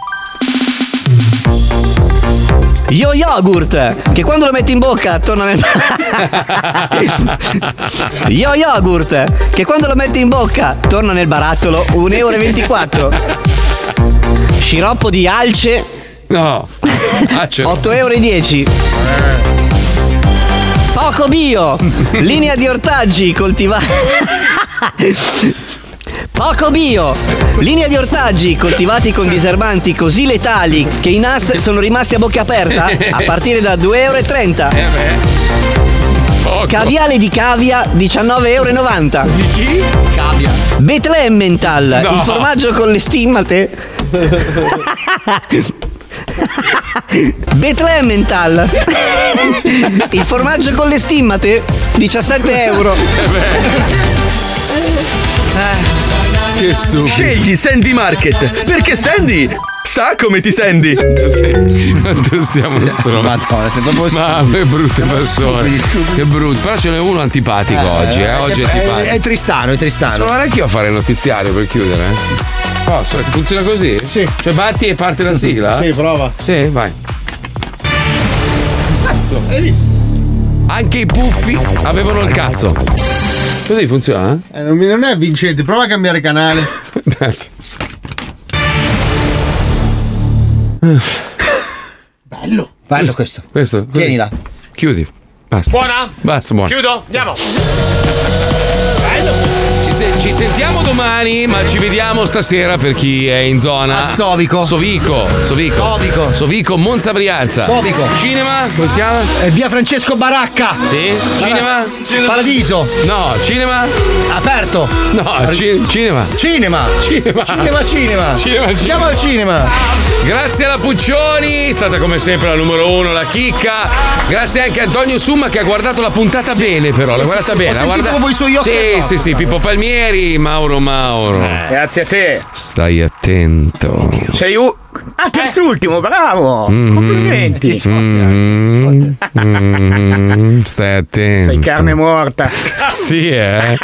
Speaker 20: Yo yogurt, che quando lo metti in bocca torna nel... Yo yogurt, che quando lo metti in bocca torna nel barattolo 1,24 Sciroppo di alce.
Speaker 3: No.
Speaker 20: 8,10
Speaker 5: Eh.
Speaker 20: Poco bio, linea di ortaggi coltivati. Poco bio, linea di ortaggi coltivati con diserbanti così letali che i NAS sono rimasti a bocca aperta a partire da 2,30 Eh Caviale di cavia 19,90 Di chi? Cavia. Betlemmmental,
Speaker 10: No.
Speaker 20: il formaggio con le stimmate. Betlemmmental, il formaggio con le stimmate 17 euro.
Speaker 3: Che stupido.
Speaker 25: Scegli Sandy Market, perché Sandy sa come ti senti.
Speaker 3: Quanto siamo
Speaker 25: Eh,
Speaker 3: stronzi. Ma che brutte persone. Che brutto. Però ce n'è uno antipatico oggi, eh. Oggi è
Speaker 5: è,
Speaker 3: antipatico.
Speaker 5: è Tristano, è Tristano.
Speaker 3: Sono anch'io a fare il notiziario per chiudere. eh? Posso? Funziona così? Sì. Cioè batti e parte la sigla?
Speaker 8: Sì, prova.
Speaker 3: Sì, vai.
Speaker 8: Cazzo, hai visto?
Speaker 3: Anche i puffi avevano il cazzo. Così funziona?
Speaker 8: Eh, non, mi- non è vincente, prova a cambiare canale.
Speaker 3: Bello.
Speaker 8: Bello
Speaker 3: questo. Questo. così. Chiudi. Basta.
Speaker 10: Buona?
Speaker 3: Basta, buona.
Speaker 10: Chiudo? Andiamo.
Speaker 3: Ci, se- ci sentiamo domani, ma ci vediamo stasera per chi è in zona.
Speaker 5: A Sovico.
Speaker 3: Sovico. Sovico.
Speaker 5: Sovico.
Speaker 3: Sovico, Monza Brianza.
Speaker 5: Sovico. Eh,
Speaker 3: Cinema, come si chiama?
Speaker 5: via Francesco Baracca.
Speaker 3: Sì. Cinema?
Speaker 5: Paradiso.
Speaker 3: No, cinema?
Speaker 5: Aperto.
Speaker 3: No, ci- cinema.
Speaker 5: Cinema.
Speaker 3: Cinema.
Speaker 5: Cinema, cinema.
Speaker 3: Cinema,
Speaker 5: Andiamo
Speaker 3: cinema.
Speaker 5: al cinema.
Speaker 3: Grazie alla Puccioni, è stata come sempre la numero uno, la chicca. Grazie anche a Antonio Summa che ha guardato la puntata bene, però. l'ha
Speaker 5: sì,
Speaker 3: guardata
Speaker 5: sì, ho
Speaker 3: bene.
Speaker 5: sentito
Speaker 3: guarda...
Speaker 5: proprio i suoi occhi
Speaker 3: Sì,
Speaker 5: attorno.
Speaker 3: sì, sì, Pippo Palmieri, Mauro Mauro.
Speaker 5: Eh.
Speaker 4: Grazie a te.
Speaker 3: Stai attento. Mm-hmm.
Speaker 4: Sei u- Ah, terz'ultimo, bravo.
Speaker 3: Mhm.
Speaker 4: Complimenti.
Speaker 3: Mm, mm, stai attento.
Speaker 4: Sei carne morta.
Speaker 3: Sì, eh.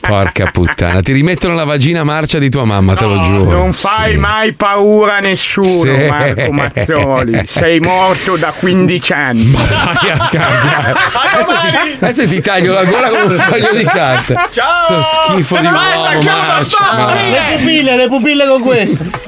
Speaker 3: Porca puttana, ti rimettono la vagina marcia di tua mamma, te lo giuro.
Speaker 4: Non fai mai paura a nessuno,
Speaker 3: Sì.
Speaker 4: Marco Mazzoli. Sei morto da 15 anni.
Speaker 3: Adesso Ah, ti, adesso ti taglio la gola con un foglio di carta. Sto schifo di
Speaker 8: Basta,
Speaker 3: uomo,
Speaker 8: chiudo,
Speaker 3: Marcio,
Speaker 8: stop,
Speaker 3: Marcio.
Speaker 8: Le pupille, le pupille con questo.